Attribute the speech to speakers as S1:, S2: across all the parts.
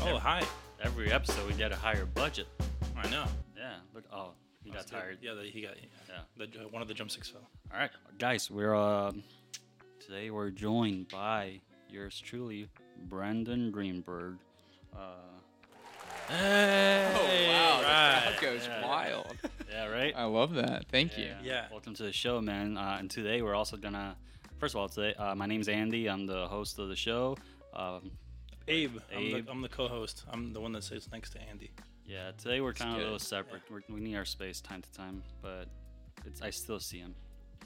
S1: Oh.
S2: high.
S1: Every episode we get a higher budget.
S2: Oh, I know.
S1: Yeah. Look. Oh, he got
S2: That's good.
S1: tired.
S2: Yeah, the, he got.
S1: Yeah.
S2: The, one of the jump six fell.
S1: All right, guys. We're um today we're joined by yours truly, Brandon Greenberg. Uh,
S3: Oh wow, the
S2: right.
S3: crowd goes
S1: Yeah.
S3: wild.
S1: yeah. Right.
S3: I love that. Thank you.
S2: Yeah.
S1: uh, Welcome to the show, man. Uh, and today we're also gonna. First of all, today uh, my name's Andy. I'm the host of the show. Um,
S2: Abe. I'm,
S1: Abe.
S2: the, I'm the co-host. I'm the one that sits next to Andy.
S1: yeah. Today we're kind of a
S3: good.
S1: little separate. We're, we need our space time to time, but it's I still see him.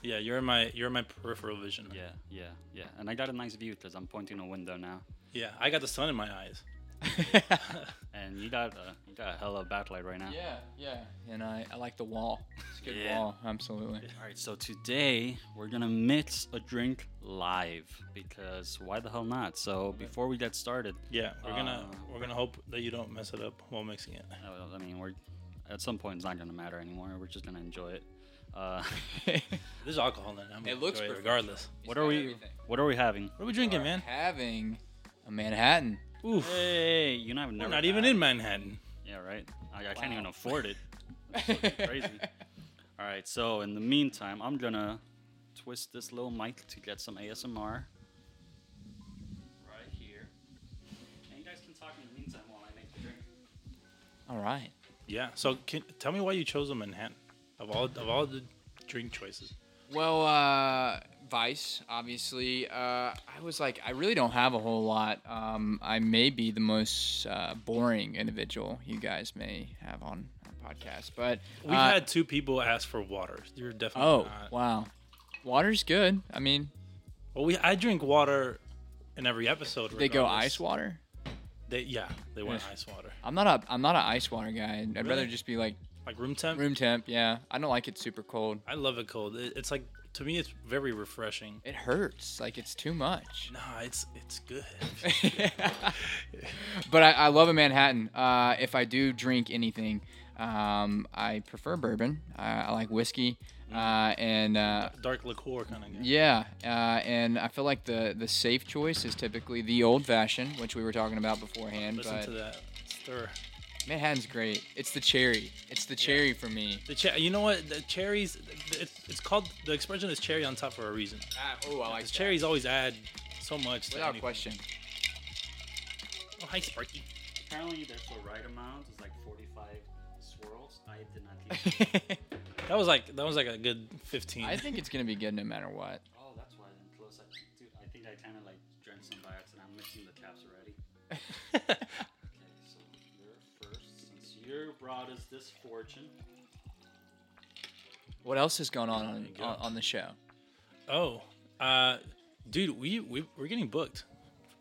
S2: Yeah, you're in my you're in my peripheral vision.
S1: Yeah. Yeah. Yeah. And I got a nice view because I'm pointing a window now.
S2: Yeah. I got the sun in my eyes.
S1: And you got a you got a hella backlight right now.
S3: yeah, yeah. And I, I like the wall. It's a good
S1: Yeah.
S3: wall, absolutely.
S1: All right, so today we're gonna mix a drink live because why the hell not? So before we get started,
S2: Yeah. We're gonna
S1: Uh,
S2: we're gonna hope that you don't mess it up while mixing it.
S1: I I mean, we're at some point it's not gonna matter anymore. We're just gonna enjoy it. Uh,
S2: There's alcohol in it. I'm gonna
S3: It looks
S2: enjoy
S3: perfect.
S2: regardless.
S1: what are we? What are we having?
S2: What are we drinking, man?
S3: Having a Manhattan.
S2: Oof.
S1: Hey, you know I've
S2: We're
S1: never.
S2: not even
S1: had-
S2: in Manhattan.
S1: Yeah, right. I, I
S3: Wow.
S1: can't even afford it. crazy. All right, so in the meantime, I'm gonna twist this little mic to get some ASMR. Right here. And you guys can talk in the meantime while I make the drink.
S3: All right.
S2: Yeah. So can, tell me why you chose a Manhattan of all of all the drink choices.
S3: Well, uh, Vice, obviously. Uh, I was like, I really don't have a whole lot. Um, I may be the most uh, boring individual you guys may have on a podcast, but
S2: We've
S3: uh,
S2: had two people ask for water. You're definitely
S3: Oh
S2: not.
S3: wow, water's good. I mean,
S2: Well, we I drink water in every episode.
S3: they go
S2: regardless.
S3: ice water.
S2: They yeah, they want
S3: Yeah.
S2: ice water.
S3: I'm not a I'm not an ice water guy. I'd rather
S2: Really?
S3: just be like
S2: Like room temp.
S3: room temp. Yeah, I don't like it super cold.
S2: I love it cold. It, it's like to me, it's very refreshing.
S3: It hurts. Like it's too much.
S2: Nah, it's it's good.
S3: but I, I love a Manhattan. Uh, if I do drink anything, um, I prefer bourbon. I, I like whiskey,
S2: Mm.
S3: uh, and uh,
S2: Dark liqueur kind of. guy.
S3: yeah, uh, and I feel like the the safe choice is typically the old fashioned, which we were talking about beforehand.
S2: Listen
S3: but
S2: to that stir.
S3: Manhattan's great. It's the cherry. It's the cherry for me.
S2: The cher- You know what? The cherries. It's, it's called the expression is cherry on top for a reason.
S3: oh, I
S2: Because cherries always add so much. to
S3: Without
S2: anything.
S3: question.
S2: Oh, hi, Sparky.
S1: Apparently, there's the right amount. It's like 45 swirls. I did not keep.
S3: I
S2: That was like that was like a good fifteen.
S3: think it's gonna be good no matter what.
S1: oh, that's why I'm close. I, dude, I think I kind of like drank some by accident. I'm mixing the caps already. Okay, so you're first. Since you brought us this fortune.
S3: What else has gone on
S2: There
S3: on,
S2: you go.
S3: on, on the show?
S2: oh, uh, dude, we, we we're getting booked.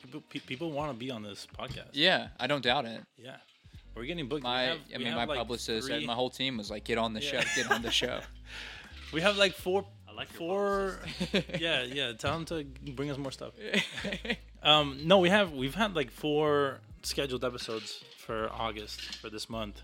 S2: People, pe- people want to be on this podcast.
S3: Yeah, I don't doubt it.
S2: Yeah. We're getting booked.
S3: My,
S2: we have,
S3: I
S2: we
S3: mean,
S2: have
S3: my
S2: like
S3: publicist
S2: three-
S3: and my whole team was like, "Get on the
S2: Yeah.
S3: show, get on the show."
S2: we have like four,
S1: I like your
S2: four.
S1: publicist.
S2: yeah, yeah. Tell him to bring us more stuff. Um, no, we have we've had like four scheduled episodes for August for this month,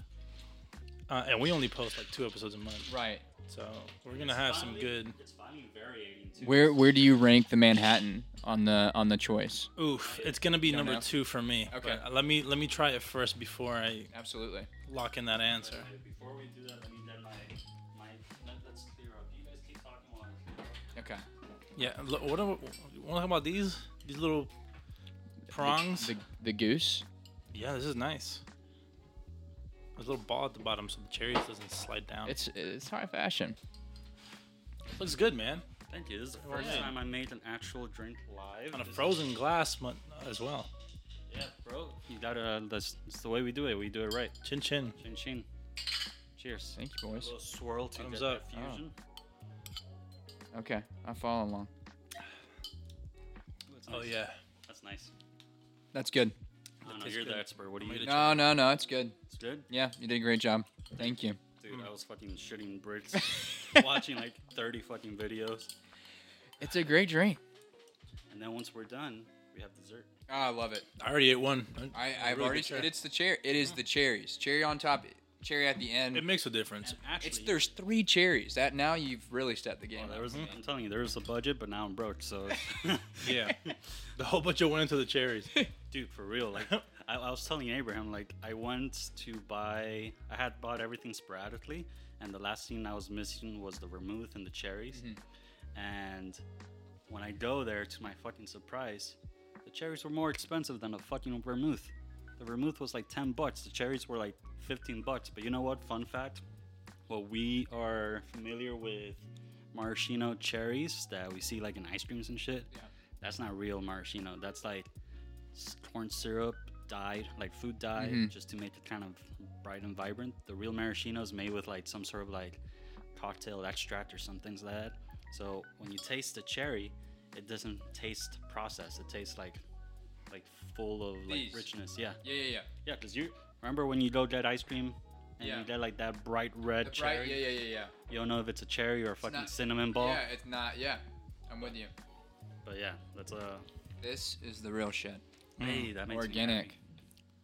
S2: uh, and we only post like two episodes a month.
S3: right.
S2: So we're gonna have some good.
S1: It's finally variating too.
S3: Where where do you rank the Manhattan on the on the choice?
S2: Oof, it's gonna be
S3: Don't
S2: number
S3: know.
S2: two for me.
S3: Okay.
S2: but let me let me try it first before I
S3: Absolutely.
S2: lock in that answer.
S1: Before we do that, let me get my my. Let, let's clear up. You guys keep talking while I clear up.
S3: Okay.
S2: Yeah. lo- What are, want to talk about these these little prongs?
S3: The, the goose.
S2: Yeah, this is nice. There's a little ball at the bottom so the cherries doesn't slide down. It
S3: It's it's high fashion.
S2: looks good, man.
S1: Thank you. This is the
S2: Well,
S1: first
S2: yeah.
S1: time I made an actual drink live.
S2: On a
S1: This is-
S2: frozen glass mon- as well.
S1: Yeah, bro. You gotta. That's, that's the way we do it. We do it right.
S2: Chin chin.
S1: Chin chin. Cheers.
S3: Thank you,
S1: A
S3: boys.
S1: little swirl to get
S2: Thumbs
S1: that
S2: up.
S3: Oh.
S1: fusion.
S3: Okay, I'm following along.
S1: Ooh, that's
S2: Oh
S1: nice.
S2: yeah.
S1: That's nice.
S3: That's good.
S1: I don't know,
S2: tastes
S1: you're the
S2: good.
S1: expert. What do you
S2: Made
S1: do?
S2: it.
S3: No, no, no. It's good.
S1: It's good,
S3: Yeah, you did a great job. Thank you.
S1: dude.
S2: Mm.
S1: I was fucking shitting bricks, watching like 30 fucking videos,
S3: It's a great drink.
S1: and then once we're done, we have dessert.
S3: Oh, I love it.
S2: I already ate one.
S3: I,
S2: It's a
S3: I've
S2: really
S3: already
S2: good
S3: said
S2: cherry.
S3: it's the cherry. It is the cherries. Cherry on top, cherry at the end.
S2: It makes a difference.
S1: And actually,
S3: it's there's three cherries. That now you've really stepped the game.
S1: Oh,
S3: up.
S1: there was, I'm telling you, there was a budget, but now I'm broke. So,
S2: Yeah. the whole bunch of went into the cherries.
S1: dude, for real, like I, I was telling Abraham like I went to buy. I had bought everything sporadically, and the last thing I was missing was the vermouth and the cherries. And when I go there, to my fucking surprise, the cherries were more expensive than the fucking vermouth. The vermouth was like ten bucks. The cherries were like fifteen bucks. But you know what? Fun fact: well, we are familiar with maraschino cherries that we see like in ice creams and shit.
S3: Yeah.
S1: That's not real maraschino. That's like s- corn syrup dyed, like food dye,
S3: Mhm.
S1: just to make it kind of bright and vibrant. The real maraschino is made with like some sort of like cocktail extract or some things like that. So when you taste the cherry, it doesn't taste processed. It tastes like like full of like
S3: These.
S1: richness. Yeah.
S3: Yeah, yeah, yeah.
S1: Yeah, because you remember when you go get ice cream and
S3: Yeah.
S1: you get like that bright red
S3: The
S1: cherry.
S3: bright, yeah, yeah, yeah, yeah.
S1: You don't know if it's a cherry or a fucking
S3: not-
S1: cinnamon
S2: Oh.
S1: ball.
S3: Yeah, it's not. Yeah, I'm with you.
S1: But yeah, that's a
S3: This is the real shit.
S1: hey, that makes me
S3: Organic.
S1: happy.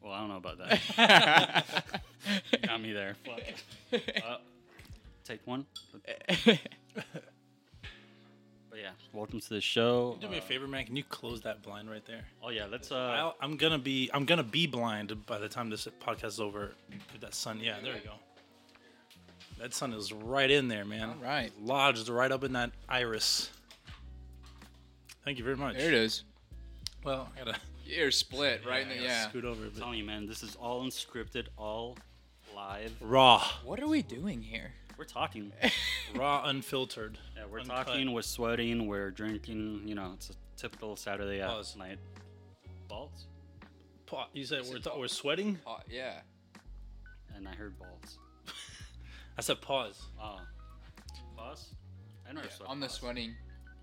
S1: Well, I don't know about that. Got me there. Fuck. Uh, take one. But yeah, welcome to the show.
S2: Do me a
S1: Uh,
S2: favor, man. Can you close that blind right there?
S1: Oh yeah, let's.
S2: i
S1: Uh,
S2: I'm gonna be I'm gonna be blind by the time this podcast is over. With that sun, yeah, there you go. That sun is right in there, man.
S3: All right.
S2: lodged right up in that iris. Thank you very much.
S3: There it is.
S2: Well, I gotta,
S3: Ear split right in
S2: I
S3: the
S2: gotta
S3: yeah.
S2: scoot over.
S1: I'm
S2: But
S1: telling you, man, this is all unscripted, all live.
S2: raw,
S3: What are we doing here?
S1: We're talking.
S2: raw, unfiltered.
S1: Yeah, we're
S2: Uncut.
S1: talking. We're sweating. We're drinking. You know, it's a typical Saturday uh,
S2: Pause.
S1: night. Balls.
S2: Pa- You said we're
S3: said
S2: ta-
S3: pause.
S2: we're sweating.
S3: Oh, yeah.
S1: And I heard balls.
S2: I said pause.
S1: Oh. Pause. I never sweat.
S3: On Ah. the
S1: pause.
S3: sweating.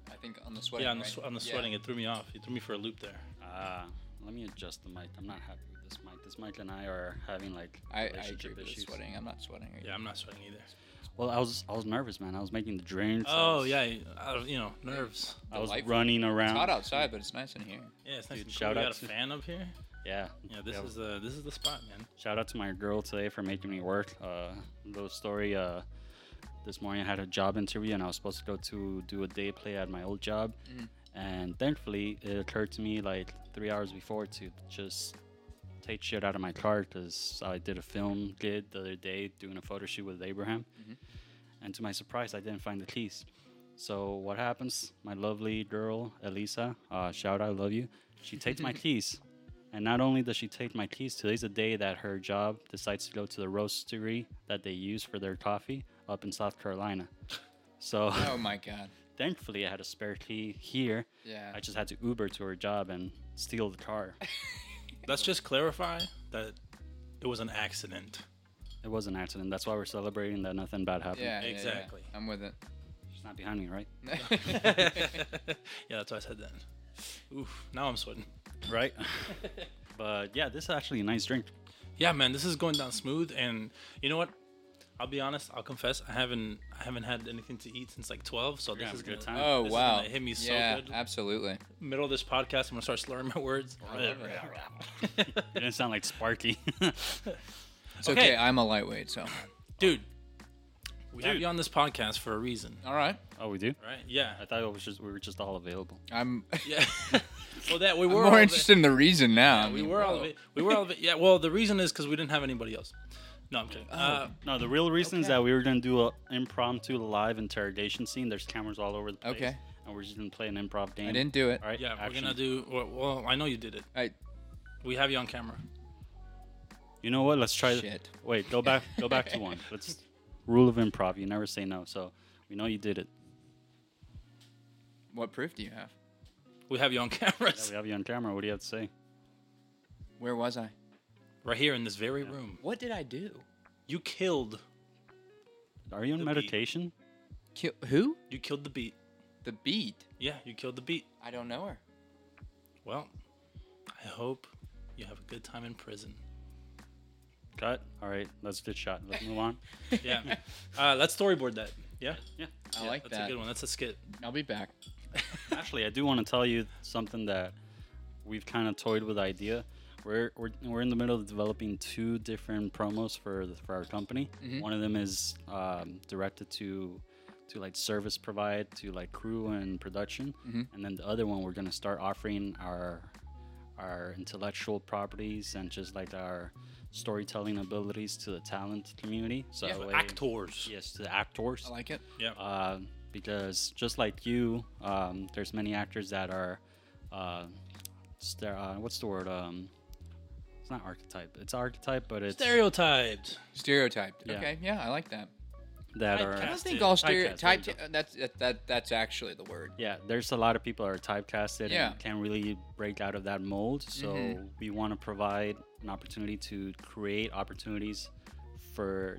S3: I think on the sweating.
S2: Yeah, on the,
S3: right?
S2: sw- on the
S3: Yeah.
S2: sweating, it threw me off. It threw me for a loop there.
S1: Ah, let me adjust the mic. I'm not happy with this mic. This mic and I are having like
S3: I, I agree
S1: relationship
S3: with the
S1: issues.
S3: sweating. I'm not sweating.
S2: Yeah, I'm not sweating either.
S1: Well, I was I was nervous, man. I was making the drinks. I
S2: Oh
S1: was-
S2: yeah, you- I, you know nerves.
S1: I was
S3: Delightful.
S1: running
S3: It's
S1: around.
S3: hot outside, but it's nice in here.
S2: Yeah, it's nice.
S1: Dude,
S2: and cool.
S1: shout
S2: we
S1: out
S2: got a
S1: to-
S2: fan up here.
S1: Yeah.
S2: Yeah, this is the this is the spot, man.
S1: Shout out to my girl today for making me work. Uh, little story. Uh, this morning I had a job interview and I was supposed to go to do a day play at my old job, and thankfully it occurred to me like three hours before to just take shit out of my car because I did a film gig the other day doing a photo shoot with Abraham, and to my surprise I didn't find the keys. So what happens? My lovely girl Elisa, uh, shout out, love you. She takes my keys. And not only does she take my keys, today's the day that her job decides to go to the roastery that they use for their coffee up in South Carolina. So
S3: Oh my god.
S1: thankfully, I had a spare key here.
S3: Yeah.
S1: I just had to Uber to her job and steal the car.
S2: Let's just clarify that it was an accident.
S1: It was an accident. That's why we're celebrating that nothing bad happened.
S3: yeah, yeah, yeah.
S2: Exactly.
S3: I'm with it.
S1: She's not behind me, right?
S2: yeah, that's why I said that. Oof, now I'm sweating.
S1: Right. but yeah, this is actually a nice drink.
S2: Yeah, man, this is going down smooth, and you know what? I'll be honest. I'll confess. I haven't I haven't had anything to eat since like 12, so this
S1: have
S2: is
S1: a good
S2: gonna-
S1: time.
S3: oh
S2: this is
S3: wow.
S2: gonna hit me so
S3: yeah,
S2: good.
S3: absolutely.
S2: Middle of this podcast, I'm gonna start slurring my words.
S1: It didn't sound like Sparky.
S3: It's okay.
S2: Okay.
S3: I'm a lightweight, so.
S2: Dude, we have
S1: Dude.
S2: you on this podcast for a reason,
S3: All right.
S1: oh, we do.
S2: right? Yeah,
S1: I thought it was just we were just all available.
S3: I'm
S2: yeah. well, that we were all
S3: more
S2: the-
S3: interested in the reason now. I
S2: We
S3: mean,
S2: were all
S3: whoa.
S2: of it. We were all of it. Yeah. Well, the reason is because we didn't have anybody else. No, I'm kidding. Uh,
S1: No, the real reason is that we were gonna do an impromptu live interrogation scene. There's cameras all over the place.
S3: Okay.
S1: And we're just gonna play an improv game.
S3: I didn't do it.
S1: All right.
S2: yeah, we're
S1: action.
S2: gonna do. Well, well, I know you did it.
S3: I,
S2: We have you on camera.
S1: You know what? Let's try. th-
S3: Shit.
S1: Wait. Go back. Go back to one. Let's. Rule of improv: You never say no. So we know you did it.
S3: what proof do you have?
S2: We have you on camera.
S1: Yeah, we have you on camera. What do you have to say?
S3: Where was I?
S2: Right here in this very room.
S3: What did I do?
S2: You killed.
S1: Are you on
S2: The beat.
S1: meditation?
S3: Kill who?
S2: You killed the beat.
S3: The beat.
S2: Yeah, you killed the beat.
S3: I don't know her.
S2: Well, I hope you have a good time in prison.
S1: Cut. All right. Let's get shot. Let's move on.
S2: Yeah. uh, let's storyboard that. Yeah.
S1: Yeah.
S3: I
S2: Yeah,
S3: like
S2: That's
S3: that.
S2: a good one. That's a skit.
S3: I'll be back.
S1: Actually, I do want to tell you something that we've kind of toyed with the idea. We're, we're, we're in the middle of developing two different promos for the, for our company.
S2: Mm-hmm.
S1: One of them is um, directed to to like service provide
S2: Mm-hmm.
S1: to like crew and production, and then the other one we're gonna start offering our our intellectual properties and just like our storytelling abilities to the talent community. So
S3: Yeah.
S1: that way-
S2: Actors.
S1: Yes, to the actors.
S3: I like it.
S2: Yeah.
S1: uh, because just like you, um, there's many actors that are, uh, ster- uh, what's the word? Um, it's not archetype. It's archetype, but it's
S2: Stereotyped.
S3: Stereotyped.
S1: Yeah.
S3: Okay, yeah, I like that.
S1: that
S2: Typecast.
S1: are.
S3: I don't
S2: That's
S3: think
S2: it.
S3: all
S1: Typecast, there you
S3: stereotyped. uh,
S1: go.
S3: That's that, that that's actually the word.
S1: Yeah, there's a lot of people that are typecasted
S3: Yeah.
S1: and can't really break out of that mold. So
S3: Mhm.
S1: we want to provide an opportunity to create opportunities for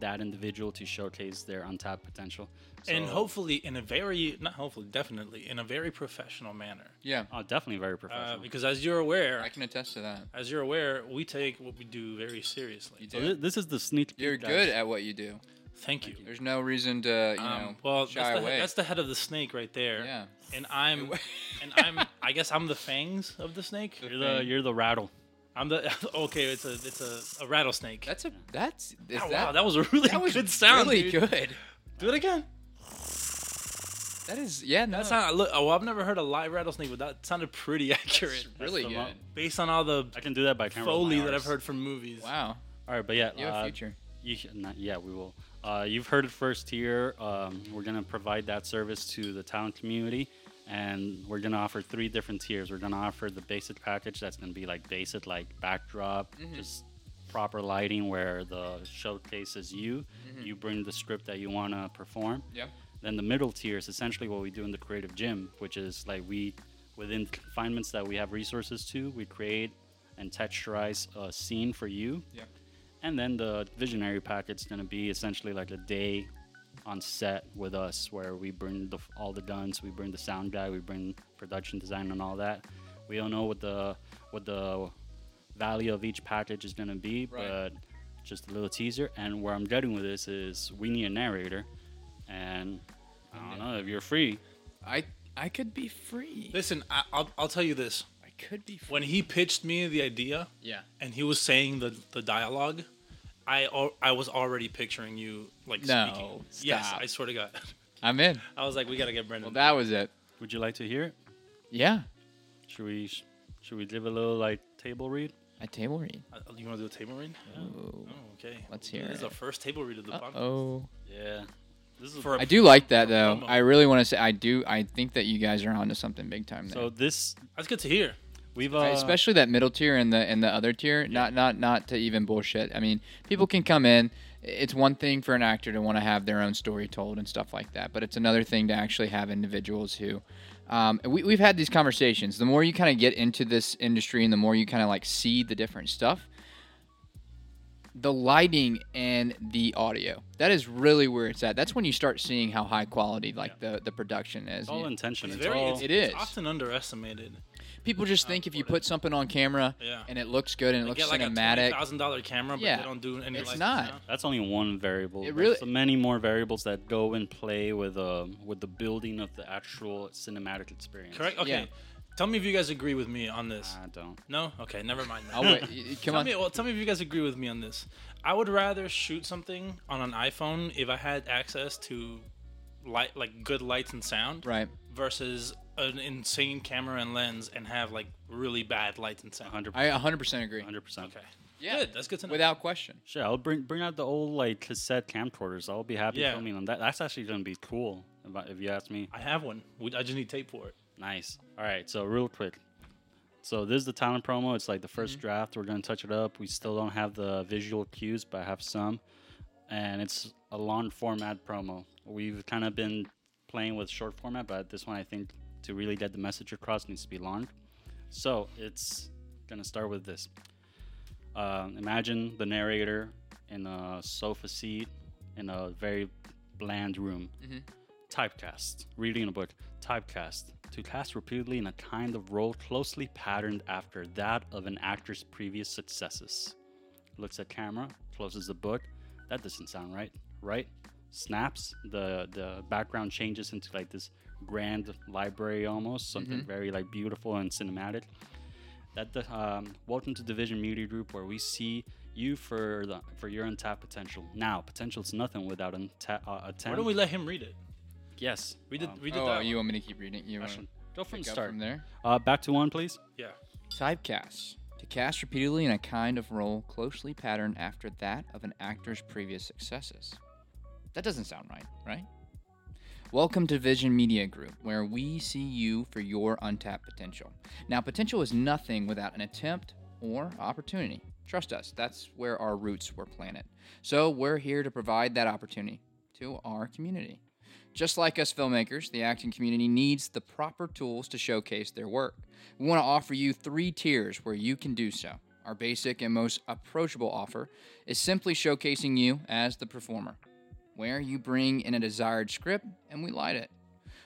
S1: that individual to showcase their untapped potential.
S2: and
S1: So-
S2: hopefully in a very not hopefully definitely in a very professional manner
S3: Yeah,
S1: oh, definitely very
S2: uh,
S1: professional.
S2: because as you're aware
S3: I can attest to that.
S2: as you're aware we take what we do very
S3: You
S2: seriously
S1: so
S3: do.
S1: thi- this is the sneak. peek,
S3: You're
S1: guys.
S3: good at what you do.
S2: thank you
S3: There's no reason to you know
S2: um, well that's
S3: shy
S2: the,
S3: away.
S2: that's the head of the snake right there
S3: Yeah.
S2: and i'm and i'm i guess i'm the fangs of the snake
S1: You're the, you're the rattle.
S2: i'm the okay it's a it's a, a rattlesnake
S3: that's a that's is
S2: Oh,
S3: that,
S2: wow that was a really
S3: that was
S2: good sound
S3: really
S2: dude.
S3: good.
S2: do it again
S3: That is yeah no,
S2: that sound, look, oh i've never heard a live rattlesnake but that sounded pretty accurate
S3: that's really
S1: the
S3: good.
S1: one.
S2: based on all the
S1: I can do that by camera.
S2: foley that i've heard from movies
S3: Wow,
S1: All right, but yeah,
S3: you have
S1: uh,
S3: future.
S1: you sh- not, yeah, we will. Uh, you've heard it first here. Um, we're gonna provide that service to the talent community, and we're gonna offer three different tiers. We're gonna offer the basic package that's gonna be like basic, like backdrop,
S3: Mm-hmm.
S1: just proper lighting where the showcase is you.
S3: Mm-hmm.
S1: You bring the script that you wanna perform.
S3: Yeah.
S1: Then the middle tier is essentially what we do in the creative gym, which is like we, within confinements that we have resources to, we create and texturize a scene for you.
S3: Yeah.
S1: And then the visionary packet's gonna be essentially like a day on set with us, where we bring the, all the guns, we bring the sound guy, we bring production design and all that. We don't know what the what the value of each package is gonna be,
S3: Right.
S1: but just a little teaser. And where I'm getting with this is we need a narrator, and I don't know if you're free.
S3: I I could be free.
S2: listen I, I'll, I'll tell you this
S3: I could be free.
S2: when he pitched me the idea
S3: Yeah.
S2: and he was saying the, the dialogue, I al- I was already picturing you like
S3: No,
S2: speaking. Yes,
S3: stop.
S2: I swear to God,
S3: I'm in.
S2: I was like, we gotta get
S3: Well,
S2: Brendan.
S3: that was it.
S1: Would you like to hear it?
S3: Yeah.
S1: Should we should we give a little like table read?
S3: A table read.
S2: Uh, you want to do a table read?
S3: Ooh.
S2: Oh, okay.
S3: Let's hear
S2: This is
S3: it.
S2: the first table read of the podcast.
S3: Oh.
S1: Yeah. This is
S2: For a-
S3: I do like that
S2: For
S3: though.
S2: promo.
S3: I really want to say I do. I think that you guys are onto something big time there.
S1: so this
S2: That's good to hear.
S1: we've
S3: Uh,
S1: uh,
S3: especially that middle tier and the and the other tier. Not not not to even bullshit. I mean, people can come in. It's one thing for an actor to want to have their own story told and stuff like that, but it's another thing to actually have individuals who. Um, we, we've had these conversations. The more you kind of get into this industry and the more you kind of like see the different stuff, the lighting and the audio. That is really where it's at. That's when you start seeing how high quality like the, the production is.
S1: it's all intention.
S2: It's
S1: It's,
S2: very,
S1: all
S2: it's,
S3: It
S2: it's
S3: is.
S2: often underestimated.
S3: People just think if you
S2: Output it.
S3: put something on camera
S2: Yeah.
S3: and it looks good and it
S2: They
S3: looks
S2: get like a
S3: cinematic,
S2: thousand dollar camera, but
S3: Yeah.
S2: they don't do any.
S3: It's
S2: lights
S3: not.
S2: now.
S1: That's only one variable.
S3: It
S1: There's
S3: really-
S1: many more variables that go and play with um with the building of the actual cinematic experience.
S2: Correct. Okay.
S3: Yeah. Uh,
S2: Tell me if you guys agree with me on this.
S1: I don't.
S2: No. Okay. Never mind.
S3: I'll wait. y- y- Come
S2: tell
S3: on.
S2: me, well, tell me if you guys agree with me on this. I would rather shoot something on an iPhone if I had access to light, like good lights and sound,
S3: Right.
S2: versus an insane camera and lens and have like really bad lights and sound.
S1: 100
S3: I 100% agree.
S1: 100%.
S2: Okay,
S3: Yeah.
S2: good. That's good to know.
S3: Without question.
S1: Shit, I'll bring bring out the old like cassette camcorders. I'll be happy
S2: Yeah.
S1: filming on that. That's actually gonna be cool if, I- if you ask me.
S2: I have one. We, I just need tape for it.
S1: Nice. All right, so real quick. So this is the talent promo. It's like the 1st draft. We're gonna touch it up. We still don't have the visual cues, but I have some, and it's a long format promo. We've kind of been playing with short format, but this one I think to really get the message across needs to be long. So it's gonna start with this. Um, imagine the narrator in a sofa seat in a very bland room typecast, reading a book, typecast, to cast repeatedly in a kind of role closely patterned after that of an actor's previous successes. Looks at camera, closes the book. That doesn't sound right, right? Snaps, the the background changes into like this grand library almost, something very like beautiful and cinematic. That the, um, welcome to Division Media Group, where we see you for the for your untapped potential. Now, potential is nothing without unta- uh, attempt.
S2: Why don't we let him read it?
S1: Yes,
S2: We did.
S1: Um,
S2: we did
S3: Oh,
S2: that.
S3: you
S2: one.
S3: want me to keep reading? You want
S1: Ashton, go
S3: to
S1: from the
S3: go
S1: start.
S3: from there?
S1: Uh, back to one, please.
S2: Yeah.
S3: Typecast. To cast repeatedly in a kind of role closely patterned after that of an actor's previous successes. That doesn't sound right, right? Welcome to Vision Media Group, where we see you for your untapped potential. Now, potential is nothing without an attempt or opportunity. Trust us, that's where our roots were planted. So, we're here to provide that opportunity to our community. Just like us filmmakers, the acting community needs the proper tools to showcase their work. We want to offer you three tiers where you can do so. Our basic and most approachable offer is simply showcasing you as the performer, where you bring in a desired script and we light it.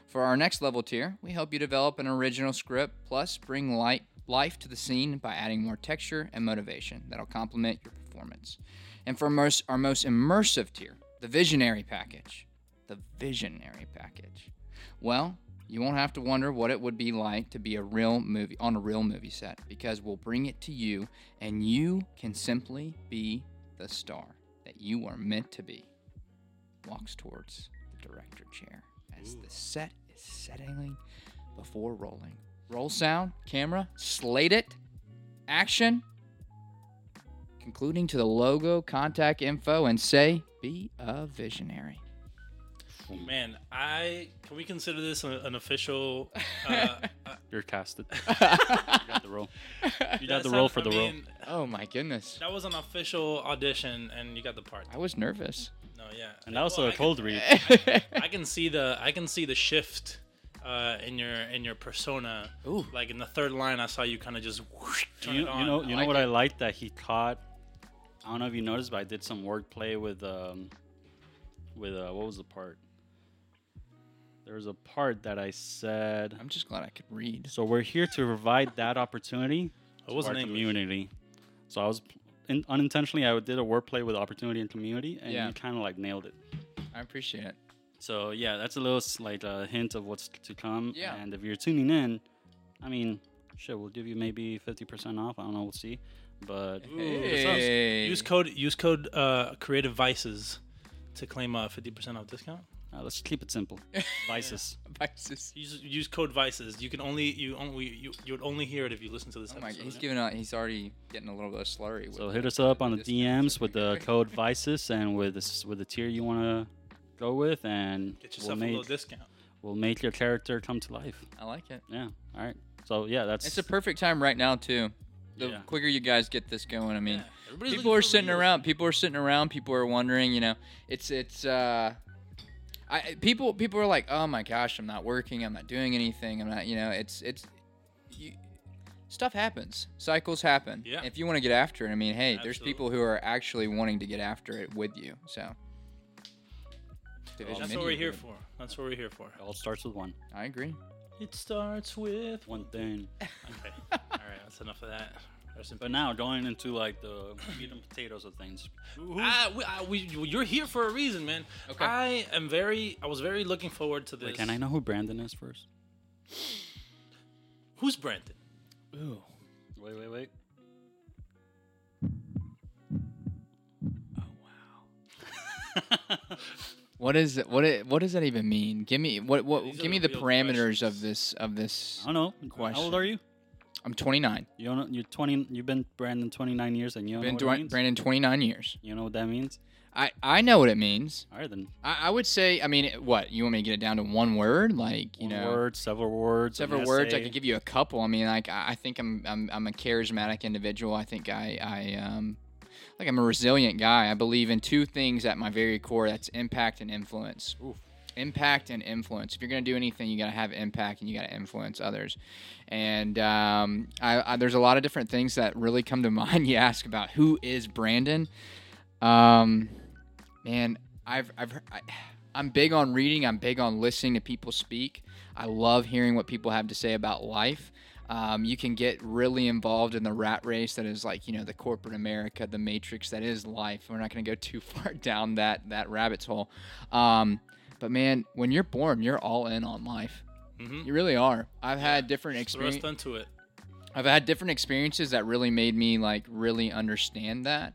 S3: For our next level tier, we help you develop an original script plus bring light, life to the scene by adding more texture and motivation that'll complement your performance. And for most, our most immersive tier, the visionary package. The visionary package. Well, you won't have to wonder what it would be like to be a real movie on a real movie set because we'll bring it to you and you can simply be the star that you are meant to be. Walks towards the director chair as the set is settling before rolling. Roll sound, camera, slate it, action, concluding to the logo, contact info, and say, be a visionary.
S2: Man, I can we consider this a- an official? Uh, uh,
S1: You're casted. You got the role. You got the
S2: that's
S1: role
S2: not-
S1: for
S2: I
S1: the role.
S2: mean,
S3: oh my goodness.
S2: That was an official audition, and you got the part.
S3: I was nervous.
S2: No, yeah,
S1: And also
S2: Well,
S1: a
S2: I
S1: cold read.
S2: Can, I can see the I can see the shift uh, in your in your persona.
S3: Ooh.
S2: Like in the third line, I saw you kind of just whoosh, turn
S1: you,
S2: it on.
S1: you know, you
S3: like
S1: know what
S3: it.
S1: I like that he caught. I don't know if you noticed, but I did some wordplay with um, with uh, what was the part? There was a part that I said.
S3: I'm just glad I could read.
S1: So we're here to provide that opportunity
S2: it wasn't
S1: our
S2: English.
S1: community. So I was in, unintentionally I did a wordplay with opportunity and community, and
S3: Yeah.
S1: you kind of like nailed it.
S3: I appreciate it.
S1: So yeah, that's a little s- like a hint of what's to come.
S3: Yeah.
S1: And if you're tuning in, I mean, shit, we'll give you maybe fifty percent off. I don't know, we'll see. But
S3: Hey.
S2: Use code use code uh, creative vices to claim a fifty percent off discount.
S1: uh, let's keep it simple. Vices.
S3: Vices.
S2: Use use code vices. You can only you only you you would only hear it if you listen to this
S3: Oh my,
S2: episode.
S3: he's giving out. He's already getting a little bit slurry. With
S1: So hit us up on the
S3: This sounds
S1: DMs with the
S3: pretty
S1: code Vices and with this, with the tier you wanna go with, and
S2: Get
S1: we'll
S2: yourself a little
S1: make
S2: discount.
S1: we'll make your character come to life.
S3: I like it.
S1: Yeah. All right. So yeah, that's
S3: It's a perfect time right now too. The
S1: Yeah.
S3: quicker you guys get this going, I mean,
S2: Yeah, everybody's
S3: people
S2: looking for
S3: are sitting
S2: reels.
S3: around. People are sitting around. People are wondering. You know, it's it's. uh I, people people are like, oh my gosh, I'm not working, I'm not doing anything, I'm not, you know, it's it's, you, stuff happens, cycles happen.
S2: Yeah.
S3: If you want to get after it, I mean, hey, there's
S2: Absolutely.
S3: people who are actually wanting to get after it with you, so. Division
S2: That's
S3: Media
S2: what we're here
S3: Group.
S2: for. That's what we're here for.
S1: it all starts with one.
S3: I agree.
S2: It starts with.
S1: One thing.
S2: Okay. All right. That's enough of that. Rest in
S1: But now going into like the meat and potatoes of things.
S2: I, Ah, we, I, we, you're here for a reason, man.
S3: Okay.
S2: I am very. I was very looking forward to this.
S1: Wait, can I know who Brandon is first?
S2: Who's Brandon?
S1: Ooh. Wait, wait, wait.
S3: Oh, What is it? What it, what does that even mean? Give me what what?
S2: These are
S3: give me
S2: the
S3: the
S2: real questions.
S3: parameters of this of this.
S1: I don't know. How
S3: Question.
S1: old are you?
S3: I'm 29.
S1: You don't know, you're 20. You've been Brandon 29 years, and you don't
S3: Been
S1: know what it
S3: doing
S1: means?
S3: Brandon 29 years.
S1: You know what that means?
S3: I I know what it means.
S1: All right then.
S3: I, I would say. I mean, what you want me to get it down to one word? Like you
S1: One
S3: know,
S1: word, several words. an
S3: several words. I
S1: essay.
S3: could give you a couple. I mean, like I, I think I'm, I'm I'm a charismatic individual. I think I I um like I'm a resilient guy. I believe in two things at my very core. That's impact and influence.
S1: Oof.
S3: Impact and influence. If you're gonna do anything, you gotta have impact and you gotta influence others. And um, I, I, there's a lot of different things that really come to mind. You ask about who is Brandon. Um, man, I've I've heard, I, I'm big on reading. I'm big on listening to people speak. I love hearing what people have to say about life. Um, you can get really involved in the rat race that is like you know the corporate America, the matrix that is life. We're not going to go too far down that that rabbit's hole. Um, but man, when you're born, you're all in on life.
S2: Mhm.
S3: You really are. I've had different experiences.
S2: Thrust into it.
S3: I've had different experiences that really made me like really understand that.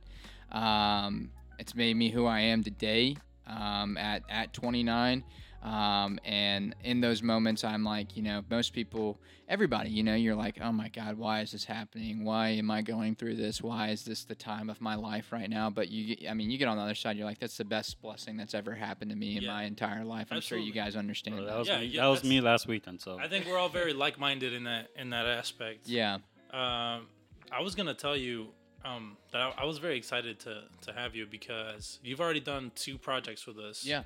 S3: Um, it's made me who I am today um, at at 29. Um, and in those moments, I'm like, you know, most people, everybody, you know, you're like, oh my God, why is this happening? Why am I going through this? Why is this the time of my life right now? But you, I mean, you get on the other side, you're like, that's the best blessing that's ever happened to me in
S2: Yeah.
S3: my entire life. I'm sure
S2: Absolutely.
S3: you guys understand
S1: That
S3: that.
S1: was
S2: Yeah,
S1: me,
S2: yeah,
S1: that was
S2: that's-
S1: me last week, and so
S2: I think we're all very like-minded in that in that aspect.
S3: Yeah.
S2: Um, I was gonna tell you um, that I, I was very excited to to have you because you've already done two projects with us.
S3: Yeah.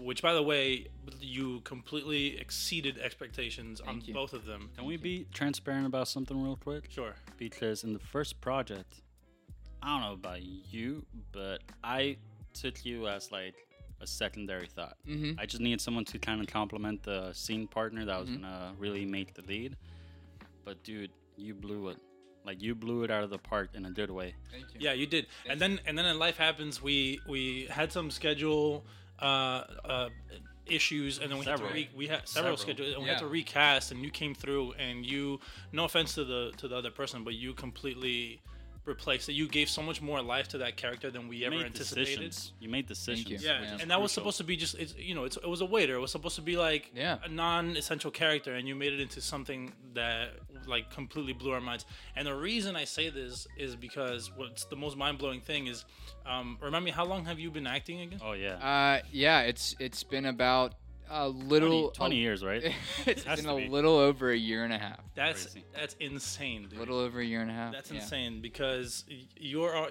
S2: Which, by the way, you completely exceeded expectations on
S3: Thank you.
S2: both of them.
S1: can we be transparent about something real quick?
S2: Sure.
S1: because in the first project, I don't know about you, but I took you as like a secondary thought.
S3: Mhm.
S1: I just needed someone to kind of complement the scene partner that was gonna really make the lead. But dude, you blew it. Like you blew it out of the park in a good way.
S3: Thank you.
S2: Yeah, you did. And then and then in life happens. We we had some schedule uh, uh, issues, and then we had
S1: Several.
S2: to re- we had
S1: Several.
S2: several, schedules, and we had to
S3: Yeah.
S2: recast. And you came through, and you no offense to the to the other person, but you completely replaced it. You gave so much more life to that character than we
S1: You
S2: ever
S1: made
S2: anticipated.
S1: decisions. You made decisions.
S3: you.
S2: Yeah,
S3: which
S2: and
S3: is
S2: that was supposed to be just it's you know it's, it was a waiter. It was supposed to be like
S3: Yeah.
S2: a non-essential character, and you made it into something that like completely blew our minds. And the reason I say this is because what's the most mind-blowing thing is, um, remind me how long have you been acting again?
S1: Oh yeah.
S3: Uh, yeah, it's it's been about a
S1: 20,
S3: little
S1: 20
S2: uh,
S1: years, right?
S3: it's
S1: Has
S3: been
S1: to
S3: a
S1: be.
S3: little over a year and a half.
S2: That's
S1: Crazy.
S2: that's insane,
S3: A
S2: dude.
S3: little over a year and a half.
S2: That's
S3: yeah.
S2: insane because y- you're al-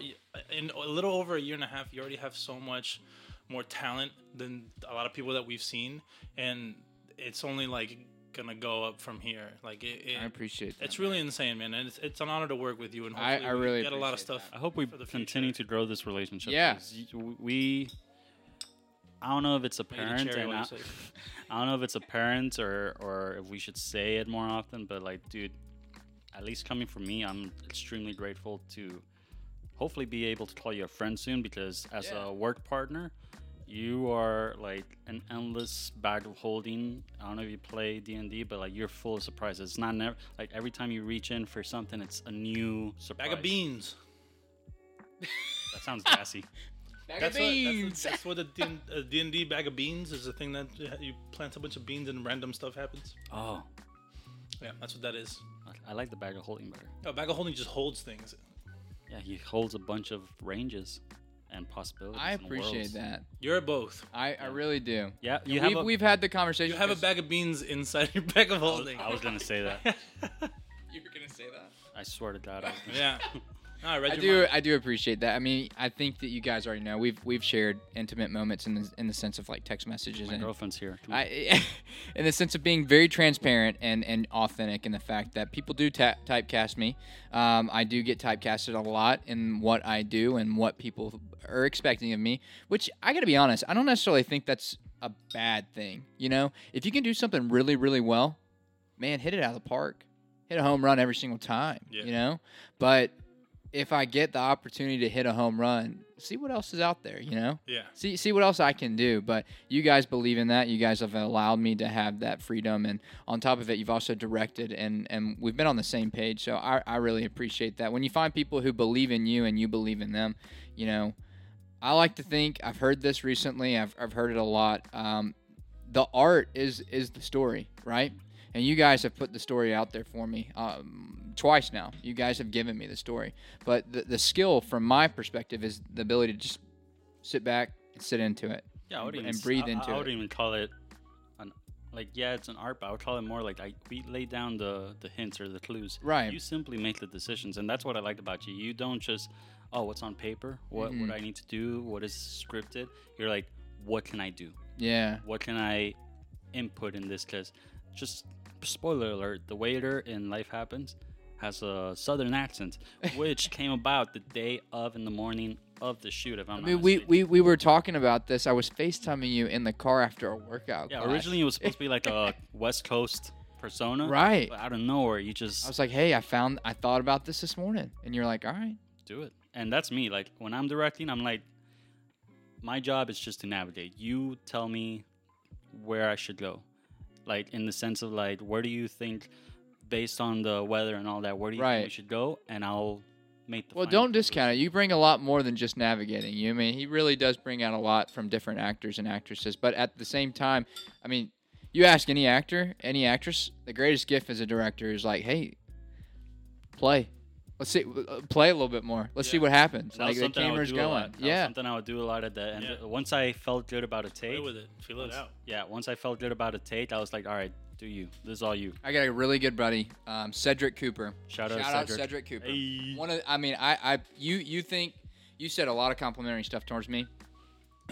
S2: in a little over a year and a half. You already have so much more talent than a lot of people that we've seen, and it's only like gonna go up from here. Like it, it
S3: I appreciate that.
S2: It's really insane, man, and it's, it's an honor to work with you. And
S3: I-
S2: hopefully
S3: I
S2: we
S3: really
S2: get a lot of
S3: appreciate
S2: stuff.
S1: I hope we
S2: for the
S1: continue to grow this relationship.
S3: Yeah.
S1: 'cause y- We. I don't know if it's
S2: Maybe
S1: apparent,
S2: Cherry
S1: and I,
S2: will say.
S1: I don't know if it's apparent or or if we should say it more often, but like, dude, at least coming from me, I'm extremely grateful to hopefully be able to call you a friend soon because as
S3: Yeah.
S1: a work partner, you are like an endless bag of holding. I don't know if you play D and D, but like you're full of surprises. It's not never like every time you reach in for something, it's a new surprise.
S2: Bag of beans.
S1: That sounds gassy.
S3: Bag
S2: That's
S3: of beans.
S2: What, that's, what, that's what the D and D bag of beans is. The thing that uh, you plant a bunch of beans and random stuff happens.
S1: oh,
S2: Yeah, that's what that is.
S1: I- I like the bag of holding better.
S2: No, bag of holding just holds things.
S1: Yeah, he holds a bunch of ranges and possibilities.
S3: I
S1: and
S3: appreciate
S1: worlds.
S3: that.
S2: You're both.
S3: I, I really do.
S1: Yeah, you
S3: we've,
S1: have a-
S3: we've had the conversation.
S2: You have a
S3: 'cause-
S2: bag of beans inside your bag of holding.
S1: I was gonna say that.
S3: You were gonna say that.
S1: I swear to God. I was gonna-
S2: yeah. No, I read
S3: I
S2: your
S3: do.
S2: mind.
S3: I do appreciate that. I mean, I think that you guys already know we've we've shared intimate moments in the, in the sense of like text messages
S1: My
S3: and
S1: girlfriend's here. Come on.
S3: I, in the sense of being very transparent and, and authentic in the fact that people do ta- typecast me. Um, I do get typecasted a lot in what I do and what people are expecting of me, which I got to be honest, I don't necessarily think that's a bad thing. You know, if you can do something really, really well, man, hit it out of the park, hit a home run every single time,
S2: Yeah.
S3: you know? But if I get the opportunity to hit a home run, see what else is out there, you know?
S2: Yeah.
S3: see see what else I can do. But you guys believe in that. You guys have allowed me to have that freedom, and on top of it, you've also directed, and and we've been on the same page. So I I really appreciate that. When you find people who believe in you and you believe in them, you know, I like to think I've heard this recently. I've I've heard it a lot. Um, the art is is the story, right? And you guys have put the story out there for me um, twice now. You guys have given me the story, but the, the skill, from my perspective, is the ability to just sit back and sit into it.
S1: yeah, I would
S3: and-
S1: even,
S3: and
S1: s-
S3: breathe
S1: I- I,
S3: into
S1: I would
S3: it.
S1: even call it an like yeah, it's an art, but I would call it more like I we lay down the the hints or the clues.
S3: Right.
S1: You simply make the decisions, and that's what I liked about you. You don't just oh, what's on paper? What
S3: Mm-hmm.
S1: what I need to do? What is scripted? You're like, what can I do?
S3: Yeah.
S1: what can I input in this? Because just spoiler alert: the waiter in Life Happens has a southern accent, which came about the day of in the morning of the shoot. If I'm
S3: I
S1: not
S3: mean, we,
S1: mistaken.
S3: we, we were talking about this. I was FaceTiming you in the car after a workout.
S1: yeah,
S3: class.
S1: originally uh, it was supposed to be like a West Coast persona,
S3: Right.
S1: But out of nowhere, you
S3: I
S1: just
S3: was like, hey, I found, I thought about this this morning. And you're like, all right.
S1: do it, and that's me. Like when I'm directing, I'm like, my job is just to navigate. You tell me where I should go. Like in the sense of like where do you think based on the weather and all that, where do you
S3: Right.
S1: think we should go? And I'll made the.
S3: Well,
S1: final
S3: don't discount it. You bring a lot more than just navigating. You I mean he really does bring out a lot from different actors and actresses. But at the same time, I mean, you ask any actor, any actress, the greatest gift as a director is like, hey, play. Let's see, uh, play a little bit more. Let's see
S2: Yeah.
S3: what happens.
S1: That
S3: Like
S1: was
S3: the
S1: something I would
S3: camera's
S1: do a lot.
S3: going.
S1: That was
S3: Yeah.
S1: something I would do a lot at the end.
S2: Yeah.
S1: Once I felt good about a
S2: Play
S1: take,
S2: with it. Feel it out.
S1: yeah. Once I felt good about a take, I was like, all right, do you? This is all you.
S3: I got a really good buddy, um, Cedric Cooper.
S1: Shout,
S3: Shout
S1: out, Cedric.
S3: Cooper.
S1: Hey.
S3: One of, I mean, I, I, you, you think you said a lot of complimentary stuff towards me.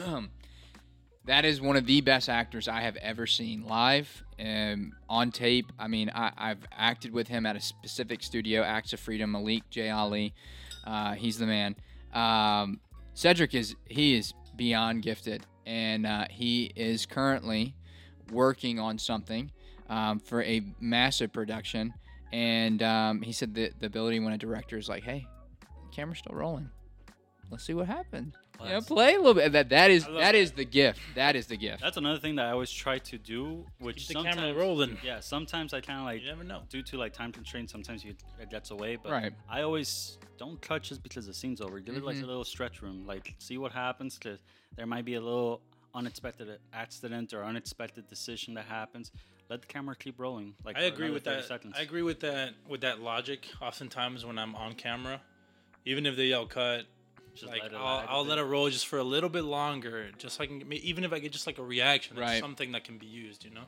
S3: that is one of the best actors I have ever seen live um, on tape. I mean, I, I've acted with him at a specific studio, Acts of Freedom, Malik J. Ali. Uh, he's the man. Um, Cedric is he is beyond gifted, and uh, he is currently working on something um, for a massive production. And um, he said the, the ability when a director is like, "Hey, camera's still rolling. Let's see what happens. You know,
S1: Let's-
S3: play a little bit. That that is
S2: I love
S3: that
S2: that.
S3: is the gift. That is the gift.
S1: That's another thing that I always try to do, which
S2: Keep the
S1: sometimes,
S2: camera rolling.
S1: yeah, sometimes I kind of like
S2: You never know.
S1: due to like time constraints, sometimes you, it gets away. But
S3: Right.
S1: I always don't cut just because the scene's over. Give it like a little stretch room. Like see what happens. Cause there might be a little unexpected accident or unexpected decision that happens. Let the camera keep rolling. Like
S2: I
S1: for
S2: agree
S1: another
S2: with
S1: 30
S2: that.
S1: Seconds.
S2: I agree with that. With that logic, oftentimes when I'm on camera, even if they yell cut,
S1: Just
S2: like
S1: let it
S2: I'll,
S1: ride a
S2: I'll
S1: bit.
S2: let it roll just for a little bit longer, just so I can get me- even if I get just like a reaction, it's
S3: Right.
S2: something that can be used. You know.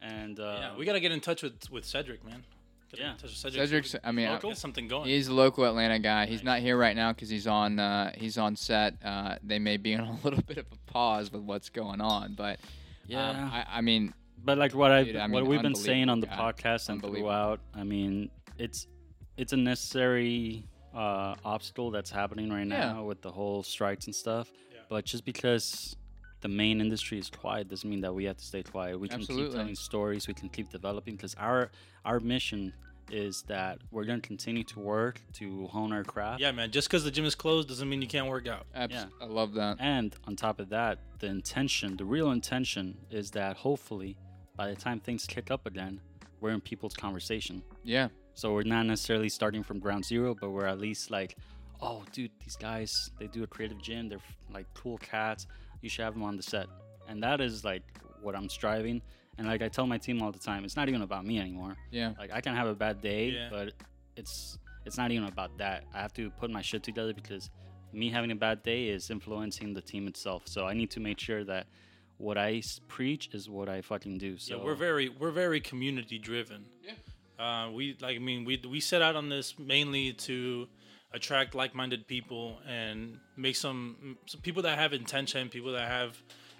S1: And uh,
S2: yeah, we gotta get in touch with with Cedric, man. Get
S1: Yeah.
S2: in touch with Cedric.
S3: Cedric's. I mean,
S1: Oh,
S3: I-
S1: cool.
S2: Get something going.
S3: he's a local Atlanta guy. He's not here right now because he's on uh, he's on set. Uh, they may be on a little bit of a pause with what's going on, but
S1: yeah.
S3: um, I, I mean,
S1: But like what I
S3: Dude, I
S1: what
S3: mean,
S1: we've been saying on the
S3: unbelievable,
S1: podcast and
S3: Unbelievable.
S1: throughout, I mean, it's it's a necessary uh, obstacle that's happening right
S3: Yeah.
S1: now with the whole strikes and stuff.
S2: Yeah.
S1: But just because the main industry is quiet doesn't mean that we have to stay quiet. We can keep
S3: Absolutely.
S1: telling stories. We can keep developing because our our mission is that we're going to continue to work to hone our craft.
S2: yeah, man. Just because the gym is closed doesn't mean you can't work out.
S3: abs-
S1: Yeah.
S3: I love that.
S1: And on top of that, the intention, the real intention is that hopefully by the time things kick up again, we're in people's conversation.
S3: Yeah,
S1: So we're not necessarily starting from ground zero, but we're at least like, oh, dude, these guys, they do a creative gym. They're f- like cool cats. You should have them on the set. And that is like what I'm striving. And like I tell my team all the time, it's not even about me anymore.
S3: yeah,
S1: Like I can have a bad day,
S2: Yeah.
S1: but it's it's not even about that. I have to put my shit together because me having a bad day is influencing the team itself. So I need to make sure that what I s- preach is what I fucking do. So
S2: yeah, we're very we're very community driven.
S3: Yeah.
S2: Uh, we like I mean we we set out on this mainly to attract like-minded people and make some, some people that have intention, people that have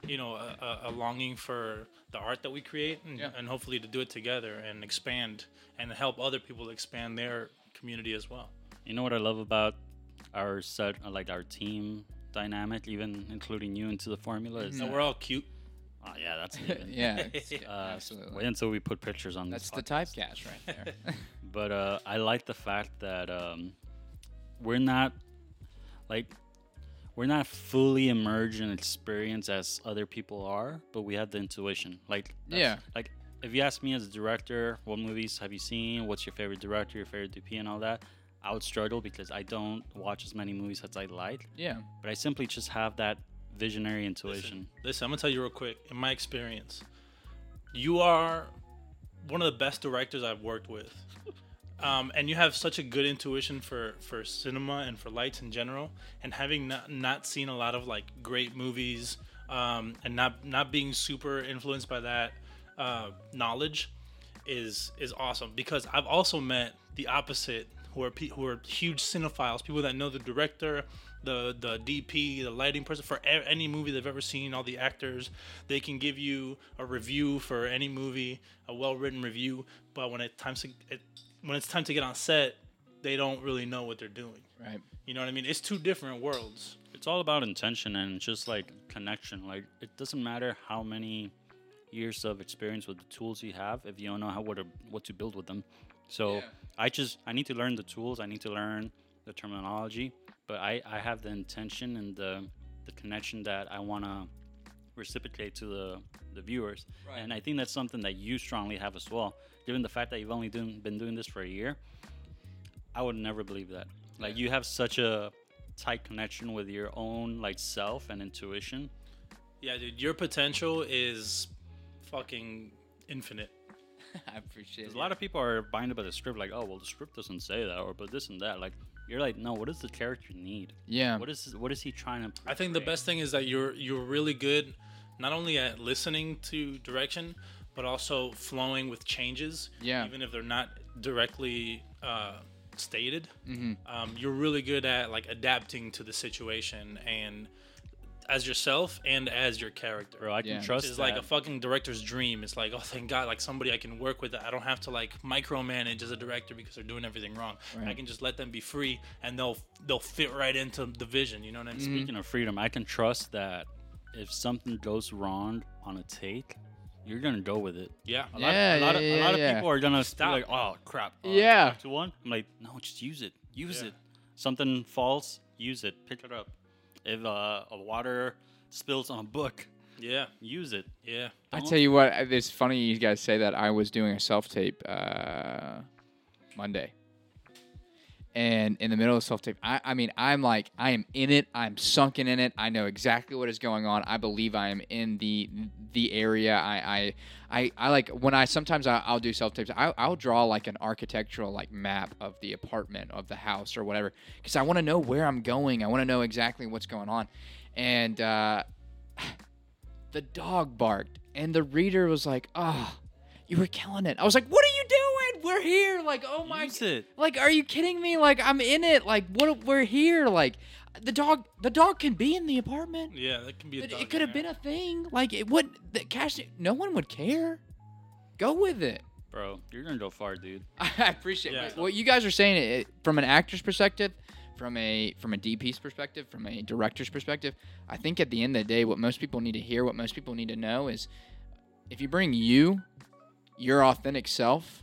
S2: you know a, a- a longing for the art that we create, and,
S3: Yeah.
S2: and hopefully to do it together and expand and help other people expand their community as well.
S1: You know what I love about our set, uh, like our team dynamic, even including you into the formula. Is
S2: So
S1: that-
S2: we're all cute.
S1: oh yeah, that's even.
S3: yeah. it's-
S1: Uh,
S3: Absolutely.
S1: Wait until we put pictures on.
S3: That's
S1: this
S3: the typecast right there.
S1: but uh, I like the fact that um, we're not like we're not fully immersed in experience as other people are, but we have the intuition. Like that's-
S3: Yeah.
S1: like if you ask me as a director, what movies have you seen? What's your favorite director? Your favorite DP and all that. I would struggle because I don't watch as many movies as I like,
S3: yeah,
S1: but I simply just have that visionary intuition.
S2: Listen, I'm gonna tell you real quick. In my experience, you are one of the best directors I've worked with, um, and you have such a good intuition for for cinema and for lights in general. And having not, not seen a lot of like great movies, um, and not not being super influenced by that uh, knowledge, is is awesome because I've also met the opposite who are pe- who are huge cinephiles, people that know the director, the the DP, the lighting person for a- any movie they've ever seen, all the actors. They can give you a review for any movie, a well written review. But when it times to, it, when it's time to get on set, they don't really know what they're doing.
S3: right.
S2: You know what I mean? It's two different worlds.
S1: It's all about intention and just like connection. Like it doesn't matter how many years of experience with the tools you have if you don't know how what to, what to build with them. So
S3: Yeah.
S1: I just I need to learn the tools. I need to learn the terminology, but I I have the intention and the the connection that I want to reciprocate to the the viewers.
S3: Right.
S1: And I think that's something that you strongly have as well, given the fact that you've only doing, been doing this for a year. I would never believe that. Like you have such a tight connection with your own like self and intuition.
S2: Yeah, dude, your potential is fucking infinite.
S3: I appreciate it.
S1: Because a lot of people are blinded by the script, like, oh well, the script doesn't say that, or but this and that. Like you're like, no, what does the character need?
S3: yeah.
S1: What is what is he trying to?
S2: I think the
S1: portray?
S2: best thing is that you're you're really good not only at listening to direction but also flowing with changes
S3: Yeah.
S2: even if they're not directly uh, stated um, you're really good at like adapting to the situation and as yourself and as your character
S1: Bro, I
S3: Yeah.
S1: can
S3: Which
S1: trust
S2: Which is like a
S1: that.
S2: fucking director's dream. It's like, oh, thank God, like somebody I can work with. that I don't have to like micromanage as a director because they're doing everything wrong. I
S3: Right.
S2: can just let them be free, and they'll they'll fit right into the vision. You know what I mean?
S1: Speaking of freedom, I can trust that if something goes wrong on a take, you're gonna go with it.
S2: Yeah.
S1: A
S3: Yeah,
S1: lot, a lot of,
S3: yeah,
S1: a lot of
S3: yeah, yeah.
S1: people are gonna
S2: Stop.
S1: stop. Like, oh crap. uh,
S3: Yeah.
S1: back To one, I'm like, no, just use it. Use
S2: Yeah.
S1: it. Something falls, use it. Pick it up. If uh, a water spills on a book,
S2: Yeah.
S1: use it.
S2: Yeah.
S3: I
S1: Don't-
S3: tell you what, I- it's funny you guys say that. I was doing a self tape uh, Monday, and in the middle of self tape, I, I mean, I'm like, I am in it. I'm sunken in it. I know exactly what is going on. I believe I am in the the area. I I, I, I like when I sometimes I, I'll do self tapes. I, I'll draw like an architectural like map of the apartment of the house or whatever because I want to know where I'm going. I want to know exactly what's going on, and. Uh, the dog barked and the reader was like oh you were killing it i was like what are you doing we're here like oh my
S1: Use it.
S3: like are you kidding me like i'm in it like what we're here like the dog the dog can be in the apartment
S2: Yeah. That can be. A
S3: it,
S2: dog
S3: it could have
S2: in
S3: been a thing like it would the cash no one would care go with it
S1: Bro, you're gonna go far, dude.
S3: I appreciate
S2: Yeah.
S3: it. what you guys are saying. It, from an actor's perspective, from a from a DP's perspective, from a director's perspective, I think at the end of the day, what most people need to hear, what most people need to know is, if you bring you, your authentic self,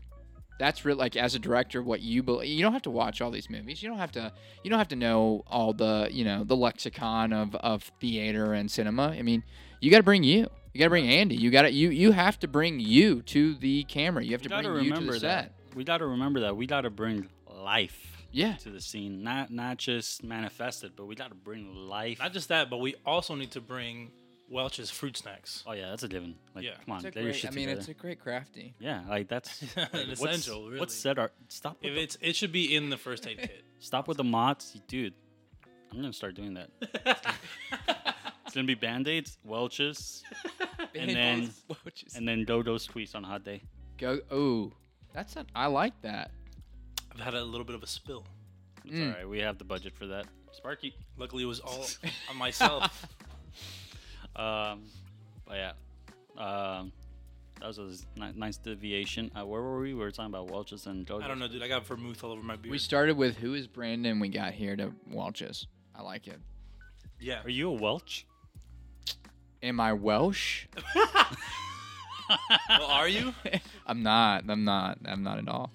S3: that's real. Like as a director, what you believe. You don't have to watch all these movies. You don't have to. You don't have to know all the you know the lexicon of of theater and cinema. I mean, you got to bring you. You gotta bring Andy. You gotta you you have to bring you to the camera. You have to
S1: we gotta
S3: bring you to
S1: remember
S3: the
S1: that.
S3: set.
S1: We gotta remember that. We gotta bring life
S3: Yeah.
S1: to the scene. Not not just manifest it, but we gotta bring life.
S2: there. Not just that, but we also need to bring Welch's fruit snacks.
S1: oh yeah, that's a given. Like,
S2: Yeah.
S1: come on,
S3: It's a
S1: get your
S3: great,
S1: shit
S3: I mean,
S1: together.
S3: it's a great crafty.
S1: Yeah, like that's
S2: An
S1: like, what's-
S2: essential, really.
S1: What's set art? Stop with,
S2: If
S1: the,
S2: it's, it should be in the first aid kit.
S1: stop with the mods, dude. I'm gonna start doing that. it's gonna be band aids, Welch's, and then and then Dodo squeeze on a hot day.
S3: go. Oh, that's a, I like that.
S2: I've had a little bit of a spill.
S1: It's
S2: Mm.
S1: all right. We have the budget for that. Sparky.
S2: Luckily, it was all on myself.
S1: Um, but yeah, um, that was a s- ni- nice deviation. Uh, where were we? We were talking about Welch's and Dodo.
S2: I don't know, dude. I got vermouth all over my beard.
S3: We started with who is Brandon. We got here to Welch's. I like it.
S2: yeah.
S1: Are you a Welch?
S3: Am I Welsh?
S2: well, are you?
S3: I'm not. I'm not. I'm not at all.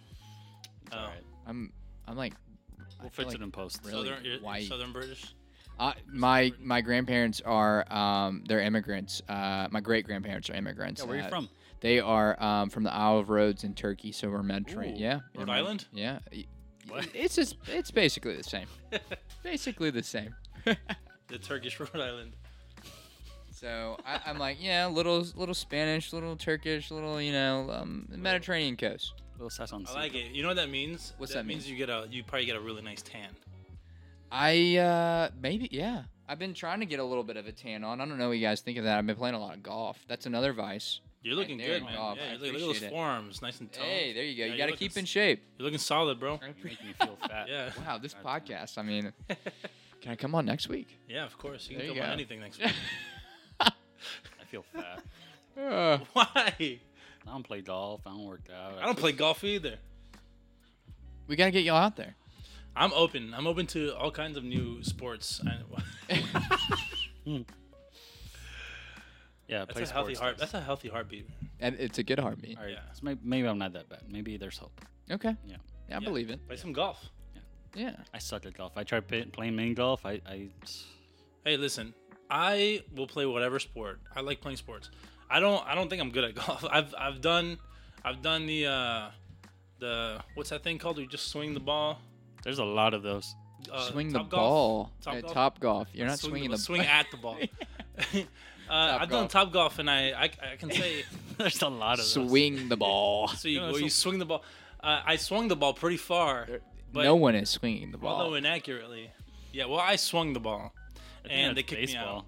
S2: Oh.
S1: All right.
S3: I'm. I'm like.
S1: We'll
S3: I
S1: fix
S3: feel
S1: it
S3: like
S1: in post.
S3: really-
S2: Southern, you're- you're
S3: white.
S2: Southern British.
S3: I, my my grandparents are um they're immigrants. Uh, my great grandparents are immigrants.
S1: Yeah, where you
S3: Uh,
S1: from?
S3: They are um from the Isle of Rhodes in Turkey, so we're Mediterranean.
S1: Ooh,
S3: Yeah,
S2: Rhode
S3: yeah, we're-
S2: Island?
S3: Yeah, Y-
S1: What?
S3: it's just it's basically the same. basically the same.
S2: The Turkish Rhode Island.
S3: So I, I'm like, yeah, little little Spanish, little Turkish, little you know um, Mediterranean coast.
S1: little sass on.
S2: I like it. You know what that means?
S3: What's that
S2: means?
S3: mean?
S2: You get a, you probably get a really nice tan.
S3: I uh maybe yeah. I've been trying to get a little bit of a tan on. I don't know what you guys think of that. I've been playing a lot of golf. That's another vice.
S2: You're looking
S3: there,
S2: good, man.
S3: Bob.
S2: yeah, you
S3: I
S2: look, look at those
S3: appreciate it.
S2: forearms, nice and toned.
S3: Hey, there you go.
S2: Yeah,
S3: you
S2: you're
S3: got to
S2: looking
S3: keep in
S2: s-
S3: shape.
S2: You're looking solid, bro.
S3: I
S1: You
S3: appre-
S1: make me feel fat.
S2: Yeah,
S3: Wow, this
S1: God damn.
S3: podcast. I mean, can I come on next week?
S2: yeah, of course. You
S3: There
S2: can
S3: you
S2: come on
S3: go.
S2: anything next week.
S1: I feel fat.
S3: Uh,
S2: Why?
S1: I don't play golf. I don't work out.
S2: I don't play golf either.
S3: we got to get y'all out there.
S2: I'm open. I'm open to all kinds of new sports. I-
S1: Yeah,
S2: That's
S1: play
S2: a healthy
S1: sports.
S2: heart.
S1: That's
S2: That's a healthy heartbeat.
S3: And it's a good heartbeat.
S1: all right.
S2: Yeah.
S1: so may- maybe I'm not that bad. Maybe there's hope.
S3: Okay.
S1: Yeah.
S3: Yeah,
S2: Yeah.
S3: I believe it.
S2: Play some golf.
S3: Yeah.
S1: I suck at golf. I tried pay- playing main golf. I, I
S2: Hey, listen. I will play whatever sport. I like playing sports. I don't. I don't think I'm good at golf. I've I've done, I've done the, uh, the what's that thing called? where You just swing the ball.
S1: There's a lot of those.
S2: Uh,
S3: swing the
S2: Topgolf.
S3: ball
S2: Top
S3: at
S2: golf.
S3: Top Golf. You're not
S2: Swing
S3: swinging
S2: the,
S3: the
S2: swing at the ball. uh, I've done top golf, and I, I I can say
S1: There's a lot of those.
S3: swing the ball.
S2: so you,
S1: Yeah,
S2: well, you
S1: so-
S2: swing the ball. Uh, I swung the ball pretty far, but
S3: no one is swinging the ball.
S2: although inaccurately. Yeah, well, I swung the ball.
S1: I think
S2: And they
S1: that's
S2: kicked me out.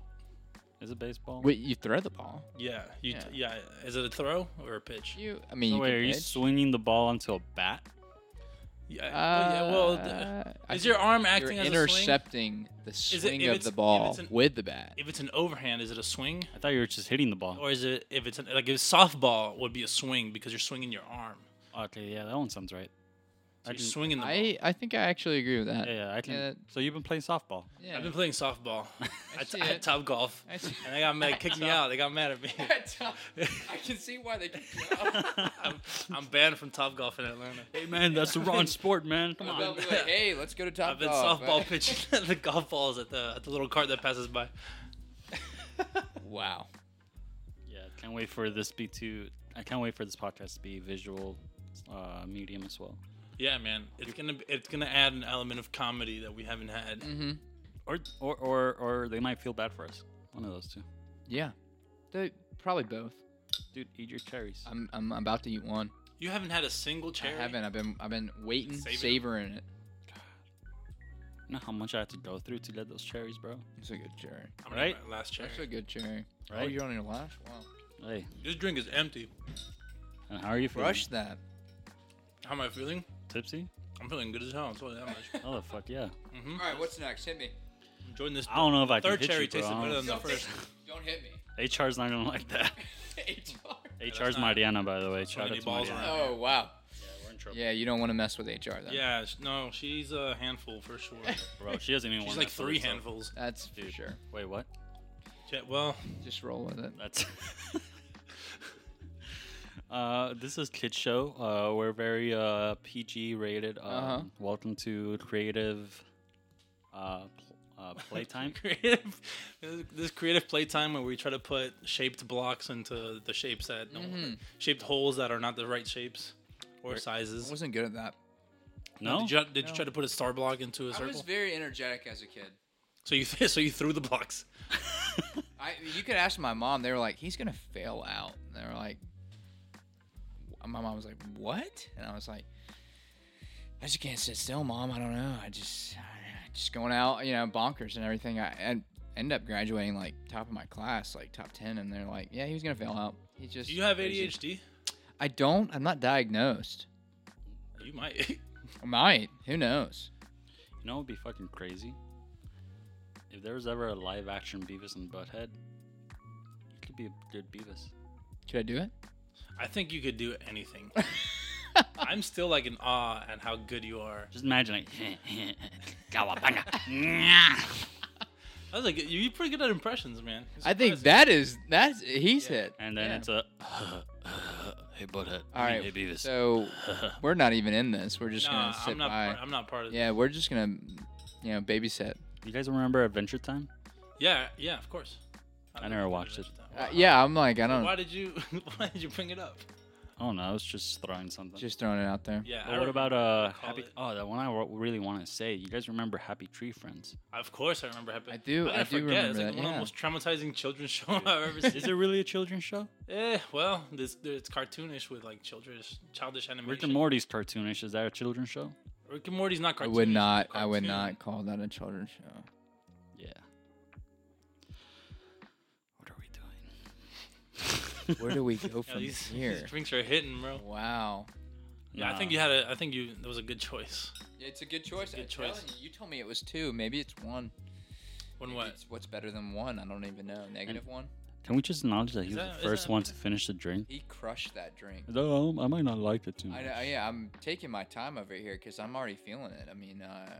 S1: Is it baseball?
S3: Wait, you throw the ball.
S2: Yeah, you yeah. yeah. Is it a throw or a pitch?
S3: You, I mean,
S1: So
S3: you
S1: wait,
S3: can
S1: are you
S3: pitch.
S1: swinging the ball onto a bat?
S2: oh, Yeah. well, yeah, well,
S3: Uh, I
S2: is
S3: think
S2: your arm acting
S3: you're
S2: as a swing?
S3: intercepting the
S2: it-
S3: swing
S2: if
S3: of
S2: it's-
S3: the
S2: if
S3: ball
S2: it's an-
S3: with the bat.
S2: If it's an overhand, is it a swing?
S1: I thought you were just hitting the ball.
S2: Or is it if it's an, like if softball would be a swing because you're swinging your arm.
S1: Oh, okay, yeah, that one sounds right.
S2: So
S1: I
S2: you're
S1: didn't-
S2: swinging the ball.
S3: I, I think I actually agree with that.
S1: Yeah, yeah, I can.
S3: Yeah.
S1: So you've been playing softball.
S3: Yeah.
S2: I've been playing softball at,
S3: see
S2: at
S3: it.
S2: Top Golf,
S3: I see-
S2: and they got mad, kicked me out. They got mad at me.
S3: I can see why they kicked you out.
S2: I'm, I'm banned from Top Golf in Atlanta.
S1: Hey man, that's the wrong sport, man. Come
S3: They'll be like, hey, let's go to Top
S2: I've been
S3: Golf."
S2: softball pitching the golf balls at the at the little cart that passes by.
S3: Wow.
S1: Yeah, can't wait for this be to. I can't wait for this podcast to be visual uh, medium as well,
S2: Yeah, man, it's gonna be- it's gonna add an element of comedy that we haven't had.
S3: Mm-hmm.
S1: or or or or they might feel bad for us. One of those two.
S3: Yeah. They, probably both.
S1: Dude, eat your cherries.
S3: I'm, I'm about to eat one.
S2: You haven't had a single cherry.
S3: I haven't. I've been I've been waiting,
S2: Saving 'em.
S3: savoring it.
S1: You know how much I had to go through to get those cherries, bro.
S3: It's a good cherry.
S2: I'm gonna
S1: Right?
S2: have my Last cherry.
S3: That's a good cherry. Oh,
S1: Right.
S3: you're on your last. Wow.
S1: Hey,
S2: This drink is empty.
S1: and how are you feeling?
S3: Brush that.
S2: How am I feeling?
S1: Tipsy?
S2: I'm feeling good as hell. I'll tell you that much.
S1: Oh the fuck yeah.
S3: All right. What's next? Hit me.
S2: Enjoying this.
S1: I don't know if I can
S2: Third
S1: hit
S2: cherry
S1: you, bro.
S2: tasted
S1: I
S2: better
S1: don't-
S2: than the first.
S3: Don't hit me.
S1: HR's not gonna like that. HR's
S2: not-
S1: Mariana, by the way. Shout out
S2: many
S1: to
S2: balls
S1: Mariana.
S2: around.
S3: Oh wow.
S1: We're in trouble,
S3: Yeah, you don't want to mess with HR then.
S2: Yeah, sh- no, she's a handful for sure.
S1: bro. She doesn't even want.
S2: She's like
S1: that for
S2: three
S1: herself.
S2: handfuls.
S3: That's for sure.
S1: Wait, what?
S2: Yeah, well,
S3: Just roll with it.
S1: That's. uh, this is Kid Show. Uh, we're very uh, PG rated. Um,
S3: Uh-huh.
S1: Welcome to creative uh, pl- uh, playtime.
S2: creative. This creative playtime where we try to put shaped blocks into the shapes that don't,
S3: Mm-hmm.
S2: shaped holes that are not the right shapes or
S3: I
S2: sizes.
S3: wasn't good at that.
S1: no,
S2: Did you, did you
S3: No.
S2: try to put a star block into a
S3: I
S2: circle?
S3: was very energetic as a kid.
S2: so you so you threw the blocks.
S3: I you could ask my mom. They were like, he's gonna fail out. And they were like, my mom was like, what? And I was like, I just can't sit still, mom. I don't know. I just I- just going out, you know, bonkers and everything. I, I end up graduating like top of my class, like top ten. And they're like, yeah, he was gonna fail out. He just
S2: Do you have
S3: crazy."
S2: ADHD?
S3: I don't. I'm not diagnosed.
S2: You might.
S3: I might. Who knows?
S1: you know what would be fucking crazy? If there was ever a live action Beavis and Butthead, you could be a good Beavis.
S3: Should I do it?
S2: I think you could do anything. I'm still like in awe at how good you are.
S1: Just imagine like Kawabanga. Nyah.
S2: I was like, you- you're pretty good at impressions, man. It's
S3: I think
S2: impressive.
S3: that is that's he's hit.
S1: and then
S3: Yeah.
S1: it's a hey Butthead.
S3: all
S1: I mean,
S3: right.
S1: Hey Beavis.
S3: So we're not even in this. We're just
S2: Nah,
S3: gonna sit
S2: I'm not.
S3: by.
S2: Part, I'm not part of.
S3: yeah, we're just gonna, you know, babysit. Uh,
S1: you guys remember Adventure Time?
S2: Yeah, yeah, of course.
S1: I never watched it.
S3: Uh, yeah, I'm like I
S2: Uh-huh. Why
S3: don't
S2: did you? Why did you bring it up?
S1: Oh no, I was just throwing something.
S3: just throwing it out there.
S2: Yeah.
S1: Oh,
S2: I
S1: what
S2: rem-
S1: about uh
S2: call
S1: happy?
S2: it.
S1: Oh, that one I wa- really want to say. You guys remember Happy Tree Friends?
S2: Of course, I remember. Happy.
S3: I do-
S2: How did
S3: I do
S2: forget? It's like
S3: remember that,
S2: one of the
S3: yeah.
S2: most traumatizing children's show I've ever seen.
S1: Is it really a children's show?
S2: Eh, well, this it's cartoonish with like children's childish animation.
S1: Rick and Morty's cartoonish. Is that a children's show?
S2: Rick and Morty's not cartoonish.
S3: I would not.
S2: it's a
S3: I would
S2: cartoon.
S3: not call that a children's show.
S1: Yeah. What are we doing?
S3: Where do we go
S2: Yeah,
S3: from
S2: these, these
S3: here?
S2: drinks are hitting, bro.
S3: Wow.
S2: Yeah, I think
S1: Nah.
S2: you had a. I think you that was a good choice.
S3: It's a good choice.
S2: good
S3: I'm
S2: choice.
S3: telling You, you told me it was two. Maybe it's one.
S2: When
S3: Maybe
S2: what?
S3: It's what's better than one? I don't even know. Negative one.
S1: Can we just acknowledge that he was
S2: that-
S1: the
S2: is
S1: first
S2: that-
S1: one to finish the drink?
S3: He crushed that drink.
S1: Though I might not like it too much.
S3: I, I yeah, I'm taking my time over here because I'm already feeling it. I mean, uh,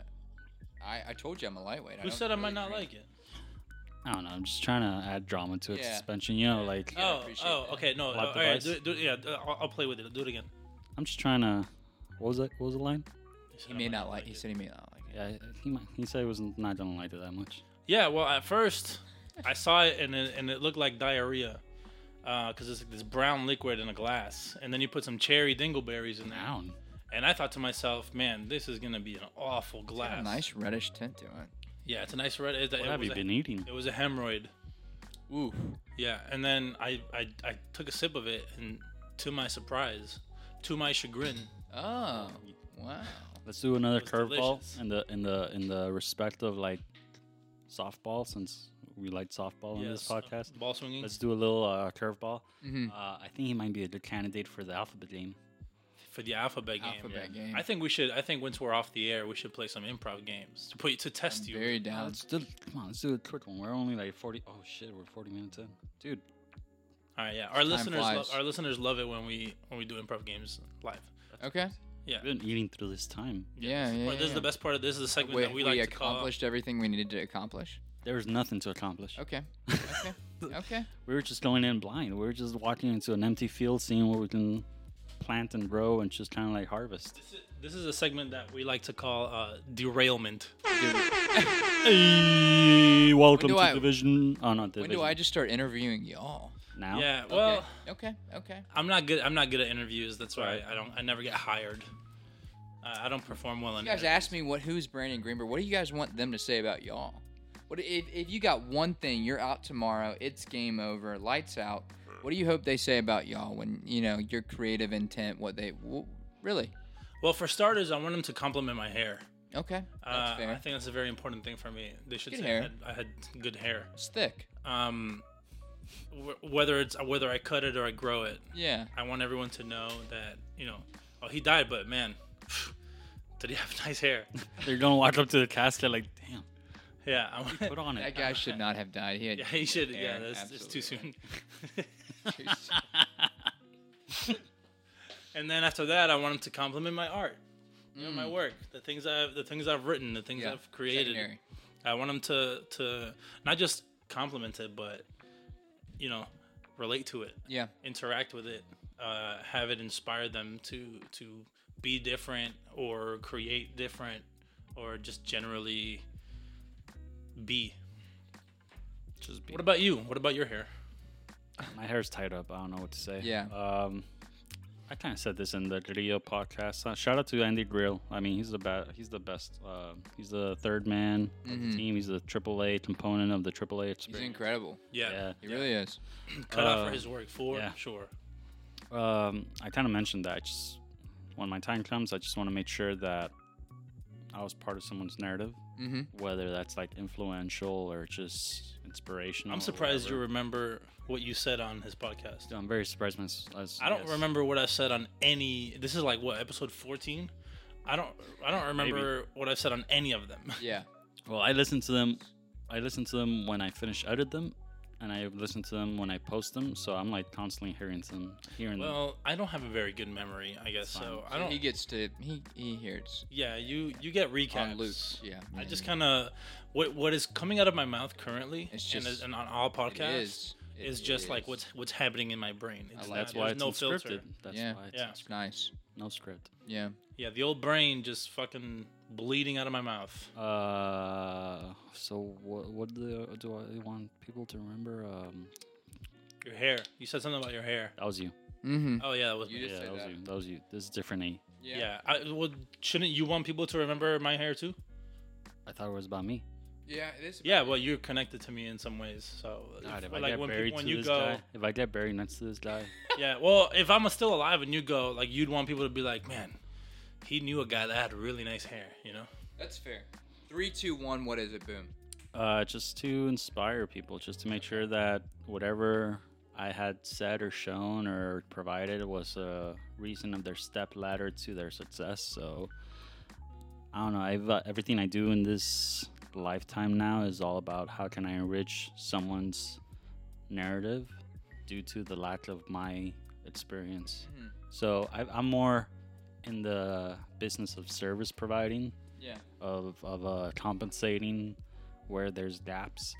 S3: I I told you I'm a lightweight.
S2: Who said I might not like it?
S1: I don't know. I'm just trying to add drama to a
S3: Yeah.
S1: suspension. You know, like
S3: Yeah, I
S2: oh,
S3: appreciate
S2: oh,
S3: that.
S2: okay, no,
S1: Lock
S2: uh, all
S1: the
S2: right,
S1: vibes.
S2: do, it- do, it- yeah, I'll, I'll play with it. Do it again.
S1: I'm just trying to. What was that? What was the line?
S2: said
S3: He
S2: I
S3: may
S2: might
S3: not like. He
S2: it.
S3: said he may not like it.
S1: Yeah, he might, he said he was not gonna like it that much.
S2: Yeah, well, at first, I saw it and it, and it looked like diarrhea, uh, because it's like this brown liquid in a glass, and then you put some cherry dingleberries in there,
S1: Brown.
S2: And I thought to myself, man, this is gonna be an awful glass.
S3: A nice reddish tint to it.
S2: Yeah, it's a nice red. It, it
S1: What have
S2: was
S1: you
S2: a-
S1: been eating?
S2: It was a hemorrhoid.
S3: Ooh.
S2: Yeah, and then I, I I took a sip of it, and to my surprise, to my chagrin,
S3: Oh. Wow.
S1: Let's do another
S2: It was delicious.
S1: curveball in the in the in the respect of like softball, since we like softball on this
S2: uh,
S1: podcast.
S2: ball swinging.
S1: Let's do a little uh, curveball.
S3: Mhm.
S1: Uh, I think he might be a good candidate for the alphabet game.
S2: for the alphabet game.
S3: Alphabet
S2: yeah.
S3: game.
S2: I think we should. I think once we're off the air, we should play some improv games to put to test you.
S3: Very down.
S1: let's do, come on, let's do a quick one. We're only like forty. Oh shit, we're forty minutes in, dude.
S2: All right, yeah. Our listeners,
S3: flies.
S2: lo- our listeners love it when we when we do improv games live.
S3: Okay.
S2: Yeah,
S1: I've been eating through this time.
S3: Yeah. Yeah.
S2: Or
S3: yeah,
S2: this is the
S3: yeah.
S2: best part of this is the segment
S3: We,
S2: that we,
S3: we
S2: like to call.
S3: accomplished everything we needed to accomplish.
S1: There was nothing to accomplish.
S3: Okay. Okay. okay.
S1: We were just going in blind. We were just walking into an empty field, seeing what we can plant and grow, and just kind of like harvest.
S2: This is- This is a segment that we like to call uh, derailment.
S1: Hey, welcome
S3: When do
S1: to
S3: I-
S1: division. Oh, not
S3: When
S1: division.
S3: do I just start interviewing y'all?
S1: now?
S2: Yeah. Well,
S3: Okay. Okay.
S2: I'm not good. I'm not good at interviews. That's why I, I don't. I never get hired. Uh, I don't perform well in.
S3: You guys
S2: interviews.
S3: asked me what who's Brandon Greenberg. What do you guys want them to say about y'all? What if, if you got one thing? You're out tomorrow. It's game over. Lights out. What do you hope they say about y'all when you know your creative intent? What they w- really?
S2: Well, for starters, I want them to compliment my hair.
S3: Okay, that's
S2: Uh, I
S3: fair.
S2: think that's a very important thing for me. They should
S3: Good
S2: say I
S3: hair.
S2: had, I had good hair.
S3: it's thick.
S2: Um, wh- whether it's whether I cut it or I grow it,
S3: Yeah.
S2: I want everyone to know that you know. Oh, he died, but man, did he have nice hair?
S1: They're gonna walk up to the casket like, damn,
S2: Yeah, I want.
S1: put on it.
S3: That guy should not have died. He had
S2: Yeah, he should. Yeah,
S3: hair,
S2: that's it's too soon.
S3: juice.
S2: and then after that, I want him to compliment my art, you know, my work, the things I've the things I've written, the things
S3: Mm. Yeah,
S2: I've created.
S3: secondary.
S2: I want him to to not just compliment it, but you know, relate to it,
S3: Yeah.
S2: interact with it, uh, have it inspire them to to be different or create different or just generally be.
S1: Just be-
S2: What about you? What about your hair?
S1: My hair's tied up. I don't know what to say.
S3: Yeah.
S1: Um, I kind of said this in the Grill podcast. Uh, shout out to Andy Grill. I mean, he's the best. He's the best. Uh, he's the third man of the team. He's the AAA component of the AAA
S3: Mm-hmm. He's
S1: experience.
S3: incredible.
S2: Yeah,
S1: Yeah.
S3: He really is.
S2: cut out
S1: Uh,
S2: for his work for
S1: yeah.
S2: sure.
S1: Um, I kind of mentioned that. I just when my time comes, I just want to make sure that I was part of someone's narrative,
S3: Mm-hmm.
S1: whether that's like influential or just inspirational.
S2: I'm
S1: or
S2: surprised you
S1: whatever.
S2: remember what you said on his podcast.
S1: I'm very surprised. mys- as-
S2: I don't
S1: yes.
S2: remember what I said on any. This is like what episode 14. I don't. I don't remember what I've said on any of them.
S3: Yeah.
S1: Well, I listen to them. I listen to them when I finish edit them, and I listen to them when I post them. So I'm like constantly hearing them, hearing them.
S2: Well, I don't have a very good memory, I guess. So I don't.
S3: He gets to he he hears
S2: yeah, you you get recaps.
S3: on loop. Yeah. Mm-hmm.
S2: I
S3: man.
S2: just kind of what what is coming out of my mouth currently,
S3: It's
S2: and,
S3: just-
S2: is- and on all
S3: It
S2: podcasts,
S3: is. It
S2: is just like
S3: is.
S2: what's what's happening in my brain. It's
S1: And
S2: not-
S1: that's why
S2: there's
S1: it's
S2: no
S1: unscripted.
S2: filter.
S1: That's
S3: Yeah.
S1: why it's
S2: Yeah.
S3: It's nice.
S1: no script.
S3: Yeah.
S2: Yeah, the old brain just fucking bleeding out of my mouth.
S1: Uh, so what what do, do I want people to remember? Um,
S2: Your hair. You said something about your hair.
S1: that was you.
S3: Mm-hmm.
S2: Oh yeah, that was
S3: You
S2: me.
S3: just
S1: Yeah,
S3: said
S1: that was
S3: that.
S1: you. That was you. This is different. A.
S2: Yeah. I, well, shouldn't you want people to remember my hair too?
S1: I thought it was about me.
S3: Yeah. It is.
S2: Yeah, well, you're connected to me in some ways. So,
S1: God,
S2: if-
S1: if I get buried
S2: when
S1: to
S2: you
S1: this
S2: go,
S1: guy, if I get buried next to this guy,
S2: yeah. Well, if I'm still alive and you go, like, you'd want people to be like, man, he knew a guy that had really nice hair. You know?
S3: That's fair. Three, two, one. What is it? Boom.
S1: uh, just to inspire people, just to make sure that whatever I had said or shown or provided was a reason of their step ladder to their success. So I don't know. I've, uh, everything I do in this lifetime now is all about how can I enrich someone's narrative due to the lack of my experience.
S3: Mhm.
S1: So I, I'm more in the business of service providing
S3: Yeah.
S1: of, of uh, compensating where there's gaps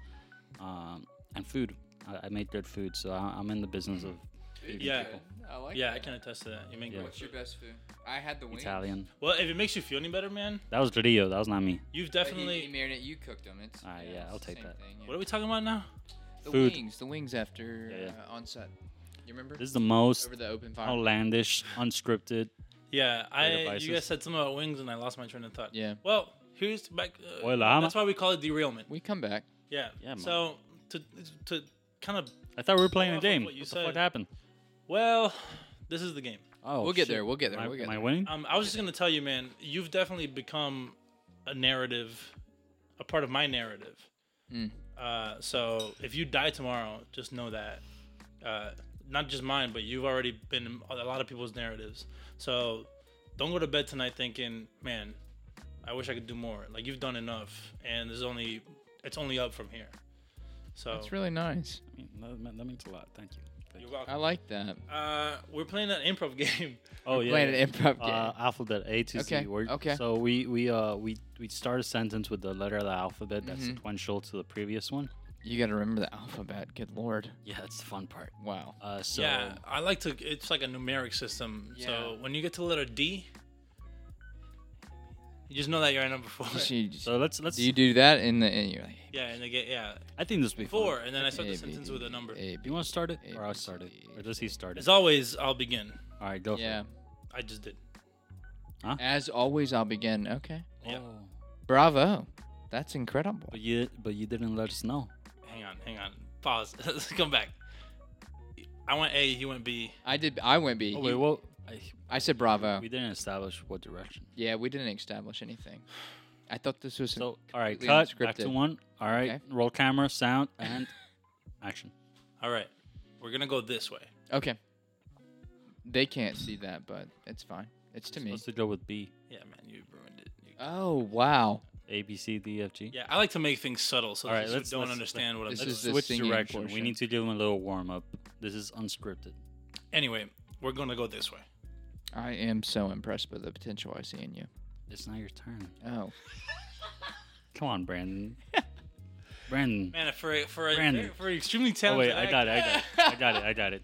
S1: um, and food. I, I make good food, so I, I'm in the business of feeding
S2: Yeah.
S1: people.
S3: I like.
S2: Yeah, I
S3: that.
S2: can attest to that. You make
S1: Yeah.
S2: great
S3: What's your
S2: food.
S3: best food? I had
S2: Mm-hmm.
S3: the wings.
S1: Italian.
S2: Well, if it makes you feel any better, man,
S1: That was Grillo. That was not me.
S2: you've
S3: But He, he
S2: definitely.
S3: marinated. You cooked them. It's.
S1: Ah, yeah,
S3: it's
S1: I'll
S3: the
S1: take
S3: same
S1: that.
S3: thing, yeah.
S2: What are we talking about now?
S3: the
S1: Food.
S3: wings. The wings after
S1: Yeah, yeah.
S3: Uh, on set. You remember?
S1: This is the most
S3: Over the open fire.
S1: outlandish, unscripted
S2: Yeah, I
S1: devices.
S2: you guys said something about wings and I lost my train of thought.
S3: Yeah.
S2: Well, here's to back. Uh,
S1: Well, I'm-
S2: that's why we call it derailment.
S3: We come back.
S2: Yeah.
S1: Yeah, man.
S2: so to to kind of
S1: I thought we were playing a
S2: Off of
S1: game.
S2: what
S1: What,
S2: you
S1: the fuck
S2: said.
S1: happened?
S2: well, this is the game.
S1: Oh,
S3: We'll
S1: shit.
S3: get there, we'll get there,
S1: Am I,
S3: we'll get
S1: am I
S3: there.
S1: winning?
S2: Um, I was just gonna tell you, man, you've definitely become a narrative, a part of my narrative.
S3: Mm.
S2: Uh, so if you die tomorrow, just know that. Uh, not just mine, but you've already been in a lot of people's narratives. So don't go to bed tonight thinking, man, I wish I could do more. Like you've done enough, and there's only it's only up from here. So
S3: That's really nice.
S1: I mean, that, meant- that means a lot. Thank you. Thank
S2: you're
S1: you.
S2: welcome.
S3: I like that.
S2: Uh, we're playing an improv game.
S1: Oh
S3: We're
S1: yeah.
S3: Playing an improv game.
S1: Uh, alphabet A to
S3: Okay,
S1: Z. We're,
S3: okay.
S1: So we we uh we we start a sentence with the letter of the alphabet that's
S3: Mm-hmm.
S1: sequential to the previous one.
S3: you got to remember the alphabet. Good lord.
S1: Yeah, that's the fun part.
S3: Wow.
S1: Uh, so
S2: yeah, I like to. It's like a numeric system. So
S3: Yeah.
S2: when you get to the letter D, you just know that you're at number four.
S3: You just-
S1: so let's let's.
S3: do you do that in the? And you're like,
S2: Yeah, and they get yeah
S1: I think this will be fun.
S2: four, and then I start
S3: A,
S2: the
S3: B,
S2: sentence
S3: D, E,
S2: with a number.
S3: A, B.
S1: You want to start it,
S3: A,
S1: or I'll
S3: B,
S1: start it,
S3: C,
S1: or does he start it?
S2: As always, I'll begin.
S1: All right, go for
S3: Yeah.
S1: it.
S2: I just did.
S3: As always, I'll begin. Okay.
S2: Yeah.
S1: Oh.
S3: Bravo. That's incredible.
S1: But you but you didn't let us know.
S2: Hang on, hang on. Pause. Let's come back. I went A. He went B.
S3: I did. I went B.
S1: Oh
S3: He- Oh.
S1: wait, well, I,
S3: I said bravo.
S1: we didn't establish what direction.
S3: yeah, we didn't establish anything. I thought this was.
S1: So all right, cut
S3: completely
S1: back to
S3: unscripted.
S1: one. All right,
S3: Okay.
S1: roll camera, sound, and action.
S2: All right, we're gonna go this way.
S3: okay. They can't see that, but it's fine. It's to me.
S1: Supposed to go with B,
S2: Yeah, man, you ruined it. You-
S3: Oh wow.
S1: A, B, C, D, F, G.
S2: yeah, I like to make things subtle so
S1: All right,
S2: that you
S1: let's-
S2: don't
S1: let's-
S2: understand what I'm
S3: This
S2: doing.
S3: is the
S1: Switch
S3: singing
S1: direction. We
S3: portion.
S1: need to give him a little warm up. This is unscripted.
S2: Anyway, we're gonna go this way.
S3: I am so impressed by the potential I see in you.
S1: It's not your turn.
S3: Oh.
S1: Come on, Brandon. Brandon.
S2: Man, for a, for a,
S1: Brandon.
S2: for an extremely
S1: Oh
S2: talented.
S1: wait, I got it. I got it. I got it. I got it.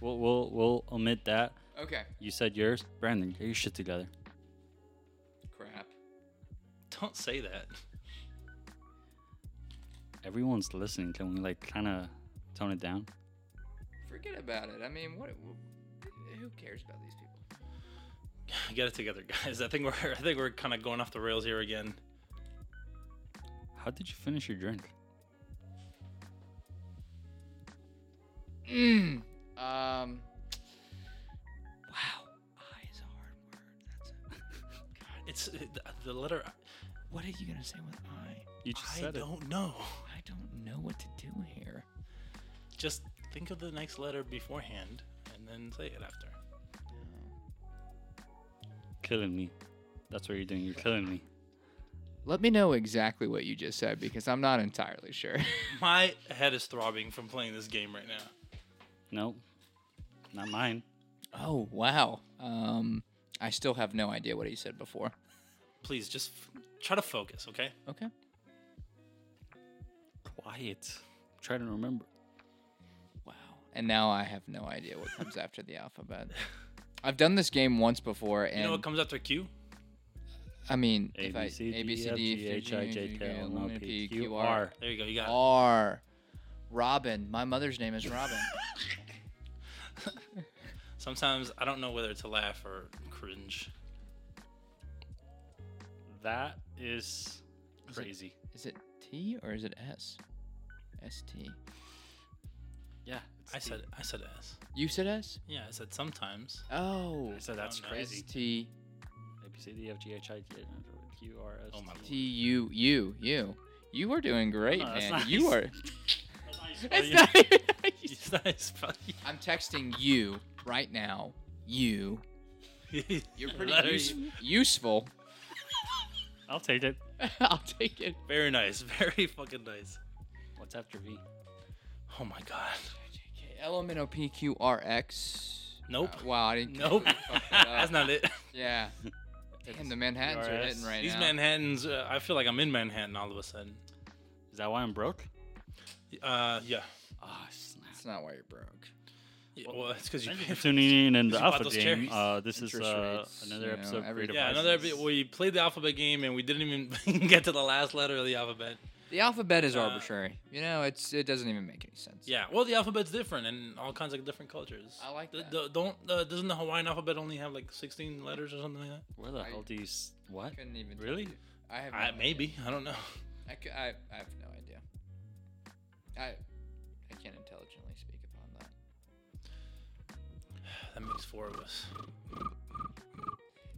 S1: We'll we'll we'll omit that.
S3: Okay.
S1: You said yours, Brandon. Get your shit together.
S3: Crap.
S2: Don't say that.
S1: Everyone's listening. Can we like kind of tone it down?
S3: Forget about it. I mean, what? Who cares about these people?
S2: Get it together, guys. I think we're I think we're kind of going off the rails here again.
S1: How did you finish your drink?
S3: Mm. Um. Wow. I is a hard word. That's it.
S2: It's the, the letter.
S3: What are you gonna say with I?
S1: You just
S2: I
S1: said it.
S2: don't know.
S3: I don't know what to do here.
S2: Just think of the next letter beforehand, and then say it after.
S1: Killing me. That's what you're doing. You're killing me.
S3: Let me know exactly what you just said because I'm not entirely sure.
S2: My head is throbbing from playing this game right now.
S1: Nope. Not mine.
S3: oh wow. Um. I still have no idea what he said before.
S2: Please just f- try to focus, okay?
S3: Okay.
S1: Quiet. Try to remember.
S3: Wow. And now I have no idea what comes after the alphabet. I've done this game once before, and
S2: You know what comes after Q?
S3: I mean,
S1: A
S3: if
S1: B
S3: I
S1: C
S3: A B
S1: D
S3: C
S1: F
S3: D
S1: G
S3: F,
S1: H I
S3: G,
S1: J
S3: J,
S1: K
S3: L,
S1: L
S3: M,
S1: N O
S3: N,
S1: P
S3: P,
S1: Q R.
S2: There you go. You got it.
S3: R. Robin. My mother's name is Robin.
S2: Sometimes I don't know whether to laugh or cringe.
S1: That is
S3: it-
S1: crazy.
S3: is it T or is it S? S T.
S1: Yeah.
S2: I said I said S.
S3: You said S?
S2: Yeah, I said sometimes.
S3: Oh.
S1: I said that's
S2: Oh, no.
S1: crazy.
S3: S T
S1: A B C D F G H I J Q R S.
S2: Oh my
S3: T U U U. You are doing great,
S1: No, Oh, that's
S3: man.
S1: not
S3: You
S1: nice.
S3: are.
S1: It's
S3: It's not even nice.
S2: It's nice, buddy.
S3: I'm texting you right now. You. You're pretty
S2: Letter
S3: use-
S2: U.
S3: useful.
S1: I'll take it.
S3: I'll take it.
S2: Very nice. Very fucking nice.
S1: What's after V?
S2: Oh my god.
S3: Okay, L M N O P Q R X.
S2: Nope.
S3: Uh, wow, I didn't.
S2: Nope.
S3: fuck it
S2: That's
S3: up.
S2: not it.
S3: Yeah. Damn, the Manhattans are
S1: QRS.
S3: hitting right
S2: These
S3: now.
S2: Manhattans, uh, I feel like I'm in Manhattan all of a sudden.
S1: Is that why I'm broke?
S2: Uh, yeah.
S1: Ah, snap.
S3: That's not why you're broke.
S2: Yeah, Well, it's because you
S1: Thank
S2: paid
S1: you for
S2: for
S1: tuning in and
S2: Did
S1: the
S2: you bought
S1: Alpha
S2: those
S1: game.
S2: cherries?
S1: Uh, this is
S3: Interest
S1: uh,
S3: rates,
S1: another
S3: you know,
S1: episode of
S3: every-
S1: Creative
S2: Yeah, another
S1: Prices.
S2: bit. We played the alphabet game and we didn't even get to the last letter of the alphabet.
S3: The alphabet is
S2: Uh,
S3: arbitrary. You know, it's it doesn't even make any sense.
S2: Yeah, well, the alphabet's different in all kinds of different cultures.
S3: I like
S2: The-
S3: that.
S2: the- don't uh, doesn't the Hawaiian alphabet only have like sixteen letters or something like that?
S1: Where the
S3: I-
S1: hell do you? s- What?
S3: Couldn't even. tell
S2: Really?
S3: you. I have.
S2: I,
S3: no
S2: maybe I don't know.
S3: idea. I, cou- I, I have no idea. I I can't intelligently speak upon that.
S2: That makes four of us.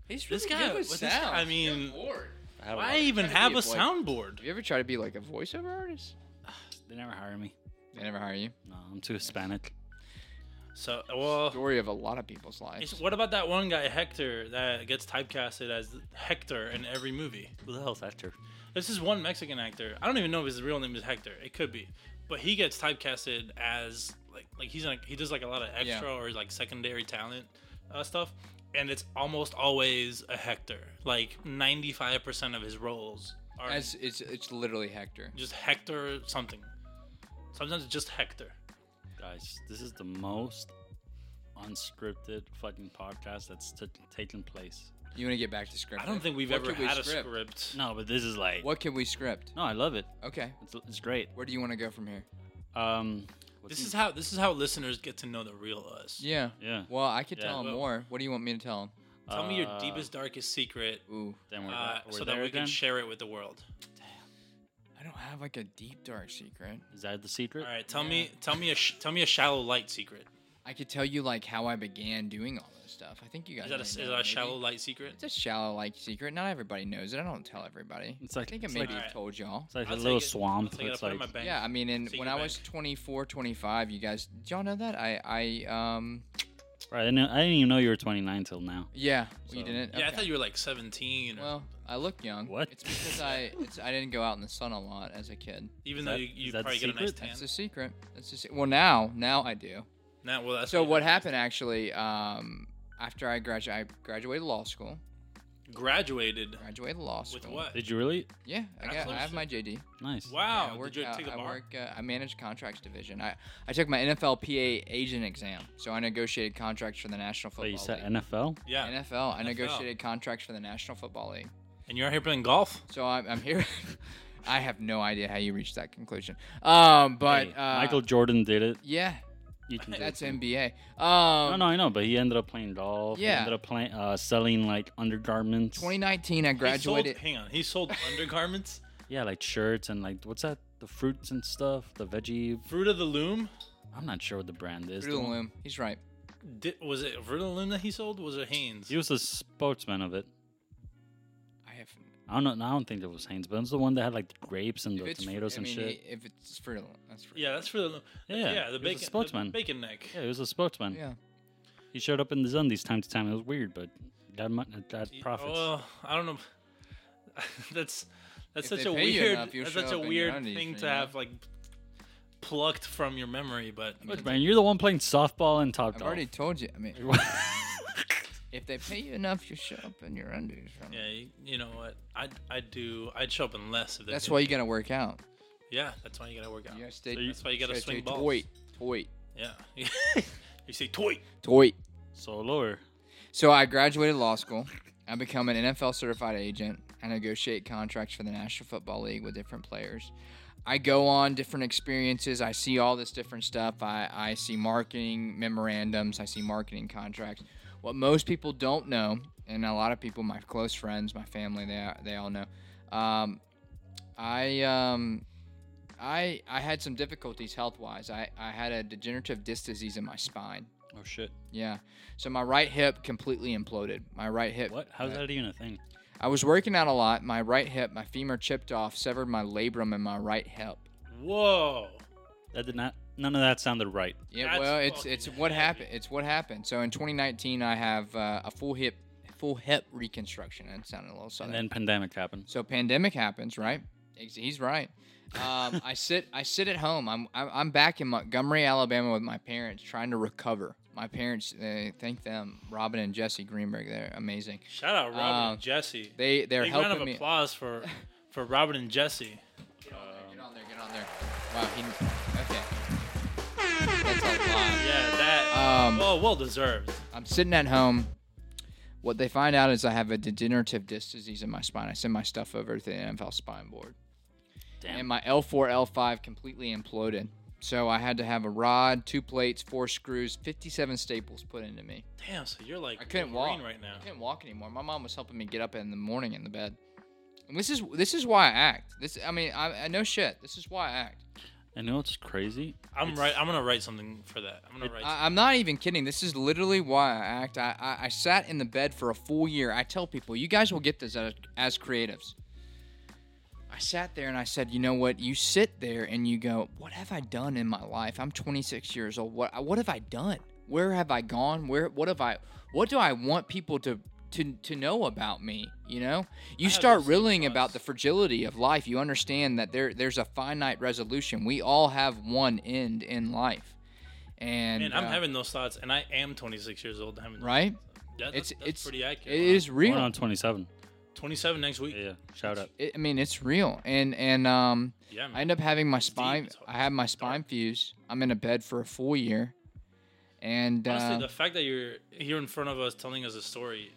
S3: He's really
S2: This guy,
S3: good with
S2: with this guy-
S3: sound.
S2: I mean,
S3: Lord.
S1: I have a lot
S2: why
S1: of-
S2: even
S3: Gotta be
S2: have
S3: a
S2: a
S3: boy.
S2: soundboard?
S3: Have you ever tried to be like a voiceover artist?
S1: They never hire me.
S3: They never hire you.
S1: No, I'm too Hispanic.
S2: So, well,
S3: Story of a lot of people's
S2: it's-
S3: lives.
S2: what about that one guy Hector that gets typecasted as Hector in every movie?
S1: Who the hell's Hector?
S2: This is one Mexican actor. I don't even know if his real name is Hector. It could be, but he gets typecasted as like like he's like he does like a lot of extra or like secondary talent uh, stuff, and it's almost always a Hector. Like ninety five percent of his roles are
S3: As it's it's literally Hector.
S2: just Hector something. Sometimes it's just Hector.
S1: Guys, this is the most unscripted fucking podcast that's t- taken place.
S3: You want to get back to script?
S2: I don't think we've
S3: What
S2: ever
S3: could we
S2: had
S3: script?
S2: a script.
S1: No, but this is like.
S3: What can we script?
S1: No, I love it.
S3: Okay.
S1: It's, it's great.
S3: Where do you want to go from here?
S1: Um, what's
S2: This
S1: in-
S2: is how this is how listeners get to know the real us.
S3: Yeah.
S1: Yeah.
S3: Well, I could
S1: Yeah.
S3: tell him
S2: Well-
S3: more. What do you want me to tell him?
S2: Tell me your
S1: uh,
S2: deepest, darkest secret,
S3: Ooh,
S1: Then we're,
S2: uh,
S1: back- we're
S2: so
S1: there
S2: that we
S1: again.
S2: can share it with the world.
S3: I don't have like a deep dark secret.
S1: is that the secret?
S2: All right, tell me, tell me a, sh- tell me a shallow light secret.
S3: I could tell you like how I began doing all this stuff. I think you
S2: Is
S3: guys.
S2: that a,
S3: may
S2: is
S3: know,
S2: that a
S3: maybe.
S2: shallow light secret?
S3: It's a shallow like secret. Not everybody knows it. I don't tell everybody.
S1: It's like-
S3: I think I
S1: it's
S3: maybe
S2: like-
S3: have told y'all.
S1: It's like
S2: I'll
S1: a
S2: take
S1: little
S2: it.
S1: swamp.
S2: I'll take it. I'll
S1: It's
S2: put it
S1: like
S2: in my bank.
S3: Yeah, I mean, and
S2: Secret
S3: when I was
S2: bank.
S3: 24, 25, you guys, did y'all know that? I, I, um,
S1: right. I didn't, I didn't even know you were 29 till now.
S3: yeah, you
S1: So-
S3: didn't.
S2: Yeah, I
S3: Okay.
S2: thought you were like 17. Or,
S3: Well, I look young.
S1: What?
S3: It's because I, it's, I didn't go out in the sun a lot as a kid.
S2: even
S1: is
S2: though
S1: that-
S2: you,
S1: is
S2: you
S1: that the
S2: probably get a nice
S1: secret?
S2: tan.
S3: That's the secret. That's the se- well now, now I do.
S2: Nah, well, that's
S3: So what happened actually? Um, after I graduated, I graduated law school.
S2: Graduated
S3: Graduated law school.
S2: with what?
S1: Did you really?
S3: Yeah, I got. I have my JD.
S1: Nice.
S2: Wow.
S3: Yeah, I work,
S2: Did you
S3: uh,
S2: take a
S3: I
S2: bar?
S3: work. Uh, I manage contracts division. I, I took my NFLPA agent exam, so I negotiated contracts for the National
S1: So
S3: Football
S1: you said
S3: League.
S1: NFL?
S2: yeah.
S3: NFL. I
S2: NFL.
S3: negotiated contracts for the National Football League.
S2: and you're out here playing golf?
S3: So I'm, I'm here. I have no idea how you reached that conclusion. Um, but
S1: Hey,
S3: uh,
S1: Michael Jordan did it.
S3: Yeah,
S1: You can do
S3: that's
S1: it. too.
S3: NBA.
S1: No,
S3: Um,
S1: no, I know, but he ended up playing golf. He
S3: Yeah.
S1: ended up playing, uh, selling like undergarments.
S3: 2019,
S2: He
S3: I
S2: sold-
S3: graduated.
S2: hang on. He sold undergarments?
S1: Yeah, like shirts and like what's that? The fruits and stuff. The veggie.
S2: Fruit of the Loom?
S1: I'm not sure what the brand is.
S3: Through the loom. He's right.
S2: Di was it Fruit of the Loom that he sold? Was it Haynes?
S1: He was a sportsman of it.
S3: I have.
S1: I don't know. I don't think it was Haynes, but it was the one that had like the grapes and
S3: if
S1: the
S3: it's-
S1: tomatoes
S3: I
S1: and
S3: mean,
S1: shit.
S3: he- If it's Fruit of the Loom, that's Fruit.
S2: yeah, that's Fruit of the Loom.
S1: Yeah,
S2: Yeah,
S1: he was
S2: the
S1: a
S2: bacon, the
S1: sportsman.
S2: bacon neck.
S1: Yeah, he was a sportsman.
S3: Yeah.
S1: He showed up in his undies time to time. It was weird, but that mu- that
S2: Y-
S1: profits.
S3: Oh.
S2: Well, I don't know. that's that's
S3: If
S2: such
S3: they
S2: a
S3: pay you
S2: weird
S3: enough, you'll
S2: that's
S3: show
S2: such a
S3: up in your
S2: weird
S3: undies,
S2: thing
S3: you
S2: to
S3: know?
S2: have like plucked from your memory, but
S1: Which man, you're the one playing softball and top
S3: I've already told you. I mean, if they pay you enough, you show up in your undies. I mean,
S2: yeah, you, you know what? I'd I'd do I'd show up in less if they
S3: That's
S2: did.
S3: why you gotta work out.
S2: Yeah, that's why you gotta work out.
S3: You gotta stay.
S1: So you-
S2: That's why you gotta
S3: stay
S2: swing
S3: toy-
S2: balls.
S3: Toy,
S2: Yeah, you say toy.
S3: toy, toy.
S1: so lower.
S3: So I graduated law school. I become an NFL certified agent. I negotiate contracts for the National Football League with different players. I go on different experiences. I see all this different stuff. I, I see marketing memorandums. I see marketing contracts. What most people don't know, and a lot of people, my close friends, my family, they, they all know. Um, I um, I I had some difficulties health wise. I, I had a degenerative disc disease in my spine.
S1: Oh shit!
S3: Yeah. So my right hip completely imploded. My right hip.
S1: What? How's that even a thing?
S3: I was working out a lot. My right hip, my femur chipped off, severed my labrum in my right hip.
S2: Whoa.
S1: That did not. None of that sounded right.
S3: Yeah.
S2: That's
S3: well, it's
S2: fucking
S3: it's what
S2: heavy.
S3: happened. It's what happened. So in 2019, I have uh, a full hip full hip reconstruction. That sounded a little
S1: And
S3: southern.
S1: then pandemic happened.
S3: so pandemic happens, right? Ex- He's right. Um, I sit I sit at home. I'm I'm I'm back in Montgomery, Alabama, with my parents, trying to recover. My parents, uh, thank them, Robin and Jesse Greenberg. They're amazing.
S2: Shout out Robin
S3: Um,
S2: and Jesse.
S3: They they're
S2: Big
S3: helping
S2: round of
S3: me.
S2: applause for for Robin and Jesse.
S3: Get on there, get on there. Wow, he. Okay. That's a lot.
S2: Yeah, that.
S3: Um,
S2: oh, well deserved.
S3: I'm sitting at home. What they find out is I have a degenerative disc disease in my spine. I send my stuff over to the NFL spine board.
S1: Damn.
S3: and my L4, L5 completely imploded. So I had to have a rod, two plates, four screws, 57 staples put into me.
S2: Damn, so you're like
S3: I couldn't
S2: Wolverine
S3: walk
S2: right now.
S3: I couldn't walk anymore. My mom was helping me get up in the morning in the bed. And this is this is why I act. This I mean I, I no shit. This is why I act.
S1: And you know what's crazy?
S2: I'm
S1: It's-
S2: right. I'm gonna write something for that. I'm gonna write.
S3: I, I'm not even kidding. This is literally why I act. I, I, I sat in the bed for a full year. I tell people, you guys will get this as, as creatives. I sat there and I said, you know what? You sit there and you go, what have I done in my life? I'm 26 years old. What what have I done? Where have I gone? Where what have I? What do I want people to to, to know about me? You know, you
S2: have
S3: start
S2: those same
S3: reeling about
S2: thoughts.
S3: the fragility of life. You understand that there there's a finite resolution. We all have one end in life. And
S2: Man, I'm
S3: uh,
S2: having those thoughts, and I am 26 years old. Having those
S3: right?
S2: thoughts. That,
S3: It's
S2: that's, that's
S3: it's
S2: pretty accurate.
S3: It is
S1: Born
S3: real.
S1: on 27.
S2: 27 next week.
S1: Yeah, yeah. Shout out.
S3: It- I mean, it's real. And and um,
S2: Yeah, man.
S3: I end up having my spine.
S2: Hmm. it's
S3: I have my spine fused. I'm in a bed for a full year, and
S2: Honestly,
S3: uh,
S2: the fact that you're here in front of us telling us a story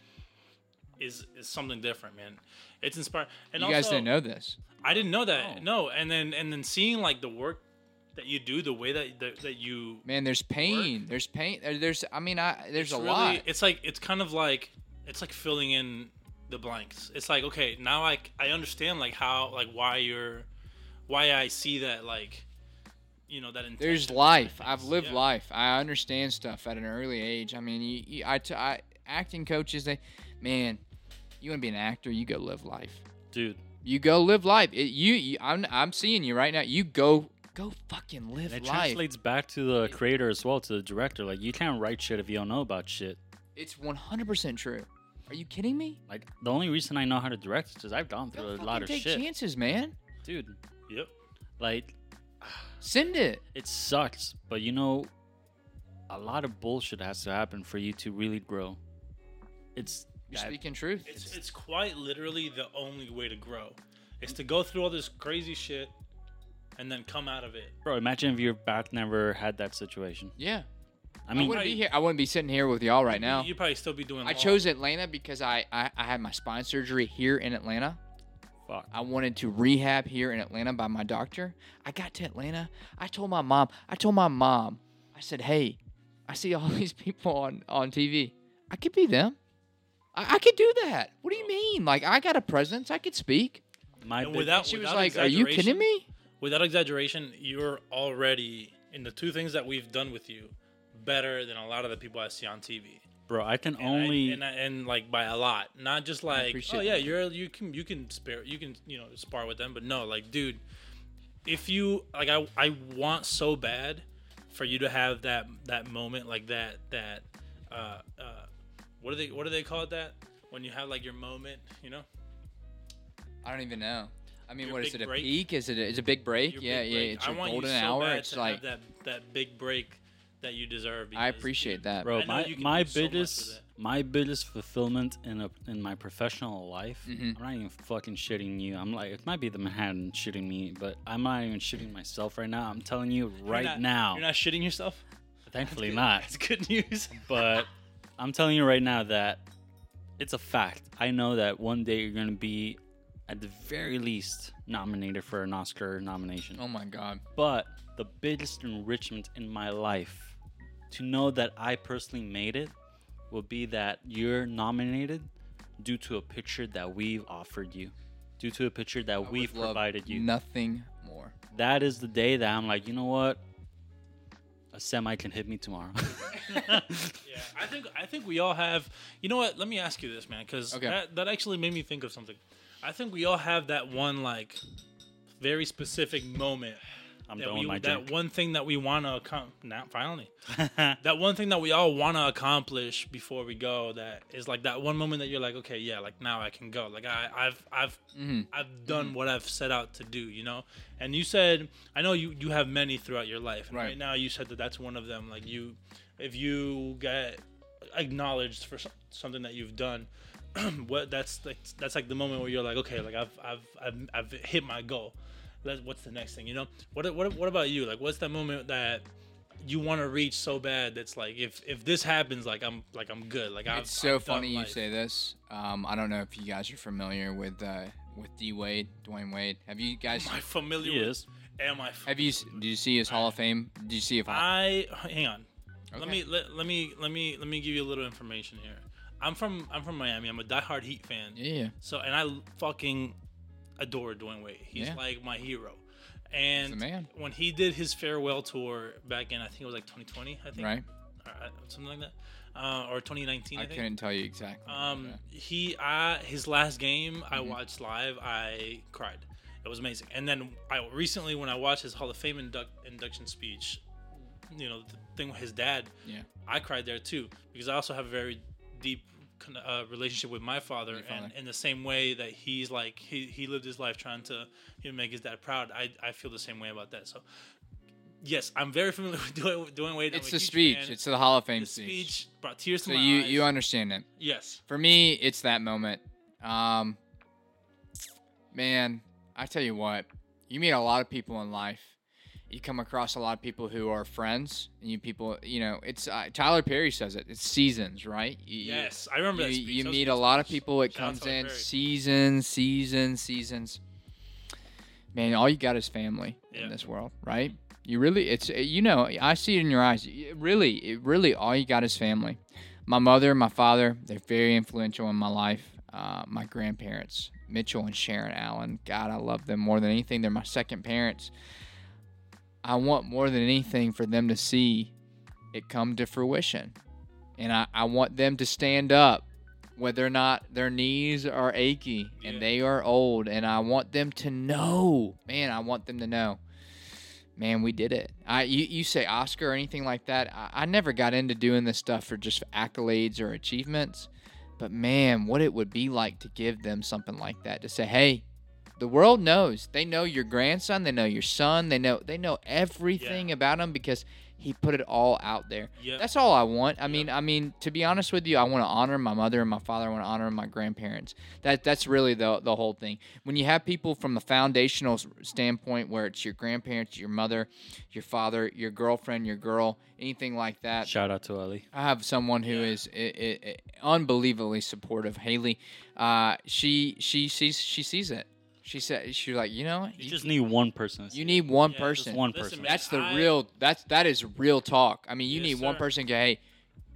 S2: is is something different, man. It's inspiring. And
S3: you
S2: also,
S3: guys didn't know this.
S2: I didn't know that.
S1: Oh.
S2: No, and then and then seeing like the work that you do, the way that that, that you
S3: Man, there's pain. There's pain. there- There's. I mean, I there's
S2: it's
S3: a
S2: really-
S3: lot.
S2: It's like it's kind of like it's like filling in the blanks. It's like okay, now I I understand like how like why you're why I see that like you know that intention.
S3: There's life. I've lived
S2: Yeah.
S3: life. I understand stuff at an early age. I mean, you, you, I, t- I acting coaches. They, man, you want to be an actor? You go live life.
S1: Dude,
S3: You go live life. It, you, you, I'm, I'm seeing you right now. You go, go fucking live
S1: and it
S3: life.
S1: translates back to the creator as well, to the director. Like, you can't write shit if you don't know about shit.
S3: It's 100% true. Are you kidding me?
S1: Like, the only reason I know how to direct is 'cause I've gone
S3: Go
S1: through a
S3: fucking
S1: lot of
S3: take
S1: shit.
S3: chances, man.
S1: Dude,
S2: Yep.
S1: like,
S3: Send it.
S1: it sucks, but you know, a lot of bullshit has to happen for you to really grow. It's.
S3: You're
S1: that-
S3: speaking truth.
S2: It's it's quite literally the only way to grow. Is to go through all this crazy shit and then come out of it.
S1: Bro, imagine if your back never had that situation.
S3: Yeah.
S1: I
S3: I,
S1: mean,
S3: wouldn't be here. I wouldn't be sitting here with y'all right now.
S2: You'd probably still be doing.
S3: I
S2: law.
S3: chose Atlanta because I, I, I had my spine surgery here in Atlanta.
S1: fuck.
S3: I wanted to rehab here in Atlanta by my doctor. I got to Atlanta. I told my mom, I told my mom, I said, hey, I see all these people on, on TV. I could be them. I, I could do that. What do you mean? Like, I got a presence. I could speak.
S1: My
S2: And
S1: big-
S2: without-
S3: She was
S2: Without
S3: like, are you kidding
S2: exaggeration,
S3: me?
S2: Without exaggeration, you're already in the two things that we've done with you better than a lot of the people I see on TV.
S1: bro, I can
S2: And I-
S1: only.
S2: and, I, and like by a lot, not just like
S3: appreciate
S2: oh yeah,
S3: that.
S2: you're you can you can spare you can you know spar with them, but no, like dude, if you like I I want so bad for you to have that that moment like that that uh uh what do they what do they call it that when you have like your moment you know
S3: I don't even know. I mean,
S2: Your
S3: what is
S2: big
S3: it? A
S2: break?
S3: peak? Is it? A, it's a big break.
S2: your
S3: yeah,
S2: big
S3: yeah.
S2: break.
S3: It's
S2: I
S3: your
S2: want
S3: golden
S2: you so
S3: hour.
S2: bad
S3: It's
S2: to
S3: like
S2: have that that big break that you deserve.
S3: I
S2: because,
S3: appreciate
S2: dude,
S3: that.
S1: Bro,
S2: I know
S1: my
S2: you can
S1: my
S2: do so much with
S1: biggest
S2: it.
S1: my biggest fulfillment in a in my professional life.
S3: Mhm.
S1: I'm not even fucking shitting you. I'm like it might be the Manhattan shitting me, but I'm not even shitting myself right now. I'm telling you
S2: You're
S1: right
S2: not-
S1: now.
S2: you're not shitting yourself.
S1: thankfully not.
S2: That's good news.
S1: But I'm telling you right now that it's a fact. I know that one day you're gonna be at the very least nominated for an Oscar nomination.
S3: Oh my god.
S1: But the biggest enrichment in my life to know that I personally made it will be that you're nominated due to a picture that we've offered you, due to a picture that
S3: I
S1: we've
S3: would love
S1: provided you.
S3: Nothing more.
S1: That is the day that I'm like, you know what? A semi can hit me tomorrow.
S2: Yeah, I think I think we all have. You know what? Let me ask you this, man, because
S3: Okay.
S2: that, that actually made me think of something. I think we all have that one like very specific moment.
S1: I'm
S2: that
S1: done
S2: we,
S1: with my
S2: that
S1: drink.
S2: one thing that we want to accomplish. Not finally. that one thing that we all want to accomplish before we go. That is like that one moment that you're like, okay, yeah, like now I can go. Like I, I've, I've,
S3: Mhm.
S2: I've done what I've set out to do. You know. And you said, I know you you have many throughout your life. And
S3: Right.
S2: right. now, you said that that's one of them. Like you, if you get acknowledged for so- something that you've done. what that's like that's like the moment where you're like okay like I've I've I've, I've hit my goal. Let, what's the next thing you know? What what what about you? Like what's that moment that you want to reach so bad that's like if if this happens like I'm like I'm good like I've,
S3: It's so
S2: I've done
S3: funny you
S2: life.
S3: say this. Um, I don't know if you guys are familiar with uh, with D Wade, Dwayne Wade. Have you guys?
S2: Am I familiar?
S1: He
S2: with-
S1: is.
S2: Am I? f-
S3: Have you? Do you see his Hall of Fame? Do you see if
S2: I hang on. Let
S3: Okay.
S2: me let, let me let me let me give you a little information here. I'm from I'm from Miami. I'm a diehard Heat fan.
S3: Yeah.
S2: So and I fucking adore Dwayne Wade. He's
S3: Yeah.
S2: like my hero. And
S3: He's the man.
S2: when he did his farewell tour back in, I think it was like 2020. I think
S3: Right.
S2: or, uh, something like that, uh, or 2019. I,
S3: I
S2: think.
S3: couldn't tell you exactly.
S2: Um, he I his last game I
S3: Mm-hmm.
S2: watched live. I cried. It was amazing. And then I recently, when I watched his Hall of Fame induct, induction speech, you know, the thing with his dad,
S3: Yeah.
S2: I cried there too because I also have a very deep con- uh, relationship with my father,
S3: Your father.
S2: and in the same way that he's like he, he lived his life trying to you know, make his dad proud. I, I feel the same way about that. So. Yes, I'm very familiar with Dwayne Dwayne Wade. I'm
S3: It's
S2: a
S3: the
S2: huge
S3: speech.
S2: fan.
S3: It's the Hall of Fame
S2: the
S3: speech.
S2: speech brought tears to
S3: So
S2: my
S3: you
S2: eyes.
S3: you understand it.
S2: yes,
S3: For me, it's that moment. Um, man, I tell you what, you meet a lot of people in life. You come across a lot of people who are friends, and you people, you know, it's uh, Tyler Perry says it. It's seasons, right? You- you-
S2: Yes, I remember
S3: You,
S2: that speech.
S3: you
S2: That was
S3: meet
S2: a
S3: a
S2: good
S3: lot of
S2: speech.
S3: people. It
S2: Shout out
S3: comes
S2: Tyler
S3: in
S2: Perry.
S3: seasons, seasons, seasons. Man, all you got is family
S2: Yeah.
S3: in this world, right? You really, it's you know, I see it in your eyes. You- Really, it really, all you got is family. My mother, my father, they're very influential in my life. Uh, my grandparents, Mitchell and Sharon Allen. God, I love them more than anything. They're my second parents. I want more than anything for them to see it come to fruition. And I, I want them to stand up, whether or not their knees are achy
S2: Yeah.
S3: and they are old. And I want them to know, man, I want them to know, man, we did it. I You, you say Oscar or anything like that. I, I never got into doing this stuff for just accolades or achievements. But man, what it would be like to give them something like that to say, hey, the world knows. They know your grandson. They know your son. They know they know everything about him because he put it all out there.
S2: Yeah.
S3: That's all I want. I mean, I mean, to be honest with you, I want to honor my mother and my father. I want to honor my grandparents. That that's really the the whole thing. When you have people from the foundational s- standpoint, where it's your grandparents, your mother, your father, your girlfriend, your girl, anything like that.
S1: Shout out to Ali.
S3: I have someone who is i i i unbelievably supportive. Haley, uh, she she sees she sees it. She said she's like, you know, what?
S1: You
S3: you,
S1: just need one person.
S3: you need one
S2: Yeah, just
S3: person.
S1: one
S2: Listen,
S1: person.
S2: man,
S3: That's the
S2: I-
S3: real. That's that is real talk. I mean, you
S2: Yes,
S3: need one
S2: sir.
S3: person. To go, hey,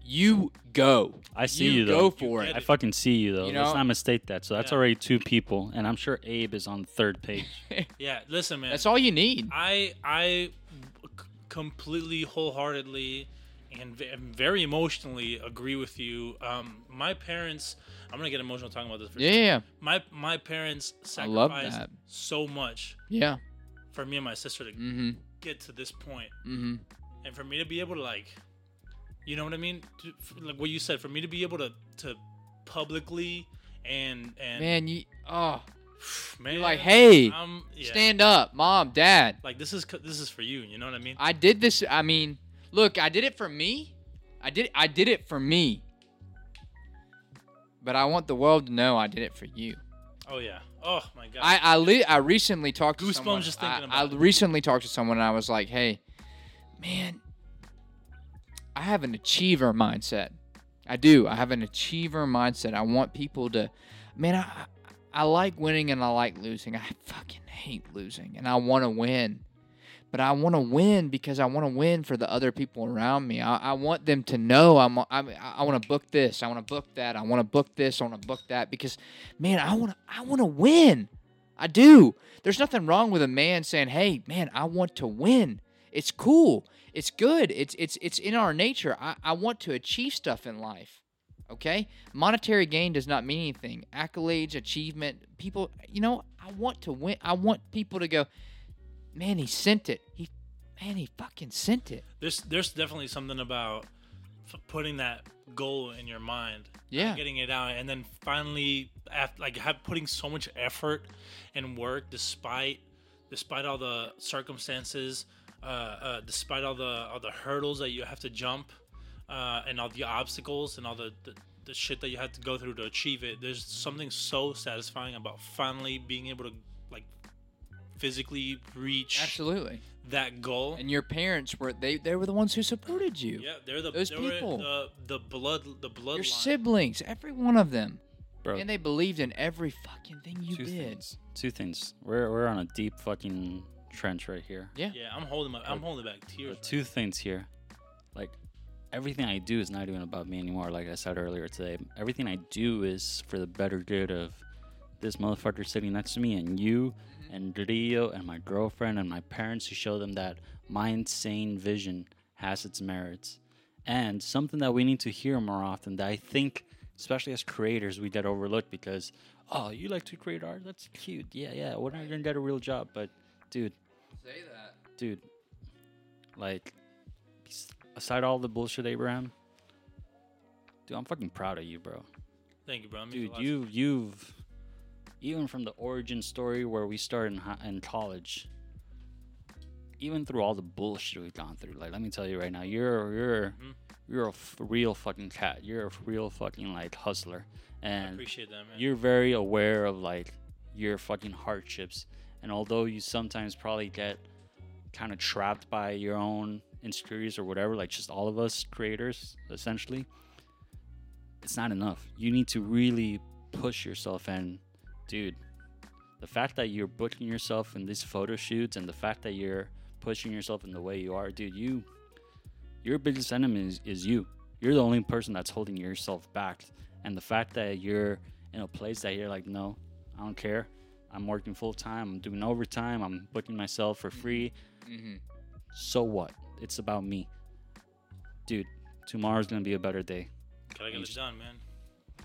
S3: you go.
S1: I see
S3: you
S1: you,
S3: go
S1: though.
S3: for
S2: get
S3: it.
S1: I fucking see you though.
S3: You know-
S1: Let's not mistake that. So that's
S2: Yeah.
S1: already two people, and I'm sure Abe is on the third page.
S2: Yeah, listen, man.
S3: That's all you need.
S2: I I c- completely, wholeheartedly, and ve- and very emotionally agree with you. Um, my parents. I'm gonna get emotional talking about this. For a
S3: Yeah,
S2: second.
S3: yeah,
S2: My my parents
S3: love
S2: sacrificed
S3: that.
S2: so much
S3: yeah.
S2: for me and my sister to
S3: Mm-hmm.
S2: get to this point,
S3: Mm-hmm.
S2: and for me to be able to like, you know what I mean? To, f- like what you said, for me to be able to to publicly and and
S3: Man, you oh,
S2: man,
S3: like, hey,
S2: um, yeah.
S3: stand up, mom, dad.
S2: like this is c- this is for you. You know what I mean?
S3: I did this. I mean, look, I did it for me. I did. I did it for me. But I want the world to know I did it for you.
S2: Oh yeah. Oh my god.
S3: I I, li- I recently talked to
S2: Goosebumps
S3: someone.
S2: just
S3: I-
S2: thinking about
S3: I,
S2: it.
S3: recently talked to someone and I was like, "Hey, man, I have an achiever mindset. I do. I have an achiever mindset. I want people to, man. I I I like winning and I like losing. I fucking hate losing and I want to win." But I want to win because I want to win for the other people around me. I, I want them to know I'm. I'm I want to book this. I want to book that. I want to book this. I want to book that because, man, I want to. I want to win. I do. There's nothing wrong with a man saying, "Hey, man, I want to win." It's cool. It's good. It's it's it's in our nature. I, I want to achieve stuff in life. Okay? Monetary gain does not mean anything. Accolades, achievement, people, you know, I want to win. I want people to go, "Man, he sent it. He man, he fucking sent it."
S2: there's there's definitely something about f- putting that goal in your mind
S3: Yeah.
S2: getting it out and then finally after like have, putting so much effort and work despite despite all the circumstances uh, uh, despite all the all the hurdles that you have to jump uh, and all the obstacles and all the, the the shit that you had to go through to achieve it there's something so satisfying about finally being able to like physically reach
S3: Absolutely.
S2: that goal.
S3: And your parents were they they were the ones who supported you.
S2: Yeah, they're the
S3: Those
S2: they were
S3: people.
S2: the, the blood the bloodline.
S3: your siblings, every one of them.
S1: Bro,
S3: And they believed in every fucking thing you
S4: Two
S3: did.
S4: things.
S1: two things. We're we're on a deep fucking trench right here.
S3: Yeah.
S2: Yeah, I'm holding my, I'm holding back tears.
S1: But two things here. Like everything I do is not even about me anymore, like I said earlier today. Everything I do is for the better good of this motherfucker sitting next to me and you and Leo and my girlfriend and my parents to show them that my insane vision has its merits. And something that we need to hear more often that I think especially as creators we get overlooked because oh you like to create art that's cute yeah yeah when are you gonna get a real job but dude
S3: Say that.
S1: dude, like, bes- aside all the bullshit, Abraham, dude, I'm fucking proud of you, bro.
S2: Thank you, bro. That means a
S1: Dude,
S2: lot.
S1: you you've even from the origin story where we started in, hi- in college, even through all the bullshit we've gone through. Like, let me tell you right now, you're you're
S2: Mm-hmm.
S1: you're a f- real fucking cat. You're a real fucking like hustler,
S2: I
S1: and
S2: appreciate that, man.
S1: you're very aware of like your fucking hardships and although you sometimes probably get kind of trapped by your own insecurities or whatever like just all of us creators essentially it's not enough you need to really push yourself and dude the fact that you're booking yourself in these photo shoots and the fact that you're pushing yourself in the way you are dude you your biggest enemy is, is you. You're the only person that's holding yourself back. And the fact that you're in a place that you're like, no, I don't care. I'm working full time. I'm doing overtime. I'm booking myself for free. So what? It's about me. Dude, tomorrow's going to be a better day.
S2: Gotta get it done, man.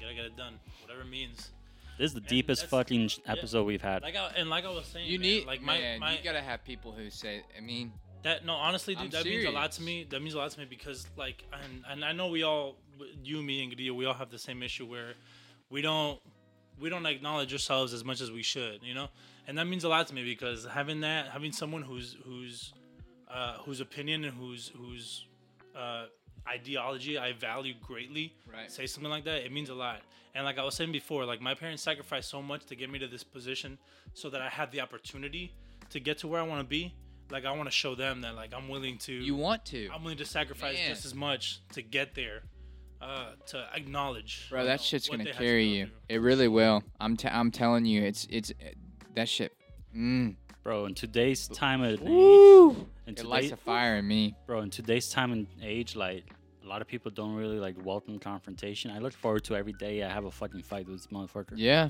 S2: Gotta get it done, whatever it means.
S1: This is the deepest
S2: that's-
S1: fucking sh- episode we've had.
S2: Like I and like I was saying,
S3: You
S2: man,
S3: need
S2: like my
S3: man,
S2: my
S3: you gotta have people who say I mean
S2: that no honestly, dude,
S3: I'm
S2: that means a lot to
S3: serious.
S2: me. That means a lot to me because like and and I know we all, you, me, and Gadia, we all have the same issue where we don't we don't acknowledge ourselves as much as we should, you know. And that means a lot to me because having that, having someone who's who's uh, whose opinion and whose whose uh, ideology I value greatly
S3: Right.
S2: say something like that, it means a lot. And like I was saying before, like my parents sacrificed so much to get me to this position so that I had the opportunity to get to where I want to be. Like I want to show them that like I'm willing to
S3: you want to.
S2: I'm willing to sacrifice
S3: Man.
S2: just as much to get there. Uh, to acknowledge,
S3: Bro,
S2: you
S3: that
S2: know,
S3: shit's
S2: what
S3: gonna
S2: they had to
S3: carry
S2: go
S3: you.
S2: through.
S3: It really will. I'm t- I'm telling you, it's it's that shit. Mm.
S1: Bro, in today's time and age,
S3: Woo!
S1: in
S3: It lights
S1: today-
S3: a fire in me.
S1: bro in today's time and age like a lot of people don't really like welcome confrontation i look forward to every day i have a fucking fight with this motherfucker
S3: Yeah,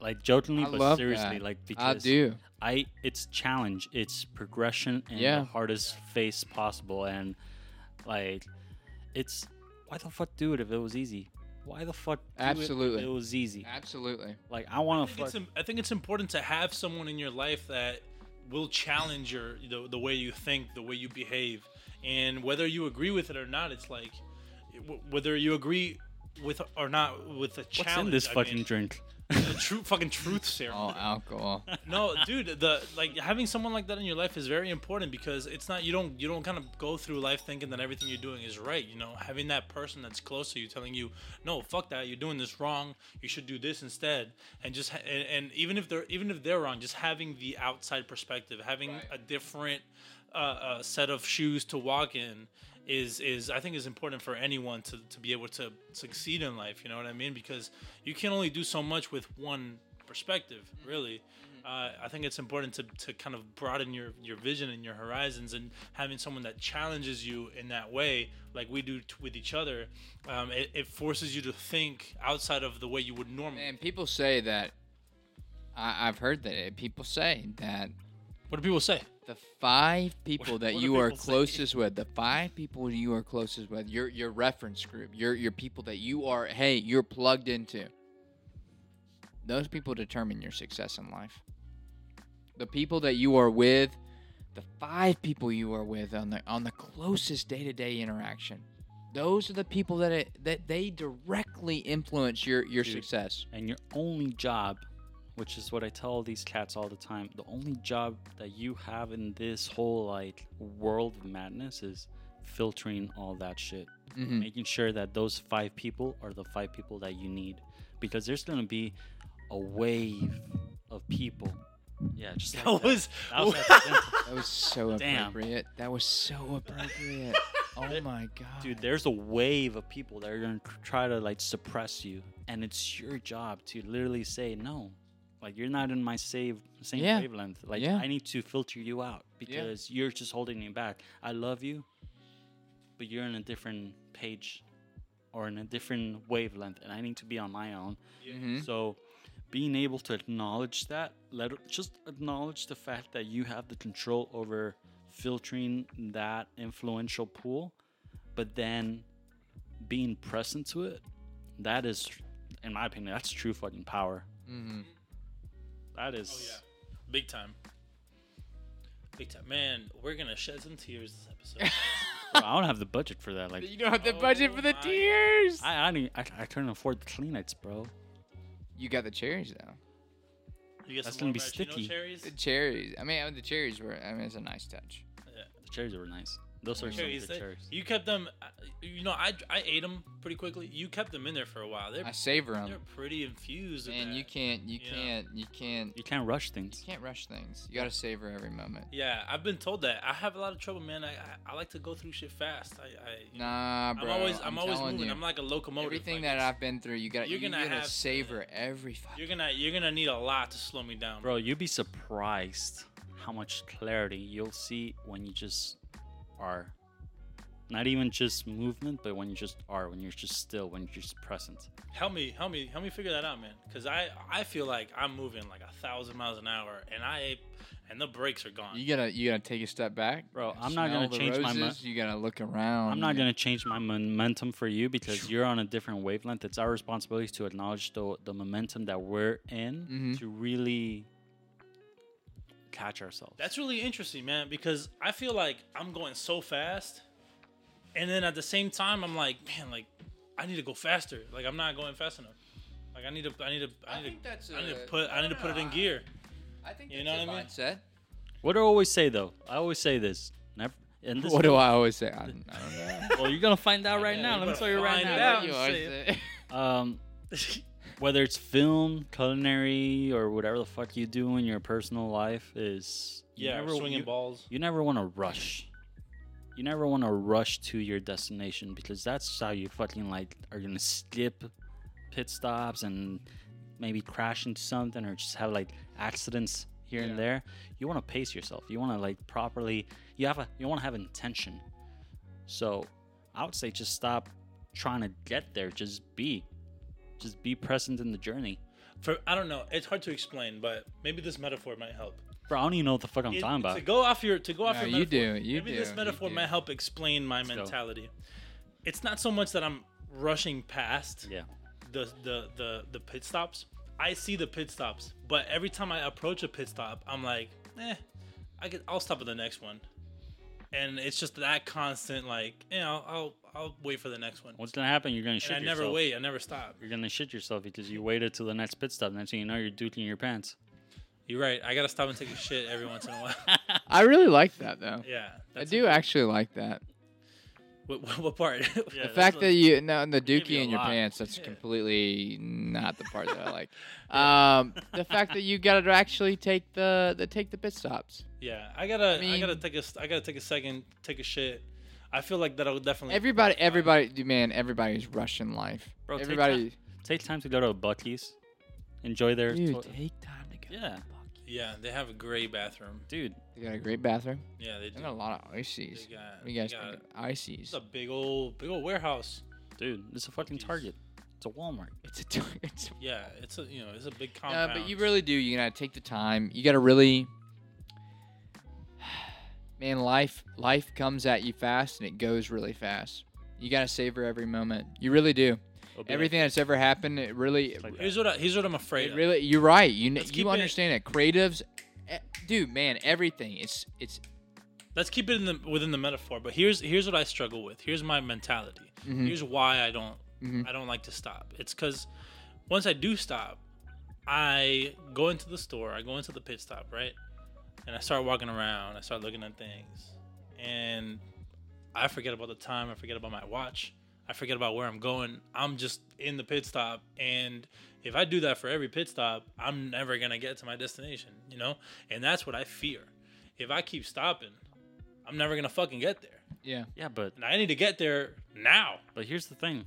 S1: like jokingly
S3: I
S1: but
S3: love
S1: seriously
S3: that.
S1: like
S3: I
S1: because
S3: do.
S1: I- it's challenge it's progression in
S3: Yeah.
S1: the hardest face possible and like it's why the fuck do it if it was easy why the fuck do it if
S3: Absolutely.
S1: it was easy
S3: Absolutely.
S1: like i want to
S2: think it's
S1: fuck
S2: im- I think it's important to have someone in your life that will challenge your the, the way you think, the way you behave, and whether you agree with it or not. It's like w- whether you agree with or not with a challenge.
S1: what's in this
S2: I
S1: fucking
S2: mean,
S1: drink
S2: the true fucking truth serum.
S3: All alcohol.
S2: No, dude, the like having someone like that in your life is very important because it's not you don't you don't kind of go through life thinking that everything you're doing is right. You know, having that person that's close to you telling you, no, fuck that, you're doing this wrong. You should do this instead. And just ha- and, and even if they're even if they're wrong, just having the outside perspective, having a different uh, uh, set of shoes to walk in. Is, is I think is important for anyone to, to be able to succeed in life. You know what I mean? Because you can only do so much with one perspective, really. Uh, I think it's important to, to kind of broaden your, your vision and your horizons, and having someone that challenges you in that way, like we do t- with each other, um, it, it forces you to think outside of the way you would normally.
S3: Man, people say that. I, I've heard that. It, people say that
S2: What do people say?
S3: the five people that
S2: what do
S3: you are
S2: people say?
S3: closest with, the five people you are closest with, your your reference group, your your people that you are, hey, you're plugged into. Those people determine your success in life. The people that you are with, the five people you are with on the on the closest day-to-day interaction. Those are the people that it, that they directly influence your your
S1: Dude.
S3: success.
S1: and your only job which is what i tell these cats all the time the only job that you have in this whole like world of madness is filtering all that shit
S2: Hmm.
S3: Mhm.
S1: making sure that those five people are the five people that you need because there's going to be a wave of people Yeah, just like
S2: That was,
S1: That was accidental.
S3: That was so
S1: Damn.
S3: appropriate. That was so appropriate. oh my god.
S1: Dude, there's a wave of people that are gonna tr- try to like suppress you, and it's your job to literally say no. Like you're not in my save same
S3: Yeah.
S1: wavelength. Like
S3: Yeah.
S1: I need to filter you out because you're just holding me back. I love you, but you're in a different page or in a different wavelength, and I need to be on my own.
S3: Mhm.
S1: So being able to acknowledge that, let just acknowledge the fact that you have the control over filtering that influential pool, but then being present to it, that is in my opinion, that's true fucking power.
S3: Mhm.
S1: That
S2: Oh yeah,
S1: is
S2: big time. Big time, man. We're gonna shed some tears this episode.
S1: Bro, I don't have the budget for that. Like
S3: You don't have the budget
S2: Oh
S3: for the
S2: my-
S3: tears.
S1: I I, don't, I I couldn't afford the Kleenex, bro.
S3: You got the cherries though.
S2: You get
S1: That's
S2: some
S1: gonna be
S2: more maraschino
S1: sticky.
S2: cherries.
S3: The cherries. I mean, the cherries were. I mean, it's a nice touch.
S1: The cherries were nice. Those are some
S2: Cherries, eh?
S1: good
S2: they-
S1: cherries.
S2: You kept them. uh, You know, I I ate them pretty quickly. You kept them in there for a while. They're
S3: I savor
S2: they're
S3: them,
S2: pretty infused. with
S3: and
S2: that.
S3: you can't. You
S2: Yeah.
S3: can't. You can't.
S1: You can't rush
S3: You
S1: things.
S3: can't rush things. You gotta savor every moment.
S2: Yeah, I've been told that. I have a lot of trouble, man. I I, I like to go through shit fast. I, I you know,
S3: Nah, bro.
S2: I'm always I'm, always
S3: telling
S2: moving.
S3: You.
S2: I'm like a locomotive.
S3: Everything
S2: like
S3: that
S2: it's-
S3: I've been through, you gotta.
S2: You're
S3: You're
S2: gonna
S3: gonna you got to
S2: have to-
S3: savor every fucking.
S2: You're gonna you're gonna need a lot to slow me down,
S1: Bro, you'd be surprised how much clarity you'll see when you just are. Not even just movement, but when you just are, when you're just still, when you're just present.
S2: Help me, help me, help me figure that out, man. Cause I I feel like I'm moving like a thousand miles an hour, and I and the brakes are gone.
S3: You gotta you gotta take a step back,
S1: Bro, I'm not
S3: smell
S1: gonna
S3: the
S1: change my
S3: roses,
S1: mi-
S3: You gotta look around.
S1: I'm not
S3: you-
S1: going to change my momentum for you because you're on a different wavelength. It's our responsibility to acknowledge the, the momentum that we're in
S3: Mhm.
S1: to really catch ourselves.
S2: That's really interesting, man, because I feel like I'm going so fast, and then at the same time, I'm like, man, like I need to go faster. Like I'm not going fast enough. Like I need to, I need to, I need
S3: I think
S2: to,
S3: that's
S2: I need to
S3: a-
S2: put, I need to put it in gear.
S3: I think
S2: You
S3: that's
S2: know
S3: a
S2: what I mean?
S3: mindset.
S1: what do I always say though? I always say this. Never. And this
S3: What do I always say? I don't, I don't know.
S1: well, you're gonna find out right
S2: Yeah,
S1: now.
S2: you
S1: Let me
S2: better
S1: tell you right
S2: find
S1: now.
S2: out.
S3: What do you
S2: I'm
S3: always
S2: saying-
S3: say?
S1: Um, whether it's film, culinary, or whatever the fuck you do in your personal life, is you
S2: yeah, or
S1: never-
S2: swinging
S1: you-
S2: balls.
S1: You never want to rush. You never want to rush to your destination because that's how you fucking like are gonna skip pit stops and maybe crash into something or just have like accidents here
S3: Yeah.
S1: and there. You want to pace yourself. You want to like properly. You have a. You want to have intention. So, I would say just stop trying to get there. Just be, just be present in the journey.
S2: For I don't know, it's hard to explain, but maybe this metaphor might help.
S1: Bro, I don't even know what the fuck I'm
S2: It-
S1: talking
S2: To
S1: about.
S2: go off your, to go off
S3: No,
S2: your.
S3: you
S2: metaphor,
S3: do. You
S2: Maybe
S3: do.
S2: this
S3: you
S2: metaphor
S3: do.
S2: might help explain my
S1: go.
S2: mentality. It's not so much that I'm rushing past
S1: Yeah.
S2: the, the the the pit stops. I see the pit stops, but every time I approach a pit stop, I'm like, eh, I could, I'll stop at the next one. And it's just that constant, like, you know, I'll I'll wait for the next one.
S1: What's gonna happen? You're gonna shit
S2: And I
S1: yourself.
S2: never wait. I never stop.
S1: you're gonna shit yourself because you waited till the next pit stop. Next thing you know, you're duking your pants.
S2: You're right. I gotta stop and take a shit every once in a while.
S3: I really like that though.
S2: Yeah,
S3: I
S2: that's-
S3: do actually like that.
S2: What, what, what part?
S1: Yeah,
S2: Yeah.
S1: that's
S3: The fact
S1: what-
S3: that you no the
S1: gave you
S3: dookie
S1: a
S3: in your
S1: lot.
S3: pants that's
S2: Yeah.
S3: completely not the part that I like. Um, the fact that you gotta actually take the the take the pit stops.
S2: I gotta. I,
S3: mean-
S2: gotta take a. s- I gotta take a second. Take a shit. I feel like that'll definitely.
S3: Everybody, everybody, dude, man, everybody's rushing life.
S1: Bro, take
S3: everybody,
S1: Take time to go to a Bucky's, enjoy their.
S3: dude,
S1: to-
S3: take time to go.
S1: yeah,
S2: yeah, they have a gray bathroom.
S1: dude.
S3: They got a great bathroom.
S2: Yeah, they do.
S3: They got a lot of
S2: They
S3: ices.
S2: got-
S3: What do you guys
S2: they got-
S3: think of ices?
S2: It's a big old, big old warehouse.
S1: Dude, it's a fucking
S2: Jeez.
S1: Target. It's a Walmart.
S3: It's a. t- It's a
S2: Yeah, it's a, you know, it's a big
S3: Uh,
S2: compound.
S3: but you really do. You gotta take the time. You gotta really. Man, life life comes at you fast and it goes really fast. You gotta savor every moment. You really do.
S1: It'll be
S3: Everything that's ever happened, it really,
S1: like- like
S2: Here's what I, here's what I'm afraid
S3: it
S2: of.
S3: really. You're right. You kn-
S2: Let's keep
S3: you
S2: it-
S3: understand it. Creatives, eh, dude, man, everything. It's it's
S2: Let's keep it in the within the metaphor. But here's here's what I struggle with. Here's my mentality. Here's why I don't
S3: Mhm.
S2: I don't like to stop. It's because once I do stop, I go into the store. I go into the pit stop, right? And I start walking around. I start looking at things, and I forget about the time. I forget about my watch. I forget about where I'm going. I'm just in the pit stop. And if I do that for every pit stop, I'm never going to get to my destination, you know? And that's what I fear. If I keep stopping, I'm never going to fucking get there.
S3: Yeah.
S1: Yeah, but
S2: And I need to get there now.
S1: but here's the thing: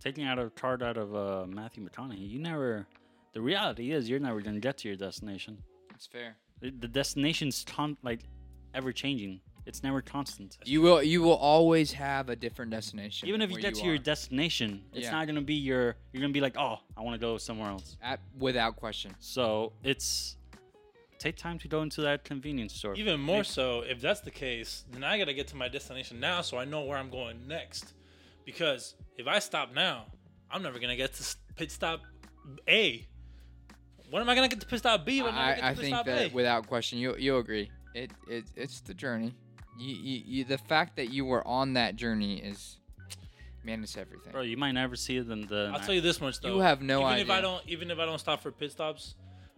S1: taking out a card out of uh, Matthew McConaughey, you never. The reality is, you're never gonna get to your destination.
S3: That's fair.
S1: The, the destination's con- like ever changing. It's never constant.
S3: You will you will always have a different destination.
S1: Even if
S3: than
S1: you
S3: where
S1: get to your
S3: are.
S1: destination, it's
S3: Yeah.
S1: not gonna be your. You're gonna be like, oh, I want to go somewhere else.
S3: At, without question.
S1: So it's take time to go into that convenience store.
S2: Even more
S1: Make-
S2: so, if that's the case, then I gotta get to my destination now so I know where I'm going next. Because if I stop now, I'm never gonna get to s- pit stop A. When am I gonna get to pit stop B? When am
S3: I,
S2: gonna get to
S3: I
S2: pit
S3: think
S2: stop
S3: that
S2: A?
S3: without question, you you agree. It, it it's the journey. You, you, you the fact that you were on that journey is, man, it's everything.
S1: Bro, you might never see it in the.
S2: I'll tell you this much though.
S3: You have no
S2: even If
S3: idea.
S2: I don't, even if I don't stop for pit stops,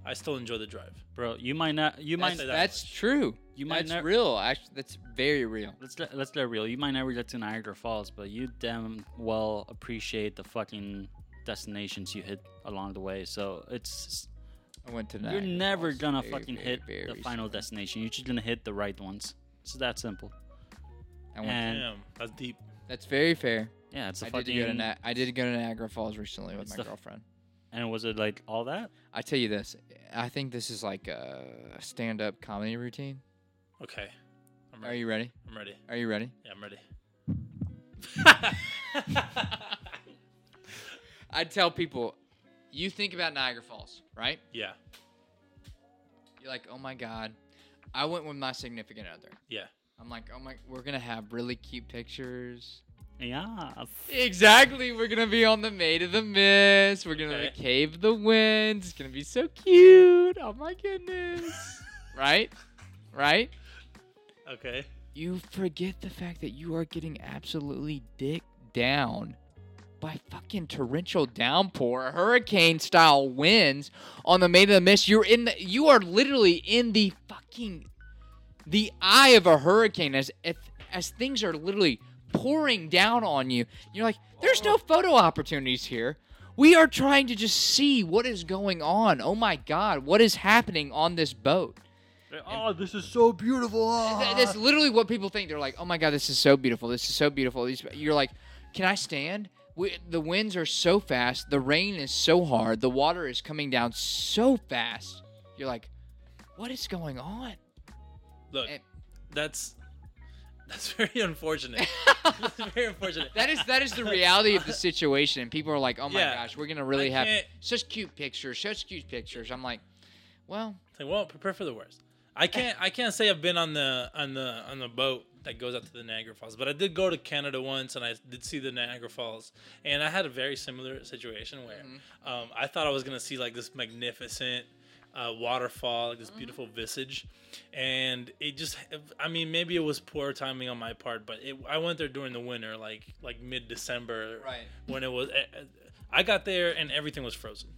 S2: I still enjoy the drive.
S1: bro. You might not. You might.
S2: That's- that
S3: That's
S2: much.
S3: true.
S1: You might
S3: that's
S1: nev-
S3: real. Actually, that's very real.
S1: Let's get, let's get real. You might never get to Niagara Falls, but you damn well appreciate the fucking destinations you hit along the way. So it's
S3: I went to
S1: you're
S3: Niagara
S1: never
S3: Falls.
S1: gonna
S3: Very,
S1: fucking
S3: very,
S1: hit
S3: very
S1: the final
S3: soon.
S1: destination. You're just gonna hit the right ones. It's that simple.
S3: I went to-
S1: And-
S2: Damn, that's deep.
S3: that's very fair.
S1: Yeah, it's a
S3: I did,
S1: fucking.
S3: go to Ni- I did go to Niagara Falls recently with
S1: It's
S3: my
S1: the-
S3: girlfriend.
S1: and was it like all that?
S3: I tell you this, I think this is like a stand-up comedy routine.
S2: Okay, I'm
S3: Are
S2: ready.
S3: you ready?
S2: I'm ready.
S3: Are you ready?
S2: Yeah, I'm ready.
S3: I tell people, you think about Niagara Falls, right?
S2: yeah,
S3: You're like, oh my god, I went with my significant other.
S2: yeah.
S3: I'm like, oh my, we're gonna have really cute pictures.
S1: Yeah.
S3: Exactly, we're gonna be on the Maid of the Mist. We're gonna
S2: Okay.
S3: cave the winds. It's gonna be so cute. Oh my goodness, right? Right?
S2: Okay.
S3: You forget the fact that you are getting absolutely dick down by fucking torrential downpour, hurricane style winds on the Maid of the Mist. You're in the, you are literally in the fucking the eye of a hurricane as if as things are literally pouring down on you. You're like, there's no photo opportunities here. We are trying to just see what is going on. Oh my god, what is happening on this boat?
S1: Oh, this is so beautiful.
S3: Th- that's literally what people think. They're like, "Oh my god, this is so beautiful. This is so beautiful." These you're like, "Can I stand?" We, the winds are so fast. The rain is so hard. The water is coming down so fast. You're like, "What is going on?"
S2: Look,
S3: And-
S2: that's that's very unfortunate. that's very unfortunate.
S3: That is that is the reality of the situation. And people are like, "Oh my
S2: Yeah.
S3: gosh, we're gonna really have
S2: can't-
S3: such cute pictures, such cute pictures." I'm like, "Well,
S2: It's like, well, prepare for the worst. I can't. I can't say I've been on the on the on the boat that goes out to the Niagara Falls, but I did go to Canada once, and I did see the Niagara Falls, and I had a very similar situation where
S1: Mm-hmm.
S2: um, I thought I was gonna see like this magnificent uh, waterfall, like this
S1: Mm-hmm.
S2: beautiful visage, and it just. I mean, maybe it was poor timing on my part, but it, I went there during the winter, like like mid December,
S3: Right.
S2: when it was. I got there and everything was frozen.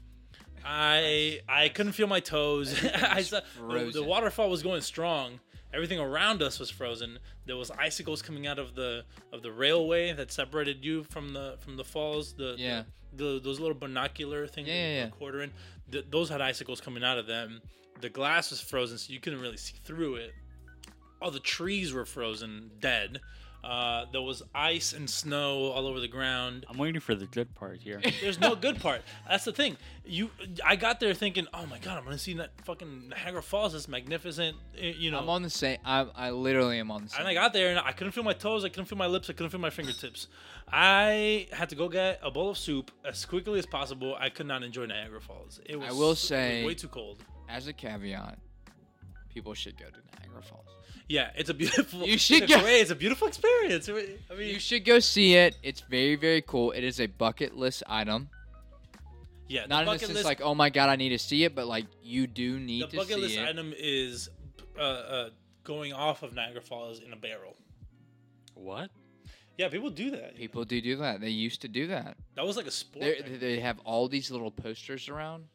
S2: I I couldn't feel my toes. I saw the, the
S3: frozen.
S2: waterfall was going strong. Everything around us was frozen. There was icicles coming out of the of the railway that separated you from the from the falls. The the-
S3: Yeah.
S2: the- those little binocular things,
S3: Yeah, yeah,
S2: that you
S3: yeah.
S2: quarter in. Th- those had icicles coming out of them. The glass was frozen, so you couldn't really see through it. All the trees were frozen, dead. Uh, there was ice and snow all over the ground
S1: I'm waiting for the good part here.
S2: there's no good part. That's the thing. You, I got there thinking, oh my god, I'm gonna see that fucking Niagara Falls. This magnificent, eh, you know.
S3: I'm on the same. I I literally am on the same."
S2: and I got there and I couldn't feel my toes. I couldn't feel my lips. I couldn't feel my fingertips. I had to go get a bowl of soup as quickly as possible. I could not enjoy Niagara Falls. It was
S3: I will
S2: it was
S3: say-
S2: way too cold.
S3: As a caveat, people should go to Niagara Falls.
S2: Yeah, it's a beautiful.
S3: You should
S2: in a
S3: go-
S2: way, It's a beautiful experience. I mean,
S3: You should go see it. It's very, very cool. It is a bucket list item.
S2: yeah, the
S3: Not in the
S2: bucket
S3: sense
S2: list.
S3: like, oh my god, I need to see it, but like you do need
S2: the
S3: to
S2: bucket
S3: see
S2: list
S3: it.
S2: item is uh, uh, going off of Niagara Falls in a barrel.
S1: what?
S2: Yeah, people do that.
S3: People do do that. They used to do that.
S2: That was like a sport.
S3: They
S2: back then.
S3: they have all these little posters around.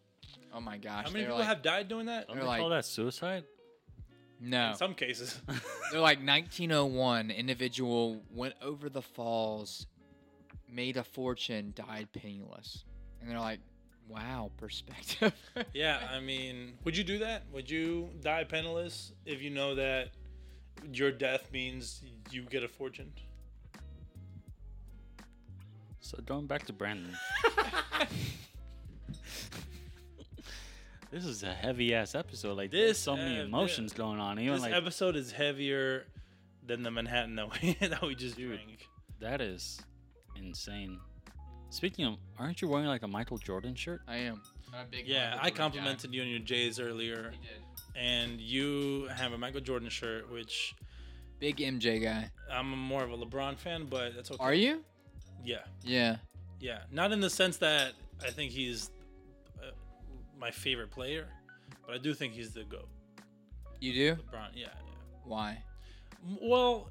S3: Oh my gosh!
S2: How many
S3: they're
S2: people
S3: like,
S2: have died doing that?
S1: Don't
S3: They're
S1: they
S3: like-
S1: call that suicide?
S3: no?
S2: In some cases.
S3: oh They're like 1901. Individual went over the falls, made a fortune, died penniless, and they're like, "Wow, perspective."
S2: Yeah, I mean, would you do that? Would you die penniless if you know that your death means you get a fortune?
S1: So going back to Brandon. this is a heavy ass episode. Like there's
S2: This,
S1: so many
S2: uh,
S1: emotions going on. Even
S2: this
S1: like
S2: episode is heavier than the Manhattan that we, that we just drank.
S1: that is insane. Speaking of, aren't you wearing like a Michael Jordan shirt?
S3: I am. I'm a big
S2: Yeah,
S3: Michael
S2: I
S3: Jordan guy.
S2: complimented you on your J's earlier,
S3: He did.
S2: and you have a Michael Jordan shirt, which
S3: Big MJ guy.
S2: I'm more of a LeBron fan, but that's okay.
S3: Are you?
S2: Yeah,
S3: Yeah.
S2: yeah. Not in the sense that I think he's uh, my favorite player, but I do think he's the GOAT.
S3: You do?
S2: LeBron, yeah. yeah.
S3: Why?
S2: M- Well,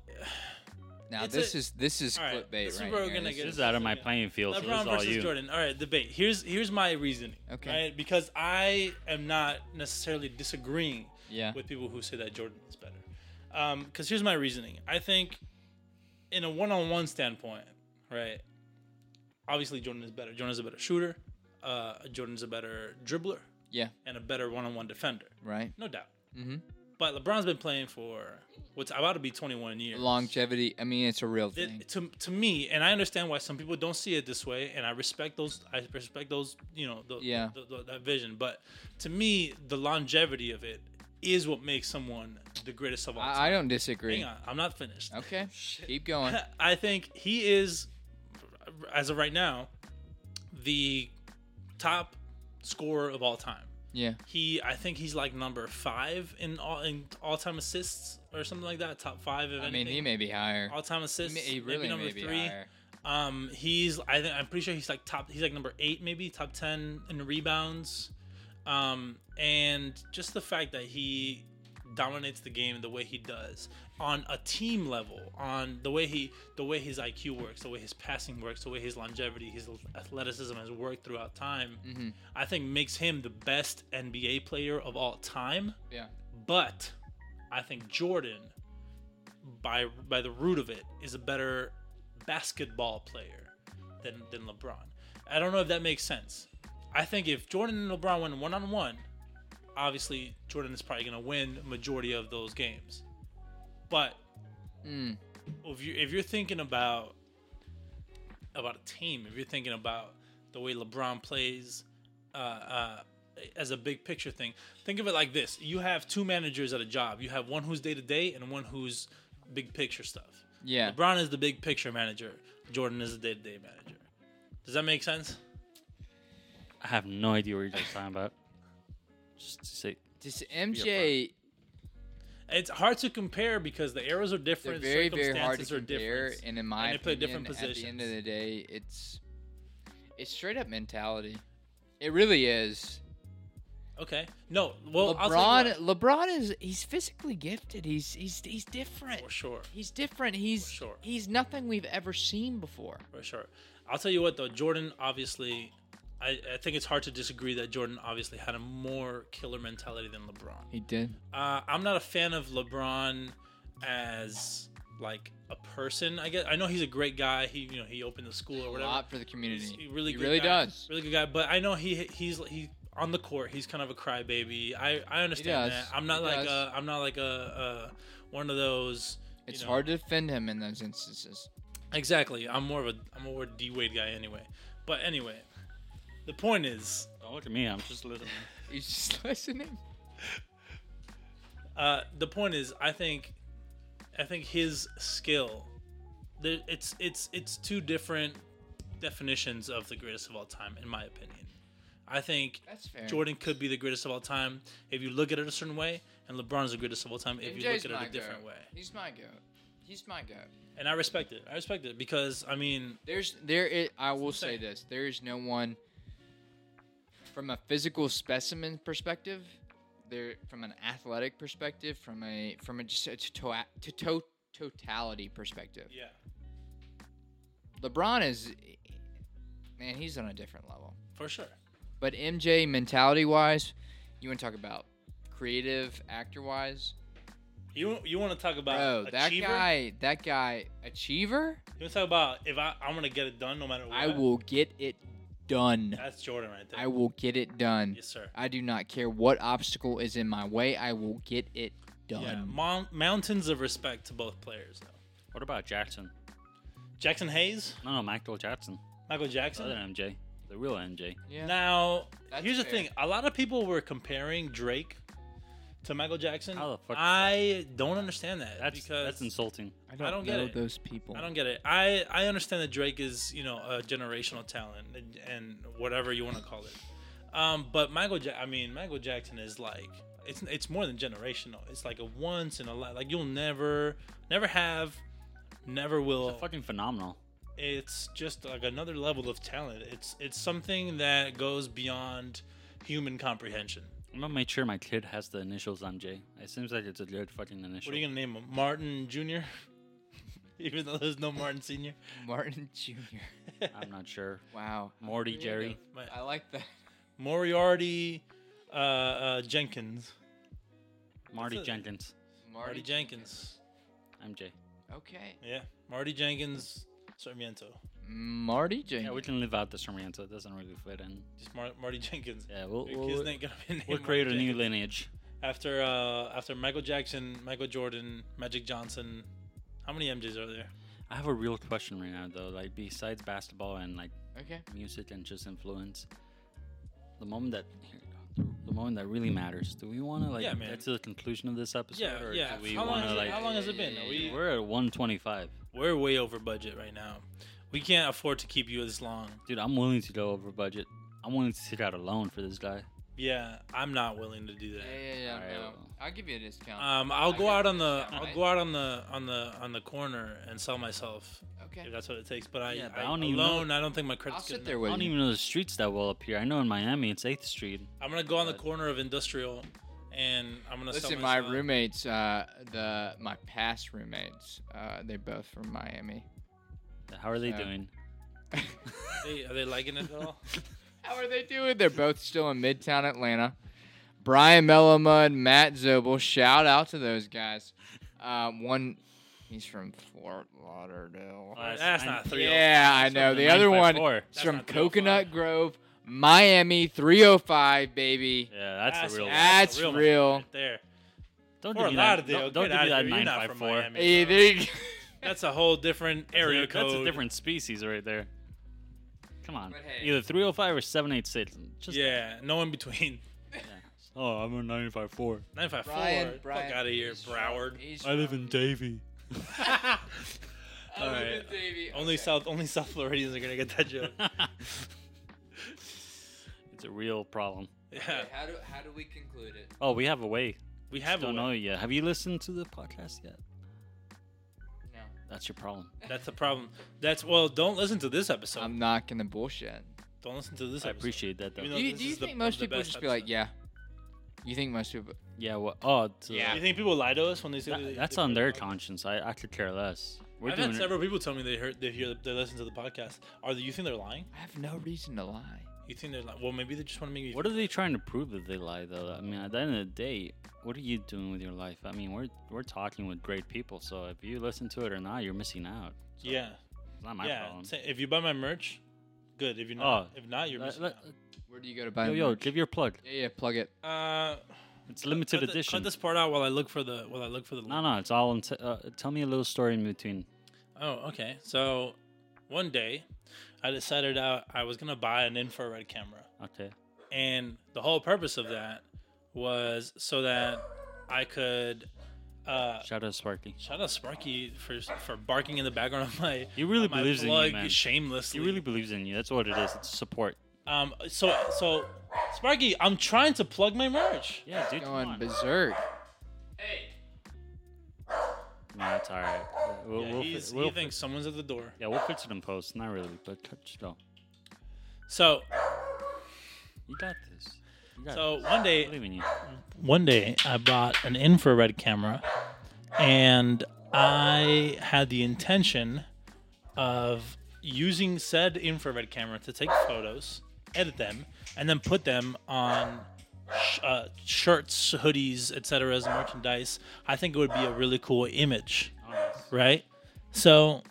S3: Now
S2: It's
S3: this
S2: a-
S3: is this is
S2: All right,
S3: clickbait right
S2: this is where we're
S3: here.
S2: gonna
S3: This
S2: get
S1: This
S3: is-
S1: is out of
S2: so
S1: my
S2: yeah.
S1: playing field. so this
S2: LeBron
S1: is all
S2: versus
S1: you.
S2: Jordan. All right, debate. Here's here's my reasoning.
S3: Okay.
S2: right? Because I am not necessarily disagreeing
S3: yeah.
S2: with people who say that Jordan is better. Because here's my reasoning. I think, in a one-on-one standpoint, right? Obviously, Jordan is better. Jordan is a better shooter. Uh, Jordan is a better dribbler
S3: Yeah.
S2: and a better one-on-one defender,
S3: Right.
S2: no doubt.
S3: Mm-hmm.
S2: But LeBron's been playing for what's about to be 21 years.
S3: Longevity. I mean, it's a real
S2: It-
S3: thing.
S2: to, to me, and I understand why some people don't see it this way, and I respect those. I respect those, you know, the,
S3: Yeah.
S2: the, the- that vision. But to me, the longevity of it is what makes someone the greatest of all time.
S3: I, I don't disagree.
S2: Hang on, I'm not finished.
S3: Okay. Keep going.
S2: I think he is, as of right now, the top scorer of all time.
S3: Yeah.
S2: He, I think he's like number five in all in all time assists or something like that. Top five of
S3: I
S2: anything.
S3: mean, he may be higher.
S2: all time
S3: He,
S2: assists.
S3: may, he
S2: maybe
S3: really
S2: number
S3: may be
S2: three.
S3: higher.
S2: Um, he's I think I'm pretty sure he's like top. He's like number eight, maybe top ten in rebounds. Um, and just the fact that he dominates the game the way he does on a team level, on the way he, the way his IQ works, the way his passing works, the way his longevity, his athleticism has worked throughout time,
S3: Mhm.
S2: I think makes him the best NBA player of all time.
S3: Yeah.
S2: But I think Jordan, by by the root of it, is a better basketball player than than LeBron. I don't know if that makes sense. I think if Jordan and LeBron went one on one, obviously Jordan is probably going to win majority of those games. But
S3: Mm.
S2: if you if you're thinking about about a team, if you're thinking about the way LeBron plays uh, uh, as a big picture thing, think of it like this: you have two managers at a job. You have one who's day to day and one who's big picture stuff.
S3: Yeah.
S2: LeBron is the big picture manager. Jordan is the day to day manager. Does that make sense?
S1: I have no idea what you're just talking about. Just to say,
S3: Does MJ?
S2: It's hard to compare because the eras are
S3: They're
S2: different.
S3: very, very hard to
S2: circumstances are
S3: compare.
S2: different.
S3: And in my
S2: And they play
S3: opinion,
S2: different
S3: at the end of
S2: positions.
S3: the day, it's it's straight up mentality. It really is.
S2: Okay. No. Well, I'll
S3: LeBron.
S2: take
S3: LeBron is he's physically gifted. He's he's he's different.
S2: for sure.
S3: He's different. He's
S2: sure.
S3: he's nothing we've ever seen before.
S2: for sure. I'll tell you what though, Jordan obviously I, I think it's hard to disagree that Jordan obviously had a more killer mentality than LeBron.
S3: He did.
S2: Uh, I'm not a fan of LeBron as like a person. I guess I know he's a great guy. He you know he opened the school or
S3: A
S2: whatever.
S3: lot for the community.
S2: He's a really
S3: he
S2: good
S3: really
S2: guy.
S3: does.
S2: Really good guy. But I know he he's he on the court. He's kind of a crybaby. I I understand
S3: does.
S2: that. I'm not
S3: He
S2: like
S3: does.
S2: a, I'm not like a, a one of those. you
S3: It's
S2: know,
S3: hard to defend him in those instances.
S2: Exactly. I'm more of a I'm more of a D Wade guy anyway. But anyway, the point is,
S1: don't look at me. I'm just listening.
S3: He's just listening.
S2: uh, the point is, I think, I think his skill, there, it's it's it's two different definitions of the greatest of all time, in my opinion. I think
S3: That's fair.
S2: Jordan could be the greatest of all time if you look at it a certain way, and LeBron's the greatest of all time if you
S3: MJ's
S2: look at
S3: my
S2: it a different
S3: goat.
S2: way.
S3: He's my goat. He's my goat.
S2: And I respect it. I respect it because I mean,
S3: There's there. Is, I will say
S2: saying.
S3: this. There is no one. From a physical specimen perspective, there from an athletic perspective, from a from a just a to, to, to totality perspective,
S2: yeah,
S3: LeBron is, man, he's on a different level.
S2: for sure.
S3: But MJ mentality wise, you want to talk about creative actor wise,
S2: You you want to talk about
S3: Bro, that
S2: achiever?
S3: guy, that guy, achiever.
S2: You want to talk about if I I'm gonna get it done no matter what.
S3: I will get it done.
S2: That's Jordan right there.
S3: I will get it done.
S2: Yes, sir.
S3: I do not care what obstacle is in my way. I will get it done.
S2: Yeah, mon- mountains of respect to both players. Though.
S1: What about Jackson?
S2: Jackson Hayes,
S1: No, no, Michael Jackson.
S2: Michael
S1: Other
S2: Jackson.
S1: MJ. The real MJ.
S3: Yeah.
S2: Now,
S3: That's
S2: here's the
S3: fair.
S2: thing: a lot of people were comparing Drake to Michael Jackson.
S1: How the fuck-
S2: I don't understand that.
S1: That's
S2: because
S1: that's insulting.
S2: I don't get
S3: know
S2: it.
S3: those people.
S2: I don't get it. I I understand that Drake is you know a generational talent and, and whatever you want to call it. Um, but Michael, ja- I mean Michael Jackson is like it's it's more than generational. It's like a once in a life. Like you'll never, never have, never will.
S1: It's fucking phenomenal.
S2: It's just like another level of talent. It's it's something that goes beyond human comprehension.
S1: I'm gonna make sure my kid has the initials MJ. It seems like it's a good fucking initial.
S2: What are you gonna name him? Martin Junior. Even though there's no Martin Senior.
S3: Martin Jr.
S1: I'm not sure.
S3: Wow.
S1: Morty Jerry.
S2: My-
S3: I like that.
S2: Moriarty uh, uh, Jenkins.
S1: Marty
S2: That's a-
S1: Jenkins.
S2: Marty Jenkins.
S1: MJ.
S3: Okay.
S2: Yeah. Marty Jenkins Sarmiento.
S3: Marty Jenkins.
S1: Yeah, we can live out the Sorrento. It doesn't really fit in.
S2: Just Mar- Marty Jenkins.
S1: Yeah, we'll,
S2: Your
S1: we'll,
S2: kid's not gonna be named
S1: we'll
S2: Marty
S1: create a new
S2: Jenkins.
S1: lineage.
S2: After uh, after Michael Jackson, Michael Jordan, Magic Johnson. How many MJs are there?
S1: I have a real question right now though. Like besides basketball and like
S3: okay.
S1: music and just influence, the moment that here we go. the, the moment that really matters. Do we want to like
S2: Yeah, man.
S1: get to the conclusion of this episode?
S2: Yeah,
S1: or
S2: yeah.
S1: Do we
S2: how, long
S1: want to
S2: has it,
S1: like?
S2: how long has it been? Are we,
S1: We're at 125.
S2: we're way over budget right now. We can't afford to keep you this long.
S1: Dude, I'm willing to go over budget. I'm willing to sit out a loan for this guy.
S2: Yeah, I'm not willing to do
S3: Yeah,
S2: that.
S3: yeah, yeah.
S1: Alright,
S3: no.
S1: well.
S3: I'll give you a discount.
S2: Um, I'll
S3: I
S2: go
S3: got
S2: out on
S3: this
S2: the
S3: down,
S2: I'll
S3: right?
S2: go out on the on the on the corner and sell myself
S3: okay.
S2: if that's what it takes. But I,
S1: Yeah, but
S2: I,
S1: I don't even
S2: alone, I don't think my
S3: I'll
S2: credit's good
S3: sit
S2: enough.
S3: there
S1: I
S3: with
S1: don't
S3: you.
S1: even know the streets that well up here. I know in Miami it's 8th Street.
S2: I'm gonna go on the
S1: But-
S2: corner of industrial, and I'm gonna sell
S3: Listen, my
S2: myself.
S3: roommates, uh, the my past roommates, uh, they're both from Miami.
S1: How are they
S3: Yeah.
S1: doing?
S2: Hey, are they liking it at all?
S3: How are they doing? They're both still in Midtown Atlanta. Brian Mellomud, Matt Zobel. Shout out to those guys. Um, one, he's from Fort Lauderdale.
S1: Uh,
S2: That's
S1: I-
S2: not three. oh.
S3: Yeah, I
S1: That's
S3: know.
S1: from the
S3: The other one
S1: 954.
S3: is
S2: That's
S3: from
S2: not 305.
S3: Coconut Grove, Miami, 305, baby.
S1: Yeah, that's,
S2: That's
S1: a real
S2: it.
S1: one.
S2: Ah,
S3: That's
S2: Real
S3: real.
S2: one. Right there.
S1: Don't
S2: Or
S1: give me that,
S2: Lauderdale,
S1: don't, don't
S2: get
S1: give me
S2: outta
S1: that
S2: here, you're not from
S1: 954.
S2: Miami.
S3: Hey, there you go.
S2: That's a whole different area
S1: that's
S2: code.
S1: A, that's a different species right there. Come on.
S3: But hey.
S1: Either 305 or 786. Just,
S2: Yeah, no in between.
S1: Oh, I'm a 954.
S2: Nine five four.
S3: Brian,
S2: Fuck
S3: Brian.
S2: out of here,
S3: he's from-
S2: Broward.
S3: he's from-
S1: Davie.
S3: I live in
S2: Alright.
S3: Davie.
S2: Only
S3: Okay.
S2: South, only South Floridians are gonna get that joke.
S1: it's a real problem.
S2: Yeah,
S3: Okay, How do, how do we conclude it?
S1: Oh, we have a way.
S2: we have
S1: Don't
S2: one.
S1: know yet. Have you listened to the podcast yet?
S3: No.
S1: That's your problem.
S2: That's the problem. That's well. Don't listen to this episode.
S3: I'm not going to bullshit.
S2: don't listen to this.
S1: I
S2: episode.
S1: appreciate that though.
S2: You
S3: Do
S2: know,
S3: you,
S2: this
S3: do you
S2: is the-
S3: think most
S2: the
S3: people
S2: best
S3: just be like,
S2: episode.
S3: yeah? You think most people.
S1: yeah. Well, oh, it's, uh,
S3: Yeah.
S2: You think people lie to us when they say
S1: that-
S2: they-
S1: that's
S2: they
S1: on
S2: hear
S1: their
S2: the podcast?
S1: conscience. I, I could care less. We're
S2: I've
S1: doing
S2: had
S1: it.
S2: several people tell me they heard, they hear, they listen to the podcast. Are they, you think they're lying?
S3: I have no reason to lie.
S2: You think they're lying? Well, maybe they just want to make me.
S1: What are they trying to prove that they lie though? I mean, at the end of the day, what are you doing with your life? I mean, we're we're talking with great people, so if you listen to it or not, you're missing out.
S2: yeah,
S1: It's not my
S2: yeah.
S1: problem.
S2: Say- If you buy my merch, good. If you not,
S1: Oh.
S2: if not, you're
S1: Let-
S2: missing
S1: let-
S2: out.
S3: Where do you go to buy
S1: yo, yo,
S3: merch?
S1: give your plug.
S3: Yeah, yeah, plug it.
S2: Uh,
S1: It's limited
S2: cut the-
S1: edition.
S2: cut this part out while I look for the while I look for the.
S1: no, no, it's all. In t- uh, tell me a little story in between.
S2: Oh, okay. So, one day, I decided out I was gonna buy an infrared camera,
S1: Okay.
S2: and the whole purpose of that was so that I could. Uh,
S1: Shout out Sparky.
S2: Shout out Sparky for for barking in the background of my.
S1: He really
S2: on my
S1: believes in you,
S2: plug
S1: man.
S2: Shamelessly.
S1: He really believes in you. That's what it is. It's support.
S2: Um. So so, Sparky, I'm trying to plug my merch.
S1: Yeah, dude. come
S3: Going
S1: on.
S3: berserk.
S1: No, it's all right. We'll,
S2: Yeah,
S1: we'll,
S2: he's-
S1: fi- we'll
S2: he
S1: fi-
S2: thinks someone's at the door.
S1: yeah, we'll fix it in post. Not really, but cut- just go.
S2: So
S1: You got this. You got
S2: so
S1: this.
S2: one
S1: I
S2: day
S1: believe in you.
S2: one day I bought an infrared camera, and I had the intention of using said infrared camera to take photos, edit them, and then put them on sh- uh, shirts, hoodies, etc. as merchandise, I think it would be a really cool image, right? So,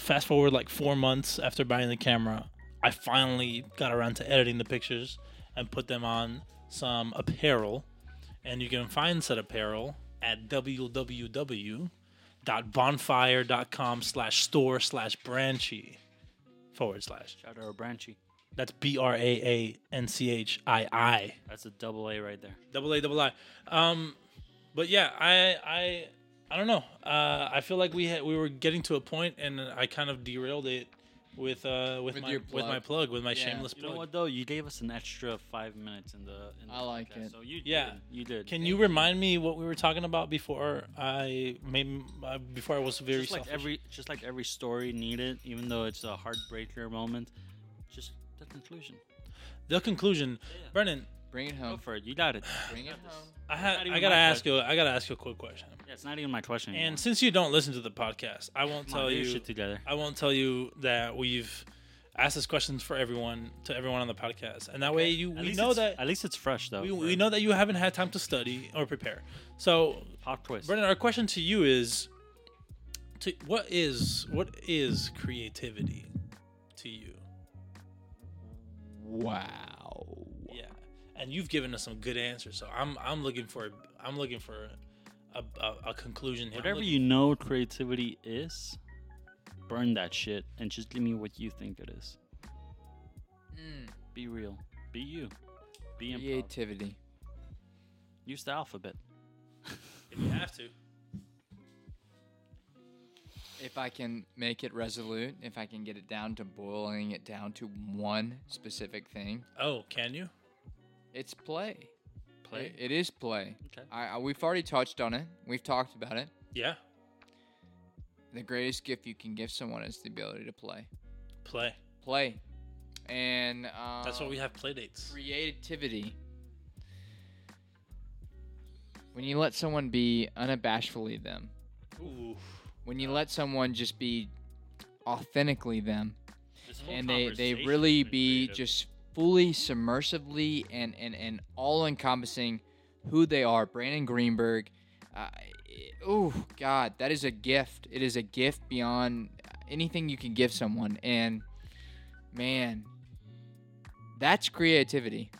S2: fast forward like four months after buying the camera, I finally got around to editing the pictures and put them on some apparel, and you can find said apparel at www.bonfire.com slash store slash branchy forward slash
S1: Shout out Branchy.
S2: that's B R A A N C H I I.
S1: That's a double A right there.
S2: Double A, double I. Um, but yeah, I, I, I don't know. Uh, I feel like we had, we were getting to a point, and I kind of derailed it with uh with,
S3: With
S2: my
S3: your
S2: with my
S3: plug.
S2: plug with my
S3: Yeah.
S2: shameless
S1: You
S2: plug.
S1: know what though? You gave us an extra five minutes in the. In the
S3: I like
S1: podcast,
S3: it.
S1: So you
S2: Yeah.
S1: did, you did.
S2: Can you remind me what we were talking about before I made uh, before I was very
S1: just like
S2: selfish?
S1: every just like every story needed, even though it's a heartbreaker moment, just the conclusion.
S2: the conclusion,
S1: Yeah.
S2: Brennan.
S3: Bring
S2: Oh.
S3: it
S1: Go
S3: home.
S1: for it. You got it.
S3: Bring it
S1: got this.
S3: home.
S2: I
S1: Not
S2: had
S1: even
S2: I gotta
S1: my
S2: ask you I gotta ask you a quick question.
S3: Mm-hmm.
S1: Yeah, it's not even my question.
S2: And
S1: anymore.
S2: since you don't listen to the podcast, I won't
S1: Come on,
S2: tell
S1: get your
S2: you
S1: shit together.
S2: I won't tell you that we've asked this questions for everyone to everyone on the podcast, and that way you
S1: At
S2: we
S1: least
S2: know
S1: it's-
S2: that
S1: At least it's fresh though.
S2: we,
S1: for
S2: we know that you haven't had time to study or prepare. So,
S1: Hot twist.
S2: Brendan, our question to you is: to, What is what is creativity to you?
S3: Wow.
S2: Yeah, and you've given us some good answers, so I'm I'm looking for I'm looking for a, a, a conclusion. here. I'm
S1: Whatever
S2: looking-
S1: you know creativity is, burn that shit and just give me what you think it is.
S3: Mm,
S1: Be real. Be you. Be improv.
S3: creativity.
S1: Use the alphabet.
S2: if you have to.
S3: If I can make it resolute, if I can get it down to boiling it down to one specific thing,
S2: Oh, can you?
S3: it's play.
S1: Play.
S3: It- it is play.
S1: Okay.
S3: I, I we've already touched on it. We've talked about it.
S2: Yeah,
S3: The greatest gift you can give someone is the ability to play.
S2: play.
S3: Play. And um,
S2: That's why we have play dates.
S3: creativity. When you let someone be unabashedly them,
S2: Ooh.
S3: when you let someone just be authentically them,
S1: This whole
S3: and they, they
S1: conversation's
S3: really
S1: been
S3: be
S1: creative.
S3: just fully submersively and, and, and all encompassing who they are. Brandon Greenberg. Uh, oh, God, that is a gift. It is a gift beyond anything you can give someone. And man, that's creativity.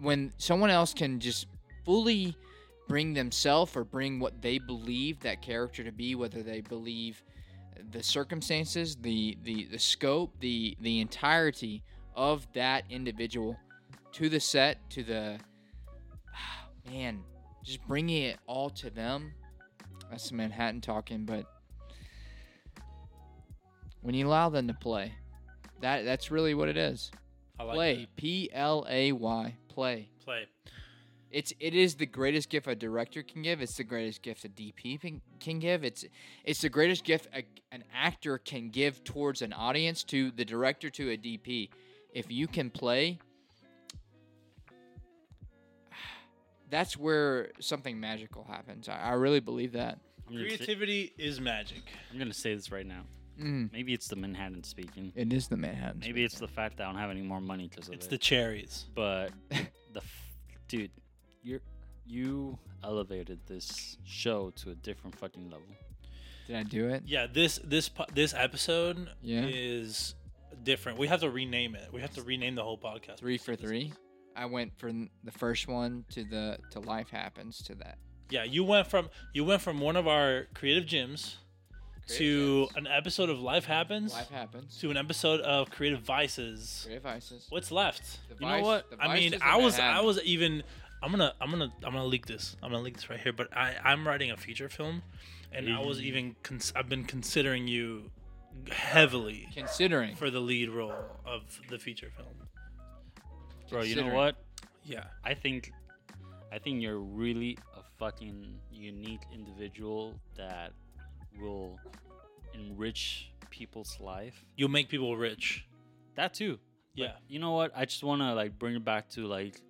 S3: When someone else can just fully bring themselves or bring what they believe that character to be, whether they believe the circumstances, the the the scope, the the entirety of that individual to the set, to the man, just bringing it all to them. That's Manhattan talking, but when you allow them to play, that that's really what it is.
S2: I like
S3: Play, P L A Y, play.
S2: that. Play.
S3: It's it is the greatest gift a director can give. It's the greatest gift a DP can- can give. It's it's the greatest gift a, an actor can give towards an audience to the director to a DP. If you can play, that's where something magical happens. I, I really believe that.
S1: I'm gonna, say,
S2: Creativity is magic.
S1: I'm gonna say this right now.
S3: Mm,
S1: Maybe it's the Manhattan speaking.
S3: it is the Manhattan.
S1: Maybe it's the fact that I don't have any more money because of
S2: It's
S1: it.
S2: the cherries.
S1: but the f- dude, you you elevated this show to a different fucking level.
S3: Did I do it?
S2: Yeah, this this po- this episode
S3: Yeah.
S2: is different. We have to rename it. We have to rename the whole podcast.
S3: Three for three. I went from the first one to the to life happens to that.
S2: Yeah, you went from you went from one of our creative gyms to
S3: Creative
S2: an episode of Life Happens
S3: life happens.
S2: to an episode of Creative Vices.
S3: Creative vices.
S2: What's left?
S3: The
S2: you
S3: vice-
S2: know what?
S3: the
S2: I mean,
S3: vices
S2: I
S3: that I
S2: was
S3: had.
S2: I was even I'm gonna I'm gonna I'm gonna leak this. I'm gonna leak this right here. But I I'm writing a feature film, and I was even cons- I've been considering you heavily
S3: Considering.
S2: for the lead role of the feature film.
S1: Bro, you know
S3: Considering.
S1: what?
S2: Yeah.
S1: I think I think you're really a fucking unique individual that will enrich people's life.
S2: You'll make people rich.
S1: That too. But
S2: Yeah.
S1: you know what? I just want to like bring it back to like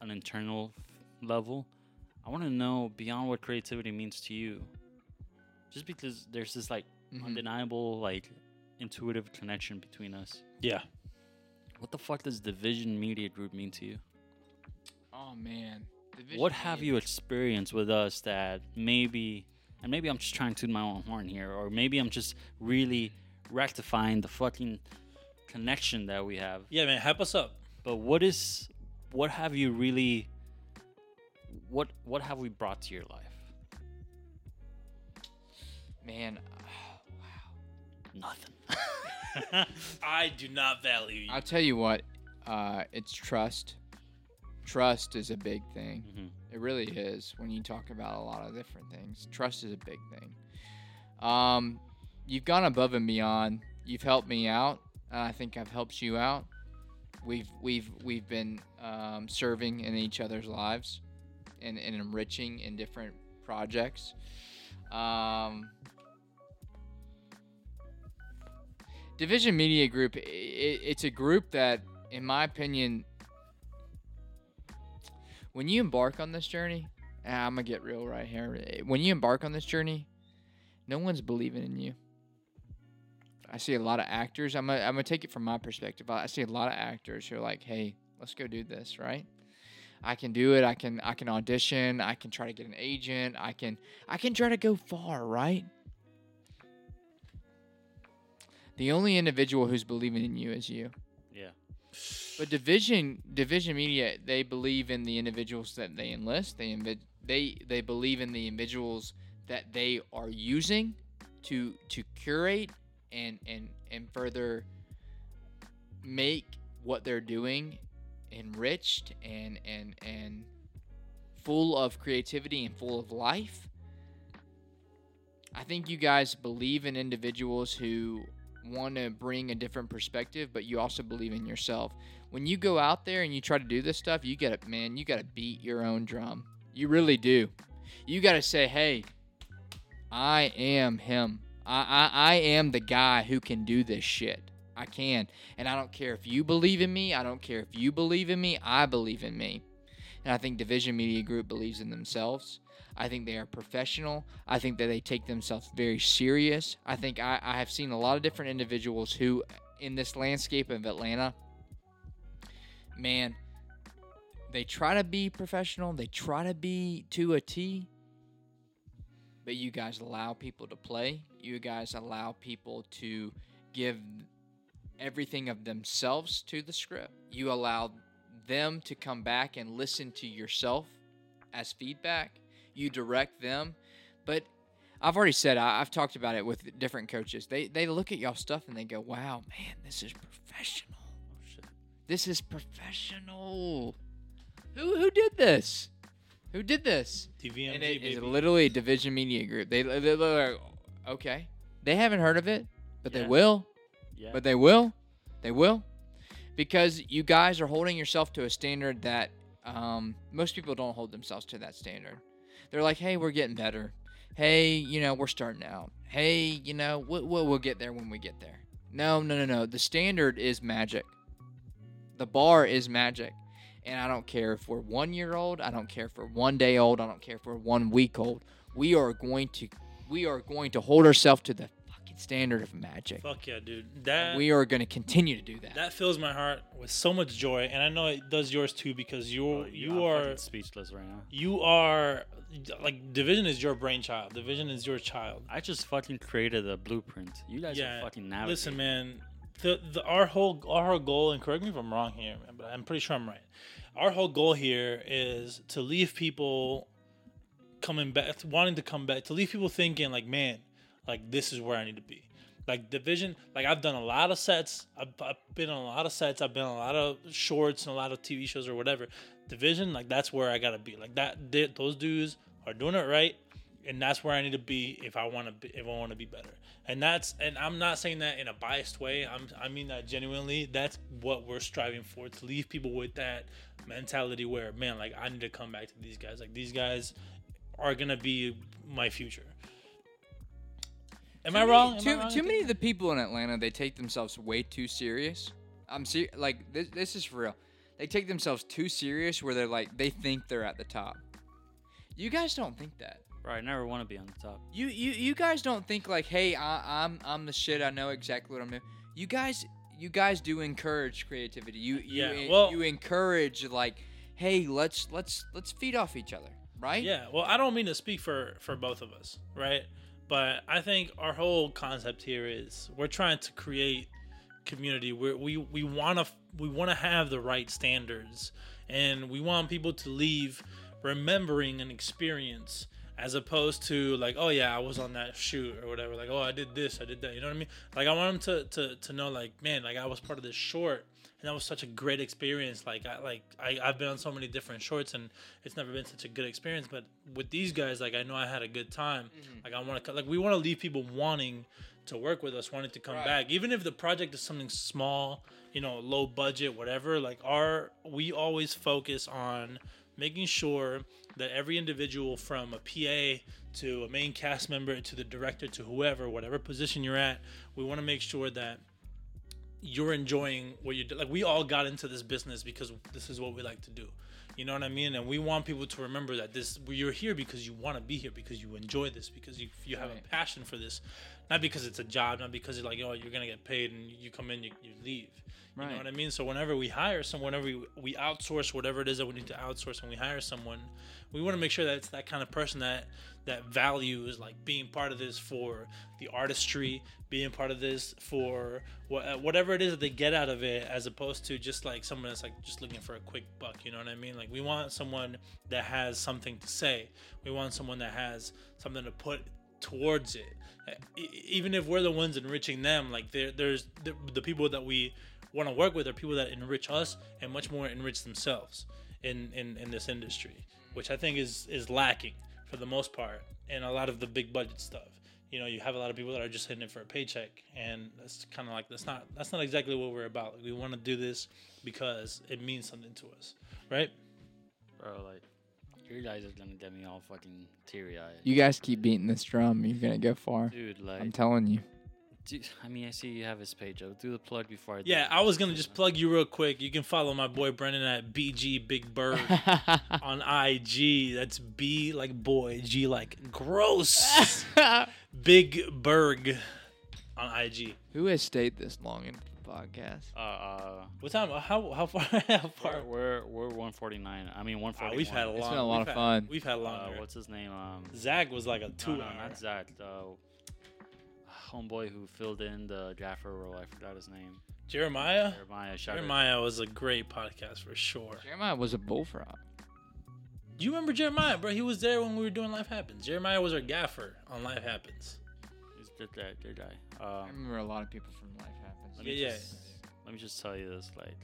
S1: an internal f- level. I want to know beyond what creativity means to you. Just because there's this like
S3: Mhm.
S1: undeniable like intuitive connection between us.
S2: Yeah.
S1: What the fuck does Division Media Group mean to you?
S3: Oh man. Division E
S1: what have
S3: eight.
S1: you experienced with us that maybe and maybe i'm just trying to toot my own horn here or maybe i'm just really rectifying the fucking connection that we have
S2: Yeah, man, help us up.
S1: but what is what have you really what what have we brought to your life
S3: Man,
S1: nothing
S2: I do not value you.
S3: I'll tell you what. Uh, it's trust. Trust is a big thing.
S1: Mhm.
S3: It really is. When you talk about a lot of different things, trust is a big thing. Um, you've gone above and beyond. You've helped me out. and I think I've helped you out. We've we've we've been um, serving in each other's lives, and, and enriching in different projects. Um, Division Media Group. i i it's a group that, in my opinion, when you embark on this journey, and I'm gonna get real right here. eh, When you embark on this journey, no one's believing in you. I see a lot of actors. I'm gonna, I'm gonna take it from my perspective. I I see a lot of actors who are like, "Hey, let's go do this, right? I can do it. I can I can audition. I can try to get an agent. I can I can try to go far, right?" The only individual who's believing in you is you.
S1: yeah
S3: But division division media they believe in the individuals that they enlist. They invi- they they believe in the individuals that they are using to to curate and and and further make what they're doing enriched and and and full of creativity and full of life. I think you guys believe in individuals who want to bring a different perspective, but you also believe in yourself. When you go out there and you try to do this stuff, you got to man, you got to beat your own drum. You really do. You got to say, "Hey, I am him. I, I I am the guy who can do this shit. I can, and I don't care if you believe in me. I don't care if you believe in me. I believe in me." And I think Division Media Group believes in themselves. I think they are professional. I think that they take themselves very serious. I think I, I have seen a lot of different individuals who, in this landscape of Atlanta, man, they try to be professional, they try to be to a T, but you guys allow people to play. You guys allow people to give everything of themselves to the script. You allow them to come back and listen to yourself as feedback. You direct them, but I've already said I, I've talked about it with different coaches. They they look at y'all stuff and they go, "Wow, man, this is professional.
S1: oh shit
S3: This is professional. Who who did this? Who did this?"
S2: DVMG,
S3: And it is
S2: baby.
S3: literally a Division Media Group. They they're like, okay, they haven't heard of it, but they
S1: Yeah.
S3: will.
S1: yeah
S3: But they will. They will. Because you guys are holding yourself to a standard that um, most people don't hold themselves to that standard. They're like, hey, we're getting better. Hey, you know, we're starting out. Hey, you know, we'll, we'll, we'll get there when we get there. No, no, no, no. The standard is magic. The bar is magic. And I don't care if we're one year old. I don't care if we're one day old. I don't care if we're one week old. We are going to we are going to hold ourselves to the fucking standard of magic
S2: Fuck yeah, dude. That
S3: we are going to continue to do that.
S2: that fills my heart with so much joy, and I know it does yours too because you're
S1: Oh,
S2: you
S1: I'm
S2: are
S1: fucking speechless right now
S2: you are like division is your brainchild. Division is your child.
S1: i just fucking created a blueprint you guys are fucking navigating.
S2: Listen, man, the, the our whole our whole goal, and correct me if I'm wrong here, man, but I'm pretty sure I'm right. Our whole goal here is to leave people coming back, wanting to come back, to leave people thinking like, man, like this is where I need to be. Like division, like I've done a lot of sets. I've, I've been on a lot of sets. I've been on a lot of shorts and a lot of TV shows or whatever. Division, like that's where I gotta be. Like that, they, those dudes are doing it right, and that's where I need to be if I want to be if I want to be better. And that's and I'm not saying that in a biased way. I'm I mean that genuinely. That's what we're striving for to leave people with that mentality where man, like I need to come back to these guys. Like these guys are gonna be my future. Am I wrong? Am I
S3: Too,
S2: wrong?
S3: too many of the people in Atlanta, they take themselves way too serious. I'm ser- like this, this is for real. They take themselves too serious where they're like they think they're at the top. You guys don't think that.
S1: bro i never want to be on the top
S3: You you you guys don't think like, "Hey, I, I'm I'm the shit. I know exactly what I'm doing." You guys you guys do encourage creativity. You you
S2: Yeah,
S3: en-
S2: well-
S3: you encourage like hey, let's let's let's feed off each other, right?
S2: Yeah, well, I don't mean to speak for for both of us, right? But I think our whole concept here is we're trying to create community where we we want to we want to have the right standards and we want people to leave remembering an experience as opposed to like oh yeah i was on that shoot or whatever like oh i did this i did that you know what i mean like i want them to to, to know like man like i was part of this short and that was such a great experience like i like I, i've been on so many different shorts and it's never been such a good experience but with these guys like i know i had a good time like i want to like we want to leave people wanting to work with us wanting to come
S3: Right.
S2: back even if the project is something small you know low budget whatever like our we always focus on making sure that every individual from a PA to a main cast member to the director to whoever, whatever position you're at, we want to make sure that you're enjoying what you do. Like we all got into this business because this is what we like to do. You know what I mean? And we want people to remember that this you're here because you want to be here because you enjoy this because you you have
S3: Right.
S2: a passion for this, not because it's a job, not because you're like oh you're gonna get paid and you come in you, you leave. You know
S3: Right.
S2: what I mean? So whenever we hire someone, whenever we, we outsource whatever it is that we need to outsource, and we hire someone, we want to make sure that it's that kind of person that that values like being part of this for the artistry, being part of this for wha- whatever it is that they get out of it, as opposed to just like someone that's like just looking for a quick buck. You know what I mean? Like we want someone that has something to say. We want someone that has something to put towards it. E- Even if we're the ones enriching them, like there, there's the, the people that we want to work with are people that enrich us and much more enrich themselves in, in, in this industry, which I think is, is lacking for the most part in a lot of the big budget stuff. You know, you have a lot of people that are just hitting it for a paycheck, and that's kind of like that's not that's not exactly what we're about. Like, we want to do this because it means something to us, right?
S1: Bro, like, you guys are gonna get me all fucking teary eyed.
S3: You guys keep beating this drum, you're gonna go far.
S1: Dude, like,
S3: I'm telling you.
S1: do, I mean, I see you have his page up. Do the plug before I do
S2: Yeah,
S1: it.
S2: I was gonna just plug you real quick. You can follow my boy Brendan at BG Big Bird on IG. That's B like boy, G like gross,
S1: Uh,
S2: Big Berg on IG.
S3: Who has stayed this long in the podcast?
S1: Uh, uh,
S2: What time? How how far? How far?
S1: we're, we're, we're 149. I mean, 141.
S2: Ah, we've had a lot.
S3: been a lot
S2: we've
S3: of
S2: had-
S3: fun.
S2: We've had a
S1: Uh,
S2: lot.
S1: what's his name? Um,
S2: Zach was like a
S1: no,
S2: two
S1: no,
S2: hour.
S1: not Zach. Uh, homeboy who filled in the Jaffer role. I forgot his name.
S2: Jeremiah.
S1: Jeremiah. Shout out-
S2: Jeremiah was a great podcast for sure.
S3: Jeremiah was a bullfrog.
S2: You remember Jeremiah, bro? He was there when we were doing Life Happens. Jeremiah was our gaffer on Life Happens.
S1: He's a good guy. Good guy.
S3: I
S1: Um,
S3: remember a lot of people from Life Happens.
S1: let me
S2: Yeah, yeah.
S1: just let me just tell you this. Like,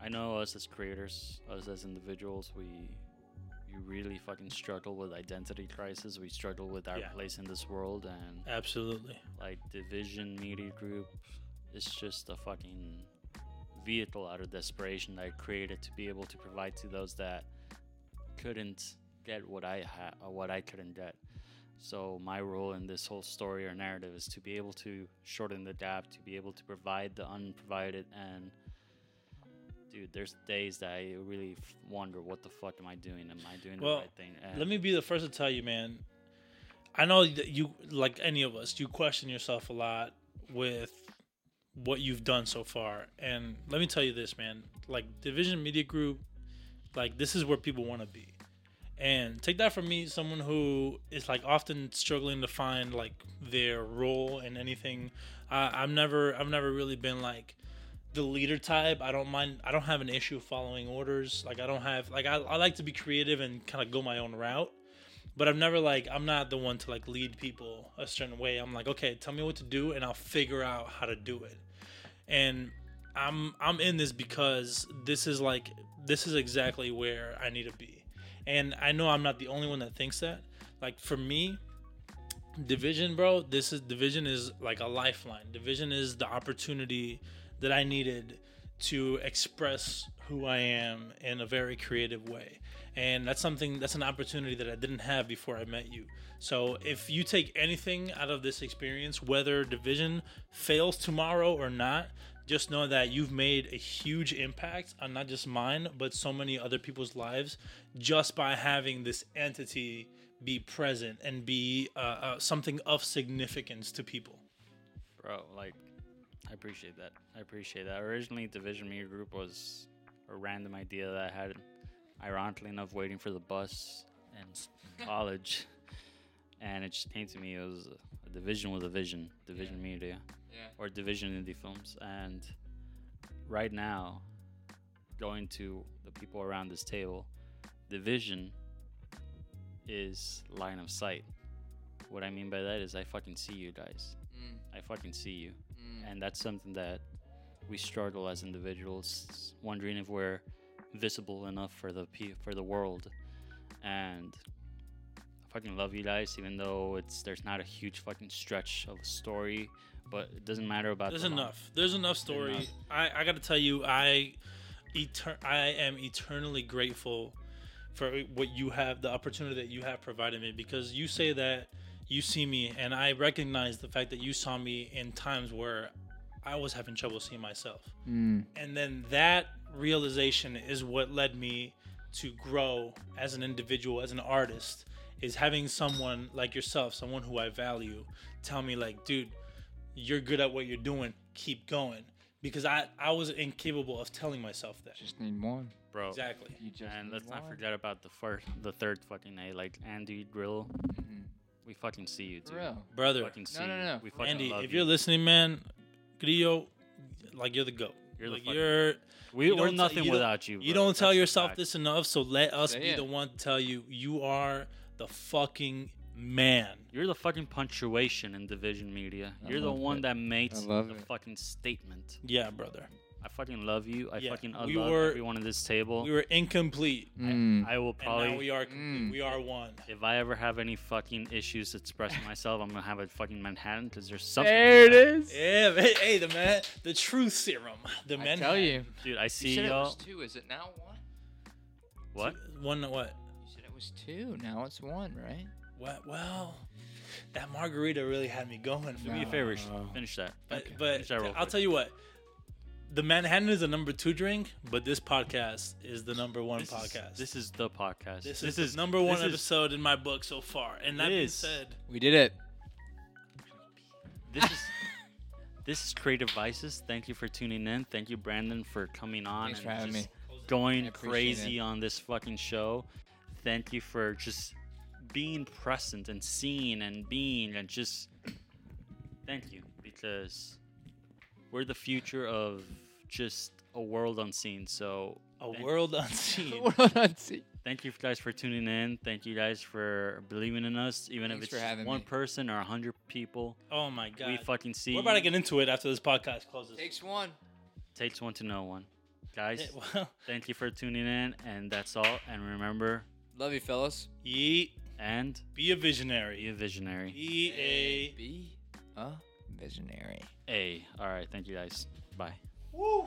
S1: I know us as creators, us as individuals, we you really fucking struggle with identity crisis. We struggle with our
S2: Yeah.
S1: place in this world and
S2: Absolutely.
S1: like Division Media Group is just a fucking vehicle out of desperation that I created to be able to provide to those that couldn't get what I had or what I couldn't get. So my role in this whole story or narrative is to be able to shorten the gap, to be able to provide the unprovided and dude, there's days that I really f- wonder what the fuck am I doing? Am I doing
S2: Well,
S1: the right thing? And
S2: Let me be the first to tell you, man. I know that you, like any of us, you question yourself a lot with what you've done so far. And let me tell you this, man. Like Division Media Group, like this is where people want to be. And take that from me, someone who is like often struggling to find like their role in anything. I, I've never, I've never really been like the leader type. I don't mind. I don't have an issue following orders. Like I don't have like I, I like to be creative and kind of go my own route. But I've never like I'm not the one to like lead people a certain way. I'm like okay, tell me what to do and I'll figure out how to do it. And I'm I'm in this because this is like this is exactly where I need to be. And I know I'm not the only one that thinks that. Like for me, division bro this is division is like a lifeline division is the opportunity that i needed to express who i am in a very creative way and that's something that's an opportunity that i didn't have before i met you so if you take anything out of this experience whether division fails tomorrow or not just know that you've made a huge impact on not just mine but so many other people's lives just by having this entity be present and be uh, uh, something of significance to people.
S1: bro like i appreciate that i appreciate that originally division media group was a random idea that I had, ironically enough, waiting for the bus in s- college, and it just came to me. It was a division with a vision, division media
S3: Yeah.
S1: or division indie films, and right now, going to the people around this table, division is line of sight. What I mean by that is I fucking see you guys.
S3: Mm,
S1: I fucking see you.
S3: mm,
S1: And that's something that we struggle as individuals, wondering if we're visible enough for the pe- for the world. And I fucking love you guys, even though it's there's not a huge fucking stretch of a story, but it doesn't matter about.
S2: There's
S1: the long-
S2: enough. There's enough story.
S1: Enough.
S2: I, I got to tell you, I, eter- I am eternally grateful for what you have, the opportunity that you have provided me. Because you say that you see me, and I recognize the fact that you saw me in times where I was having trouble seeing myself.
S3: mm,
S2: And then that realization is what led me to grow as an individual, as an artist, is having someone like yourself, someone who I value, tell me, like, dude, you're good at what you're doing, keep going. Because I, I was incapable of telling myself that.
S3: just need more.
S1: bro.
S2: Exactly.
S3: You just
S1: And
S3: need
S1: let's not
S3: more.
S1: forget about the first, the third fucking A. Like Andy Grill,
S3: Mhm.
S1: we fucking see you, dude.
S3: For real.
S1: We
S2: Brother,
S1: fucking see
S3: no,
S1: you.
S3: no.
S1: We fucking
S2: Andy,
S1: love
S2: if
S1: you.
S2: you're listening, man, Grillo, like, you're the GOAT.
S1: You're the
S2: like,
S1: fucking-
S2: you're,
S1: we,
S2: you
S1: we're
S2: don't-
S1: nothing
S2: you don't-
S1: without you.
S2: You
S1: bro.
S2: don't tell
S1: That's a
S2: yourself
S1: fact.
S2: this enough, so let us
S3: Say
S2: be
S3: it.
S2: the one to tell you you are the fucking man.
S1: You're the fucking punctuation in division media.
S3: I
S1: You're the
S3: love
S1: one
S3: it.
S1: that makes
S3: I love
S1: the
S3: it.
S1: fucking statement.
S2: Yeah, brother.
S1: I fucking love you. I
S2: Yeah,
S1: fucking I
S2: we
S1: love
S2: were-
S1: everyone at this table.
S2: We were incomplete,
S3: Mm.
S1: I will
S2: and now
S1: probably
S2: we are complete.
S3: Mm.
S2: We are one.
S1: if I ever have any fucking issues expressing myself, I'm gonna have a fucking Manhattan because there's something.
S3: There it is.
S2: Yeah, hey, hey, the man, the truth serum, the
S3: I
S2: man.
S3: tell you.
S1: Dude, I
S3: You
S1: see
S3: said it
S1: y'all.
S3: was two. Is it now one?
S1: What?
S2: One what?
S3: You said it was two. Now it's one, right?
S2: What? Well, that margarita really had me going.
S1: Do me a favor, sh-
S3: Uh,
S1: finish that.
S2: But,
S3: Okay.
S2: but
S1: Finish that real
S2: I'll
S1: quick.
S2: tell you what. The Manhattan is the number two drink, but this podcast is the number one
S1: This is-
S2: podcast.
S1: this is the podcast.
S2: this, is, the number
S1: this
S2: one
S1: is-
S2: episode in my book so far. And that
S1: It
S2: being
S1: is.
S2: said,
S3: We did it.
S1: This is. This is Creative Vices. Thank you for tuning in. Thank you, Brandon, for coming on.
S3: Thanks
S1: and
S3: for having
S1: just
S3: me. I
S1: Going
S3: appreciate
S1: crazy
S3: it.
S1: on this fucking show. Thank you for just being present and seeing and being and just. Thank you because we're the future of just a world unseen. So
S2: a
S1: thank-
S2: world unseen.
S3: World unseen.
S1: Thank you guys for tuning in. Thank you guys for believing in us, even
S3: Thanks
S1: if
S3: for
S1: it's just
S3: having
S1: one
S3: me.
S1: person or a hundred people.
S2: Oh my god.
S1: We fucking see.
S2: We're about to
S1: you.
S2: get into it after this podcast closes.
S3: Takes one.
S1: takes one to know one. Guys,
S2: Yeah, well,
S1: thank you for tuning in, and that's all. And remember,
S3: Love you, fellas.
S2: yeet.
S1: and
S2: Be a
S1: be
S2: visionary.
S1: a visionary.
S2: Be a.
S3: Be a visionary.
S1: A. All right, thank you guys. Bye.
S2: Woo.